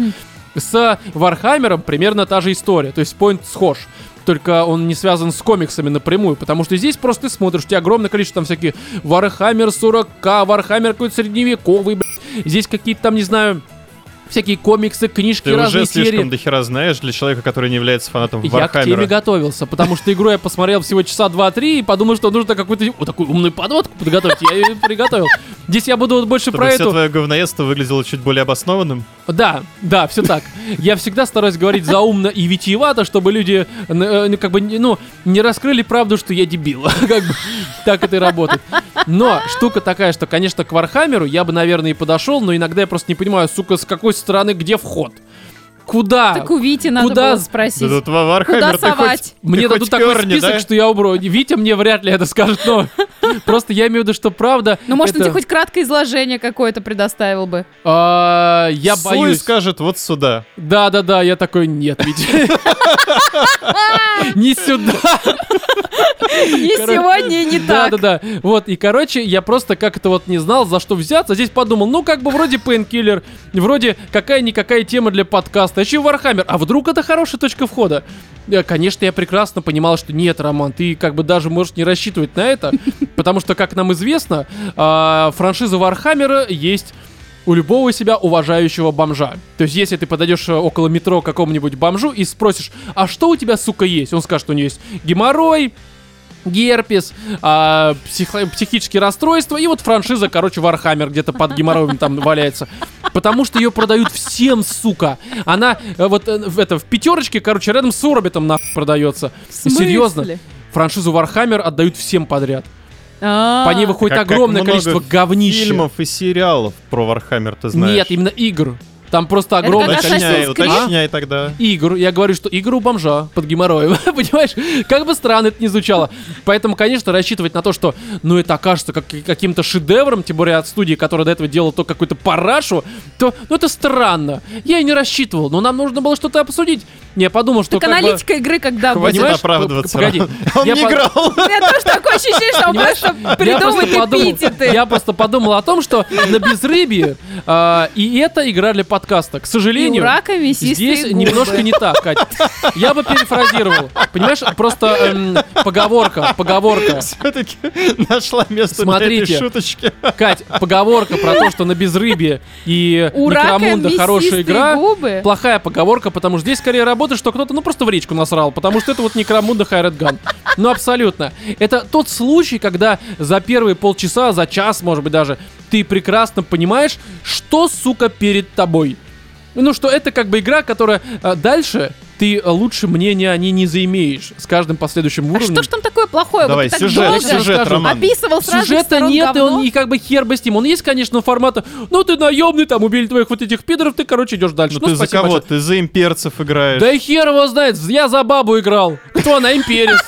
S1: С Вархаммером примерно та же история, то есть поинт схож. только он не связан с комиксами напрямую, потому что здесь просто ты смотришь, у тебя огромное количество там всякие Warhammer 40к, Warhammer какой-то средневековый, блядь. здесь какие-то там, не знаю, всякие комиксы, книжки,
S2: Ты
S1: разные
S2: уже
S1: серии.
S2: слишком дохера знаешь для человека, который не является фанатом
S1: Я к теме
S2: Вархаммера.
S1: готовился, потому что игру я посмотрел всего часа 2-3 и подумал, что нужно какую-то вот такую умную подводку подготовить. Я ее приготовил. Здесь я буду вот больше
S2: Чтобы
S1: про
S2: все
S1: эту.
S2: твое говноедство выглядело чуть более обоснованным.
S1: Да, да, все так. Я всегда стараюсь говорить заумно и витиевато, чтобы люди э, ну, как бы не- ну, не раскрыли правду, что я дебил. Как бы так это и работает. Но штука такая, что, конечно, к Вархаммеру я бы, наверное, и подошел, но иногда я просто не понимаю, сука, с какой стороны, где вход? Куда?
S3: Так у Вити надо
S1: Куда-
S3: было спросить.
S2: Да тут во Вархаммер ты
S3: Куда
S2: хоть-
S3: совать?
S2: ты
S1: Мне
S2: хоть
S1: дадут такой
S2: кёрни,
S1: список,
S2: да?
S1: что я убру. Витя мне вряд ли это скажет, но просто я имею в виду, что правда...
S3: Ну, может, он
S1: это-
S3: тебе хоть краткое изложение какое-то предоставил бы.
S1: А, Я
S2: Суй
S1: боюсь.
S2: скажет вот сюда.
S1: Да-да-да, я такой, нет, Витя. Не сюда.
S3: И
S1: Короче,
S3: сегодня, и не так.
S1: Да-да-да. Вот, и, короче, я просто как это вот не знал, за что взяться. Здесь подумал, ну, как бы вроде пейнкиллер, вроде какая-никакая тема для подкаста, еще и Вархаммер. А вдруг это хорошая точка входа? Э, Конечно, я прекрасно понимал, что нет, Роман, ты как бы даже можешь не рассчитывать на это, потому что, как нам известно, а, франшиза Вархаммера есть у любого себя уважающего бомжа. То есть, если ты подойдешь э, около метро к какому-нибудь бомжу и спросишь, а что у тебя, сука, есть? Он скажет, у него есть геморрой, герпес, а, психо- психические расстройства, и вот франшиза, короче, Вархаммер где-то под геморроем там валяется. Потому что ее продают всем, сука. Она э, вот э, в, это, в пятерочке, короче, рядом с Орбитом нахуй продается.
S3: В смысле?
S1: Серьезно. Франшизу Вархаммер отдают всем подряд.
S3: А,
S1: По ней выходит
S2: Как- как
S1: огромное
S2: много
S1: количество говнища.
S2: Фильмов и сериалов про Вархаммер ты знаешь.
S1: Нет, именно игр. Там просто
S3: Это
S1: огромное
S3: как
S1: количество
S2: Уточняй,
S3: Assassin's Creed.
S2: уточняй тогда.
S1: игр. Я говорю, что игры у бомжа под геморроем. Понимаешь? Как бы странно это ни звучало. Поэтому, конечно, рассчитывать на то, что ну это окажется как, каким-то шедевром, тем более от студии, которая до этого делала то какую-то парашу, то ну это странно. Я и не рассчитывал, но нам нужно было что-то обсудить. Я подумал, что
S3: Так
S1: как бы-
S3: аналитика игры когда
S2: Хватит
S3: будет?
S1: Понимаешь?
S2: оправдываться.
S1: Погоди.
S2: Он
S1: Я
S2: не
S1: по-
S2: играл.
S3: У меня тоже такое ощущение, что он
S1: Понимаешь?
S3: просто
S1: Я просто,
S3: придумывает
S1: подумал,
S3: эпитеты.
S1: я просто подумал о том, что на безрыбье а, и это игра для подкаста. К
S3: И у
S1: сожалению,
S3: рака мясистые
S1: Здесь
S3: губы.
S1: немножко не так, Кать. Я бы перефразировал. Понимаешь, просто эм, поговорка, поговорка.
S2: Все-таки нашла место для
S1: Смотрите. Ну,
S2: этой шуточки.
S1: Кать, поговорка про то, что на безрыбье и
S3: У рака
S1: некромунда хорошая
S3: мясистые
S1: игра.
S3: губы.
S1: Плохая поговорка, потому что здесь скорее работает, что кто-то, ну, просто в речку насрал, потому что это вот некромунда Хайред Ган. Ну, абсолютно. Это тот случай, когда за первые полчаса, за час, может быть, даже, ты прекрасно понимаешь, что, сука, перед тобой. Ну, что это как бы игра, которая э, дальше ты э, лучше мнения о ней не заимеешь с каждым последующим
S3: А
S1: уровнем.
S3: что ж там такое плохое?
S2: Давай,
S3: вот ты так
S2: сюжет,
S3: долго
S2: сюжет,
S1: скажу.
S2: Роман.
S3: Описывал сразу
S1: Сюжета нет, и он
S3: и...
S1: и как бы хер бы с ним. Он есть, конечно, формата, ну ты наемный, там убили твоих вот этих пидоров, ты, короче, идешь дальше.
S2: Ну ты за
S1: спасибо
S2: кого?
S1: большое.
S2: Ты за имперцев играешь.
S1: Да и хер его знает, я за бабу играл. Кто она, имперец?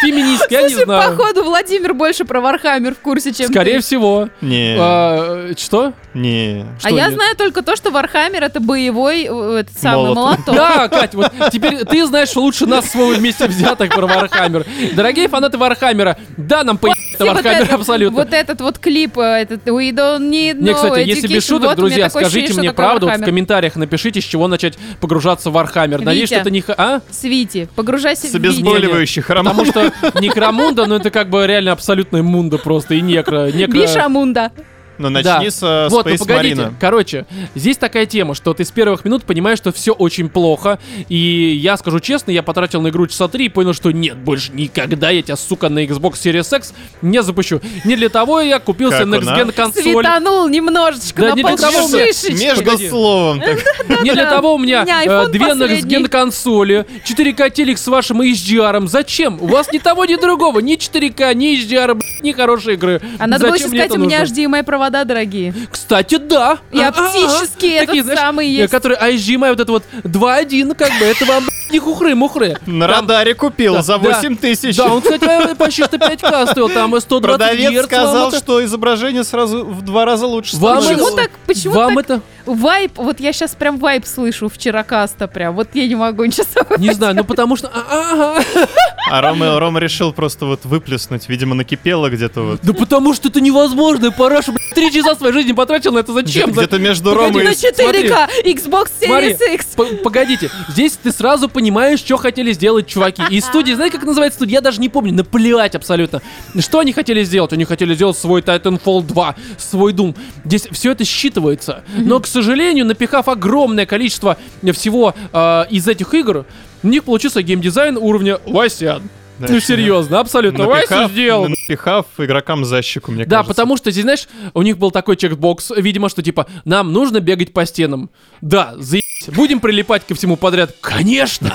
S1: Феминист, я не
S3: Слушай,
S1: знаю.
S3: походу, Владимир больше про Вархаммер в курсе, чем
S1: Скорее
S3: ты.
S1: всего.
S2: Не,
S1: А, э, Что?
S2: не.
S3: а
S1: что
S3: я
S1: нет.
S3: знаю только то, что Вархаммер это боевой э, этот самый
S2: Молот.
S3: молоток.
S1: Да, Кать, вот теперь ты знаешь лучше нас с Вовой вместе взятых про Вархаммер. Дорогие фанаты Вархаммера, да, нам по
S3: И вот
S1: Вархаммер
S3: этот-
S1: абсолютно.
S3: типа, Вот этот вот клип, э, этот We don't need
S1: Не,
S3: no
S1: кстати, если без
S3: education.
S1: шуток,
S3: Вот у меня
S1: друзья,
S3: такое
S1: скажите
S3: ощущение,
S1: мне
S3: что такое
S1: правду, вот в
S3: Вархаммер.
S1: комментариях напишите, с чего начать погружаться в Вархаммер. Надеюсь,
S3: Витя.
S1: что это не... ха- А?
S3: С Вити. Погружайся
S2: С
S3: в Вити.
S2: обезболивающих,
S1: Потому
S2: Роман.
S1: что некромунда, ну это как бы реально абсолютная мунда просто, и некро. некро...
S3: Биша Амунда.
S2: Ну
S1: Да.
S2: начни со
S1: Вот, ну
S2: Space
S1: погодите.
S2: Marine.
S1: Короче, здесь такая тема, что ты с первых минут понимаешь, что все очень плохо. И я скажу честно, я потратил на игру часа три и понял, что нет, больше никогда я тебя, сука, на Xbox Series X не запущу. Не для того я купил себе Next
S2: Как она?
S1: Gen консоль.
S3: Светанул немножечко
S1: Да
S3: на
S1: не для того,
S3: полшишечки.
S1: что-
S2: Между
S1: Погоди.
S2: словом. так.
S1: Не для
S3: Да-да.
S1: того у меня
S3: У меня
S1: э,
S3: iPhone
S1: две
S3: последний.
S1: Next консоли, 4К телек с вашим HDR. Зачем? У вас ни того, ни другого. Ни 4К, ни HDR, блядь, ни хорошей игры.
S3: А надо было еще
S1: Зачем мне
S3: сказать,
S1: это
S3: у меня
S1: нужно?
S3: HDMI провода дорогие.
S1: Кстати, да.
S3: И
S1: А-а-а.
S3: оптические
S1: Такие,
S3: этот
S1: знаешь,
S3: самый
S1: э,
S3: есть.
S1: Которые HDMI, вот это вот 2.1, как бы, это вам блядь, не хухры-мухры.
S2: На
S1: Там-
S2: радаре купил
S1: Да,
S2: за
S1: да.
S2: 8 тысяч.
S1: Да, он, кстати, э, почти что 5К стоил, там и 120
S2: Продавец
S1: герц, вам
S2: сказал,
S1: это-
S2: что изображение сразу в два раза лучше
S1: Вам
S2: становится.
S3: Почему
S1: это-
S3: так? Почему
S1: Вам
S3: так?
S1: это...
S3: Вайп, вот я сейчас прям вайп слышу вчера каста прям. Вот я не могу ничего с собой
S1: Не знаю, ну потому что... а, а, а.
S2: А Рома, Рома решил просто вот выплеснуть, видимо, накипело где-то вот.
S1: Да потому что это невозможно, Параша, блядь, три часа своей жизни потратил на это, зачем? За-
S2: Где-то между
S1: Погоди,
S2: Ромой
S3: На
S2: и...
S1: значит,
S3: 4К, Xbox
S1: Смотри,
S3: Series X.
S1: п- погодите, здесь ты сразу понимаешь, что хотели сделать чуваки. И студии, знаете, как называется студия? Я даже не помню, наплевать абсолютно. Что они хотели сделать? Они хотели сделать свой Titanfall 2, свой Doom. Здесь все это считывается. Но, к сожалению, напихав огромное количество всего э, из этих игр, у них получился геймдизайн уровня Васян.
S2: Да,
S1: ну, серьезно, абсолютно. Вася
S2: Напихав,
S1: сделал.
S2: напихав игрокам за щеку, мне
S1: Да,
S2: кажется.
S1: потому что здесь, знаешь, у них был такой чекбокс, видимо, что типа, нам нужно бегать по стенам. Да, заебись. Будем прилипать ко всему подряд. Конечно!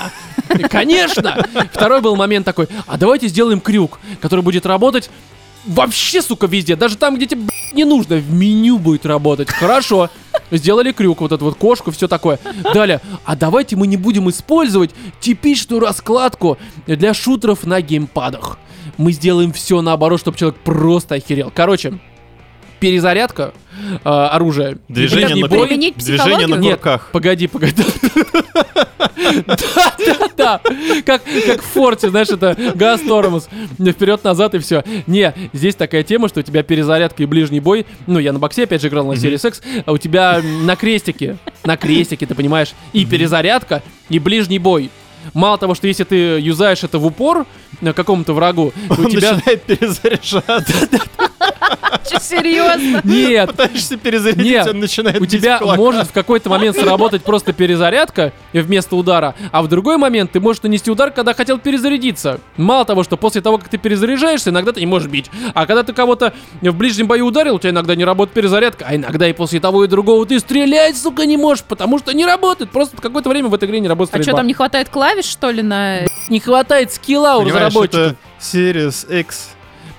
S1: Конечно! Второй был момент такой, а давайте сделаем крюк, который будет работать вообще, сука, везде. Даже там, где тебе блядь, не нужно, в меню будет работать. Хорошо. Сделали крюк, вот эту вот кошку, все такое. Далее, а давайте мы не будем использовать типичную раскладку для шутеров на геймпадах. Мы сделаем все наоборот, чтобы человек просто охерел. Короче, перезарядка э, оружия.
S2: Движение
S1: И
S2: на
S1: бой-
S2: кулак.
S3: Применить
S2: Движение на
S1: психологию? Нет.
S2: кулаках.
S1: Погоди, погоди. Да, да, да. Как, как в форте, знаешь, это газ тормоз. Вперед-назад и все. Не, здесь такая тема, что у тебя перезарядка и ближний бой. Ну, я на боксе опять же играл на серии секс, а у тебя на крестике. На крестике, ты понимаешь, и перезарядка, и ближний бой. Мало того, что если ты юзаешь это в упор э, какому-то врагу, то у
S2: Он
S1: тебя...
S2: начинает перезаряжаться.
S3: Чё, Серьезно.
S1: Нет,
S2: Пытаешься перезарядить,
S1: Нет,
S2: он начинает
S1: у
S2: бить
S1: тебя
S2: кулаком.
S1: может в какой-то момент сработать просто перезарядка вместо удара, а в другой момент ты можешь нанести удар, когда хотел перезарядиться. Мало того, что после того, как ты перезаряжаешься, иногда ты не можешь бить. А когда ты кого-то в ближнем бою ударил, у тебя иногда не работает перезарядка, а иногда и после того и другого ты стрелять, сука, не можешь, потому что не работает. Просто какое-то время в этой игре не работает
S3: А что,
S1: стрельба.
S3: там не хватает клавиш, что ли, на...
S1: не хватает скилла у
S2: Понимаешь,
S1: разработчиков.
S2: это Series X.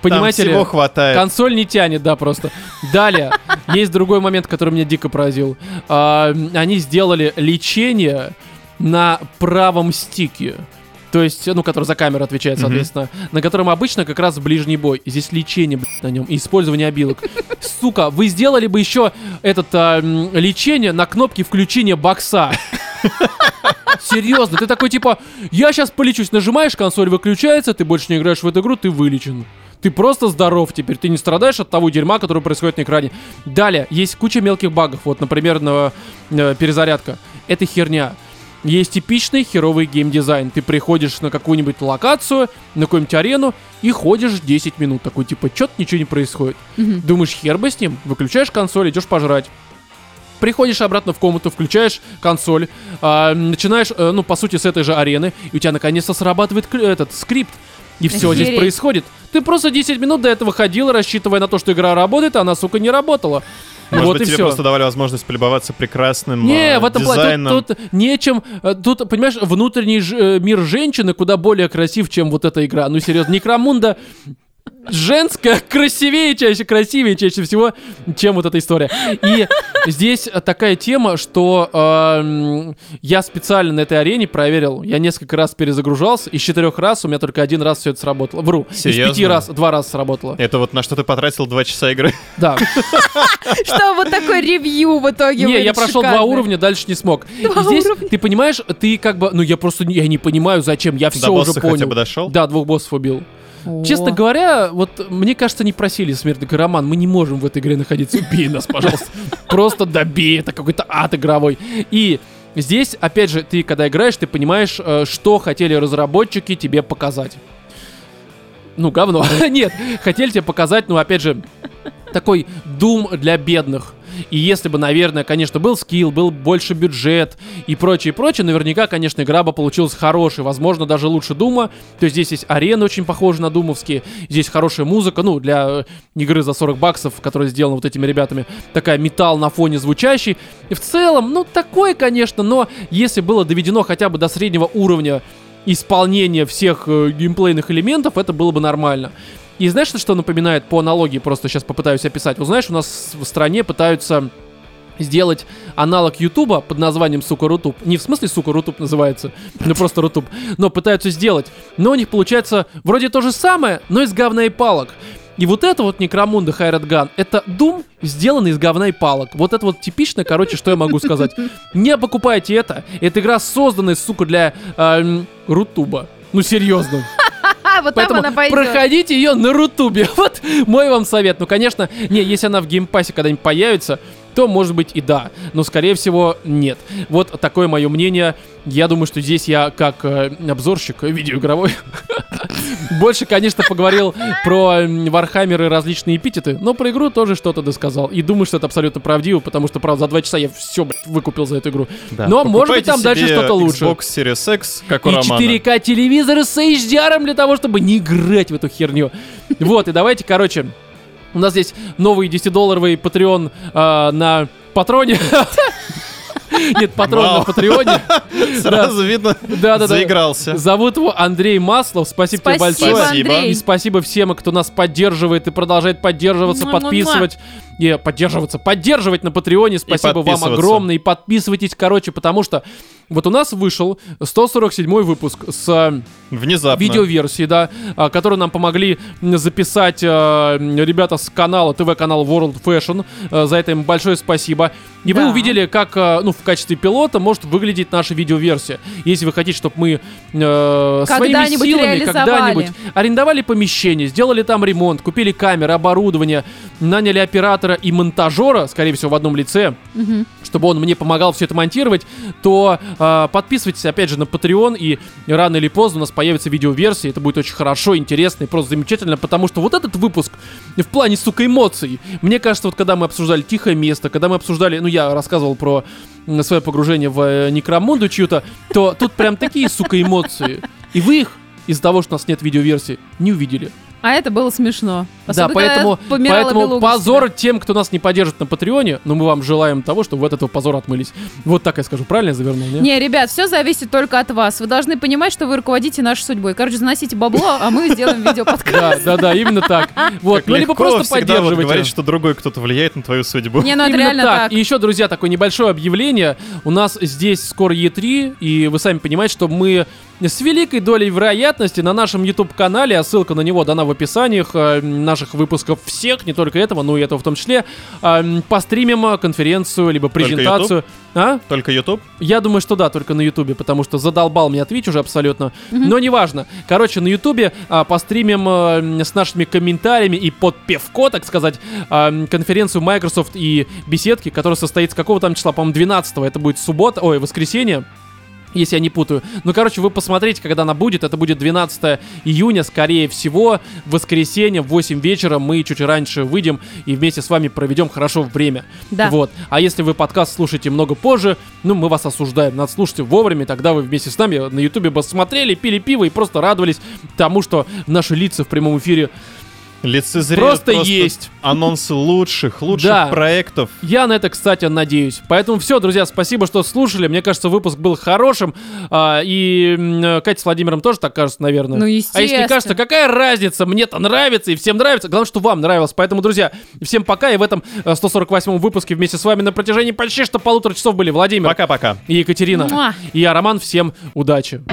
S2: Там
S1: Понимаете ли?
S2: всего хватает.
S1: Консоль не тянет, да, просто. Далее, есть другой момент, который меня дико поразил. А, м, Они сделали лечение на правом стике. То есть, ну, который за камеру отвечает,
S2: Мгм.
S1: соответственно, на котором обычно как раз ближний бой. И Здесь лечение, блядь, на нем и использование обилок. Сука, вы сделали бы еще этот а, м, лечение на кнопке включения бокса. Серьезно, ты такой типа, я сейчас полечусь, нажимаешь, консоль выключается, ты больше не играешь в эту игру, ты вылечен. Ты просто здоров теперь, ты не страдаешь от того дерьма, которое происходит на экране. Далее, есть куча мелких багов, вот, например, на, э, перезарядка. Это херня. Есть типичный херовый геймдизайн. Ты приходишь на какую-нибудь локацию, на какую-нибудь арену и ходишь 10 минут. Такой типа, чё-то ничего не происходит.
S3: Мгм.
S1: Думаешь, хер бы с ним, выключаешь консоль, идешь пожрать. Приходишь обратно в комнату, включаешь консоль, а, м, начинаешь, э, ну, по сути, с этой же арены, и у тебя наконец-то срабатывает кр- этот скрипт. И все здесь
S3: Охереть.
S1: происходит. Ты просто 10 минут до этого ходил, рассчитывая на то, что игра работает, а она, сука, не работала.
S2: Ну, Может
S1: вот
S2: быть,
S1: и
S2: тебе
S1: все.
S2: просто давали возможность полюбоваться прекрасным
S1: Не,
S2: э,
S1: в этом плане
S2: дизайном.
S1: тут, тут нечем. э, Тут, понимаешь, внутренний ж- э, мир женщины куда более красив, чем вот эта игра. Ну, серьезно, Некромунда женская красивее чаще, красивее чаще всего, чем вот эта история. И здесь э, такая тема, что э, м, я специально на этой арене проверил, я несколько раз перезагружался, из четырех раз у меня только один раз все это сработало. Вру, из пяти
S2: Серьезно?
S1: раз, два раза сработало.
S2: Это вот на что ты потратил два часа игры.
S1: Да.
S3: Что вот такое ревью в итоге
S1: Не, я
S3: выйдет
S1: прошел
S3: шикарное.
S1: два уровня, дальше не смог. И
S3: Два
S1: здесь,
S3: уровня.
S1: ты понимаешь, ты как бы, ну я просто не- я не понимаю, зачем, я все
S2: До
S1: уже
S2: босса
S1: понял.
S2: хотя бы дошел.
S1: Да, двух боссов убил.
S3: О.
S1: Честно говоря, вот мне кажется, не просили смертный Роман, мы не можем в этой игре находиться. Убей нас, пожалуйста. Просто добей, это какой-то ад игровой. И здесь, опять же, ты когда играешь, ты понимаешь, э, что хотели разработчики тебе показать. Ну, говно. Нет, хотели тебе показать, ну, опять же, такой дум для бедных. И если бы, наверное, конечно, был скилл, был больше бюджет и прочее, прочее, наверняка, конечно, игра бы получилась хорошей, возможно, даже лучше Дума. То есть здесь есть арены очень похожи на думовские, здесь хорошая музыка, ну, для э, игры за 40 баксов, которая сделана вот этими ребятами, такая металл на фоне звучащий. И в целом, ну, такое, конечно, но если было доведено хотя бы до среднего уровня исполнение всех э, геймплейных элементов, это было бы нормально. И знаешь, что напоминает по аналогии, просто сейчас попытаюсь описать. Вот знаешь, у нас в стране пытаются сделать аналог Ютуба под названием Сука Рутуб. Не в смысле Сука Рутуб называется, ну просто Рутуб. Но пытаются сделать. Но у них получается вроде то же самое, но из говна и палок. И вот это вот Некромунда Хайратган, это Дум, сделанный из говна и палок. Вот это вот типично, короче, что я могу сказать. Не покупайте это. Эта игра созданная, сука, для эм, Рутуба. Ну, серьезно.
S3: А, вот
S1: Поэтому
S3: там она пойдет.
S1: проходите ее на Рутубе. Вот мой вам совет. Ну, конечно, не, если она в геймпассе когда-нибудь появится, то, может быть, и да. Но, скорее всего, нет. Вот такое мое мнение. Я думаю, что здесь я, как э, обзорщик видеоигровой, больше, конечно, поговорил про м, Вархаммер и различные эпитеты, но про игру тоже что-то досказал. И думаю, что это абсолютно правдиво, потому что, правда, за два часа я все выкупил за эту игру. Но, Ну, а может быть, там дальше что-то лучше.
S2: Xbox Series X, как у
S1: И
S2: Романа.
S1: 4К телевизоры с HDR для того, чтобы не играть в эту херню. Вот, и давайте, короче, у нас здесь новый 10-долларовый Patreon э, на Патроне. Нет, Патрон на
S2: Вау.
S1: Патреоне.
S2: Сразу видно,
S1: Да-да-да.
S2: заигрался.
S1: Зовут его Андрей Маслов. Спасибо тебе большое.
S3: Спасибо,
S2: Спасибо.
S1: И
S3: Андрей.
S1: спасибо всем, кто нас поддерживает и продолжает поддерживаться,
S3: Муа-муа-муа.
S1: подписывать. Не, поддерживаться, поддерживать на Патреоне. Спасибо вам
S2: подписываться.
S1: огромное. И подписывайтесь, короче, потому что вот у нас вышел 147 выпуск с э,
S2: Внезапно.
S1: видеоверсии, да, а, которую нам помогли м, записать э, м, ребята с канала, ТВ-канал World Fashion. Э, За это им большое спасибо. И вы
S3: Да.
S1: увидели, как, э, ну, в качестве пилота может выглядеть наша видеоверсия. Если вы хотите, чтобы мы э, своими
S3: Когда-нибудь
S1: силами
S3: реализовали.
S1: когда-нибудь арендовали помещение, сделали там ремонт, купили камеры, оборудование, наняли оператора и монтажера, скорее всего, в одном лице,
S3: Мгм.
S1: чтобы он мне помогал все это монтировать, то э, подписывайтесь опять же на Patreon, и рано или поздно у нас появится видеоверсия, это будет очень хорошо, интересно и просто замечательно, потому что вот этот выпуск в плане, сука, эмоций, мне кажется, вот когда мы обсуждали «Тихое место», когда мы обсуждали, ну я рассказывал про м, свое погружение в э, Некромунду чью-то, то тут прям такие, сука, эмоции, и вы их из-за того, что у нас нет видеоверсии, не увидели.
S3: А это было смешно. Особенно,
S1: да,
S3: когда
S1: поэтому,
S3: помирала
S1: поэтому
S3: белуга
S1: позор
S3: себя.
S1: тем, кто нас не поддержит на Патреоне, но мы вам желаем того, чтобы вы от этого позора отмылись. Вот так я скажу. Правильно я завернул, не?
S3: Не, ребят, все зависит только от вас. Вы должны понимать, что вы руководите нашей судьбой. Короче, заносите бабло, а мы сделаем видеоподкаст.
S1: Да, да, да, именно так. Вот,
S2: Как
S1: ну либо
S2: легко
S1: просто
S2: всегда вот
S1: поддерживайте.
S2: говорить, что другой кто-то влияет на твою судьбу.
S3: Не, ну это
S1: Именно
S3: реально так.
S1: И еще, друзья, такое небольшое объявление. У нас здесь скоро Е3, и вы сами понимаете, что мы с великой долей вероятности на нашем YouTube-канале, а ссылка на него дана в описаниях э, наших выпусков всех, не только этого, но и этого в том числе, э, постримим э, конференцию, либо презентацию. А?
S2: Только YouTube?
S1: Я думаю, что да, только на Ютубе, потому что задолбал меня Twitch уже абсолютно. Но неважно. Короче, на Ютубе а, постримим э, м, с нашими комментариями и под певко, так сказать, а, м, конференцию Microsoft и беседки, которая состоится какого там числа, по-моему, 12 Это будет суббота, ой, воскресенье. Если я не путаю. Ну, короче, вы посмотрите, когда она будет. Это будет 12 июня, скорее всего, в воскресенье в 8 вечера. Мы чуть раньше выйдем и вместе с вами проведем хорошо время.
S3: Да.
S1: Вот. А если вы подкаст слушаете много позже, ну, мы вас осуждаем. Надо слушать вовремя, тогда вы вместе с нами на Ютубе бы смотрели, пили пиво и просто радовались тому, что наши лица в прямом эфире
S2: Лицезреют
S1: Просто есть.
S2: Анонсы лучших, лучших
S1: Да.
S2: проектов.
S1: Я на это, кстати, надеюсь. Поэтому все, друзья, спасибо, что слушали. Мне кажется, выпуск был хорошим. А, и м, э, Катя с Владимиром тоже так кажется, наверное.
S3: Ну,
S1: А если не
S3: естественно.
S1: кажется, какая разница? Мне-то нравится, и всем нравится. Главное, что вам нравилось. Поэтому, друзья, всем пока. И в этом э, 148-м выпуске вместе с вами на протяжении почти что полутора часов были Владимир
S2: Пока-пока.
S1: и Екатерина.
S3: Муа.
S1: И я, Роман. Всем удачи.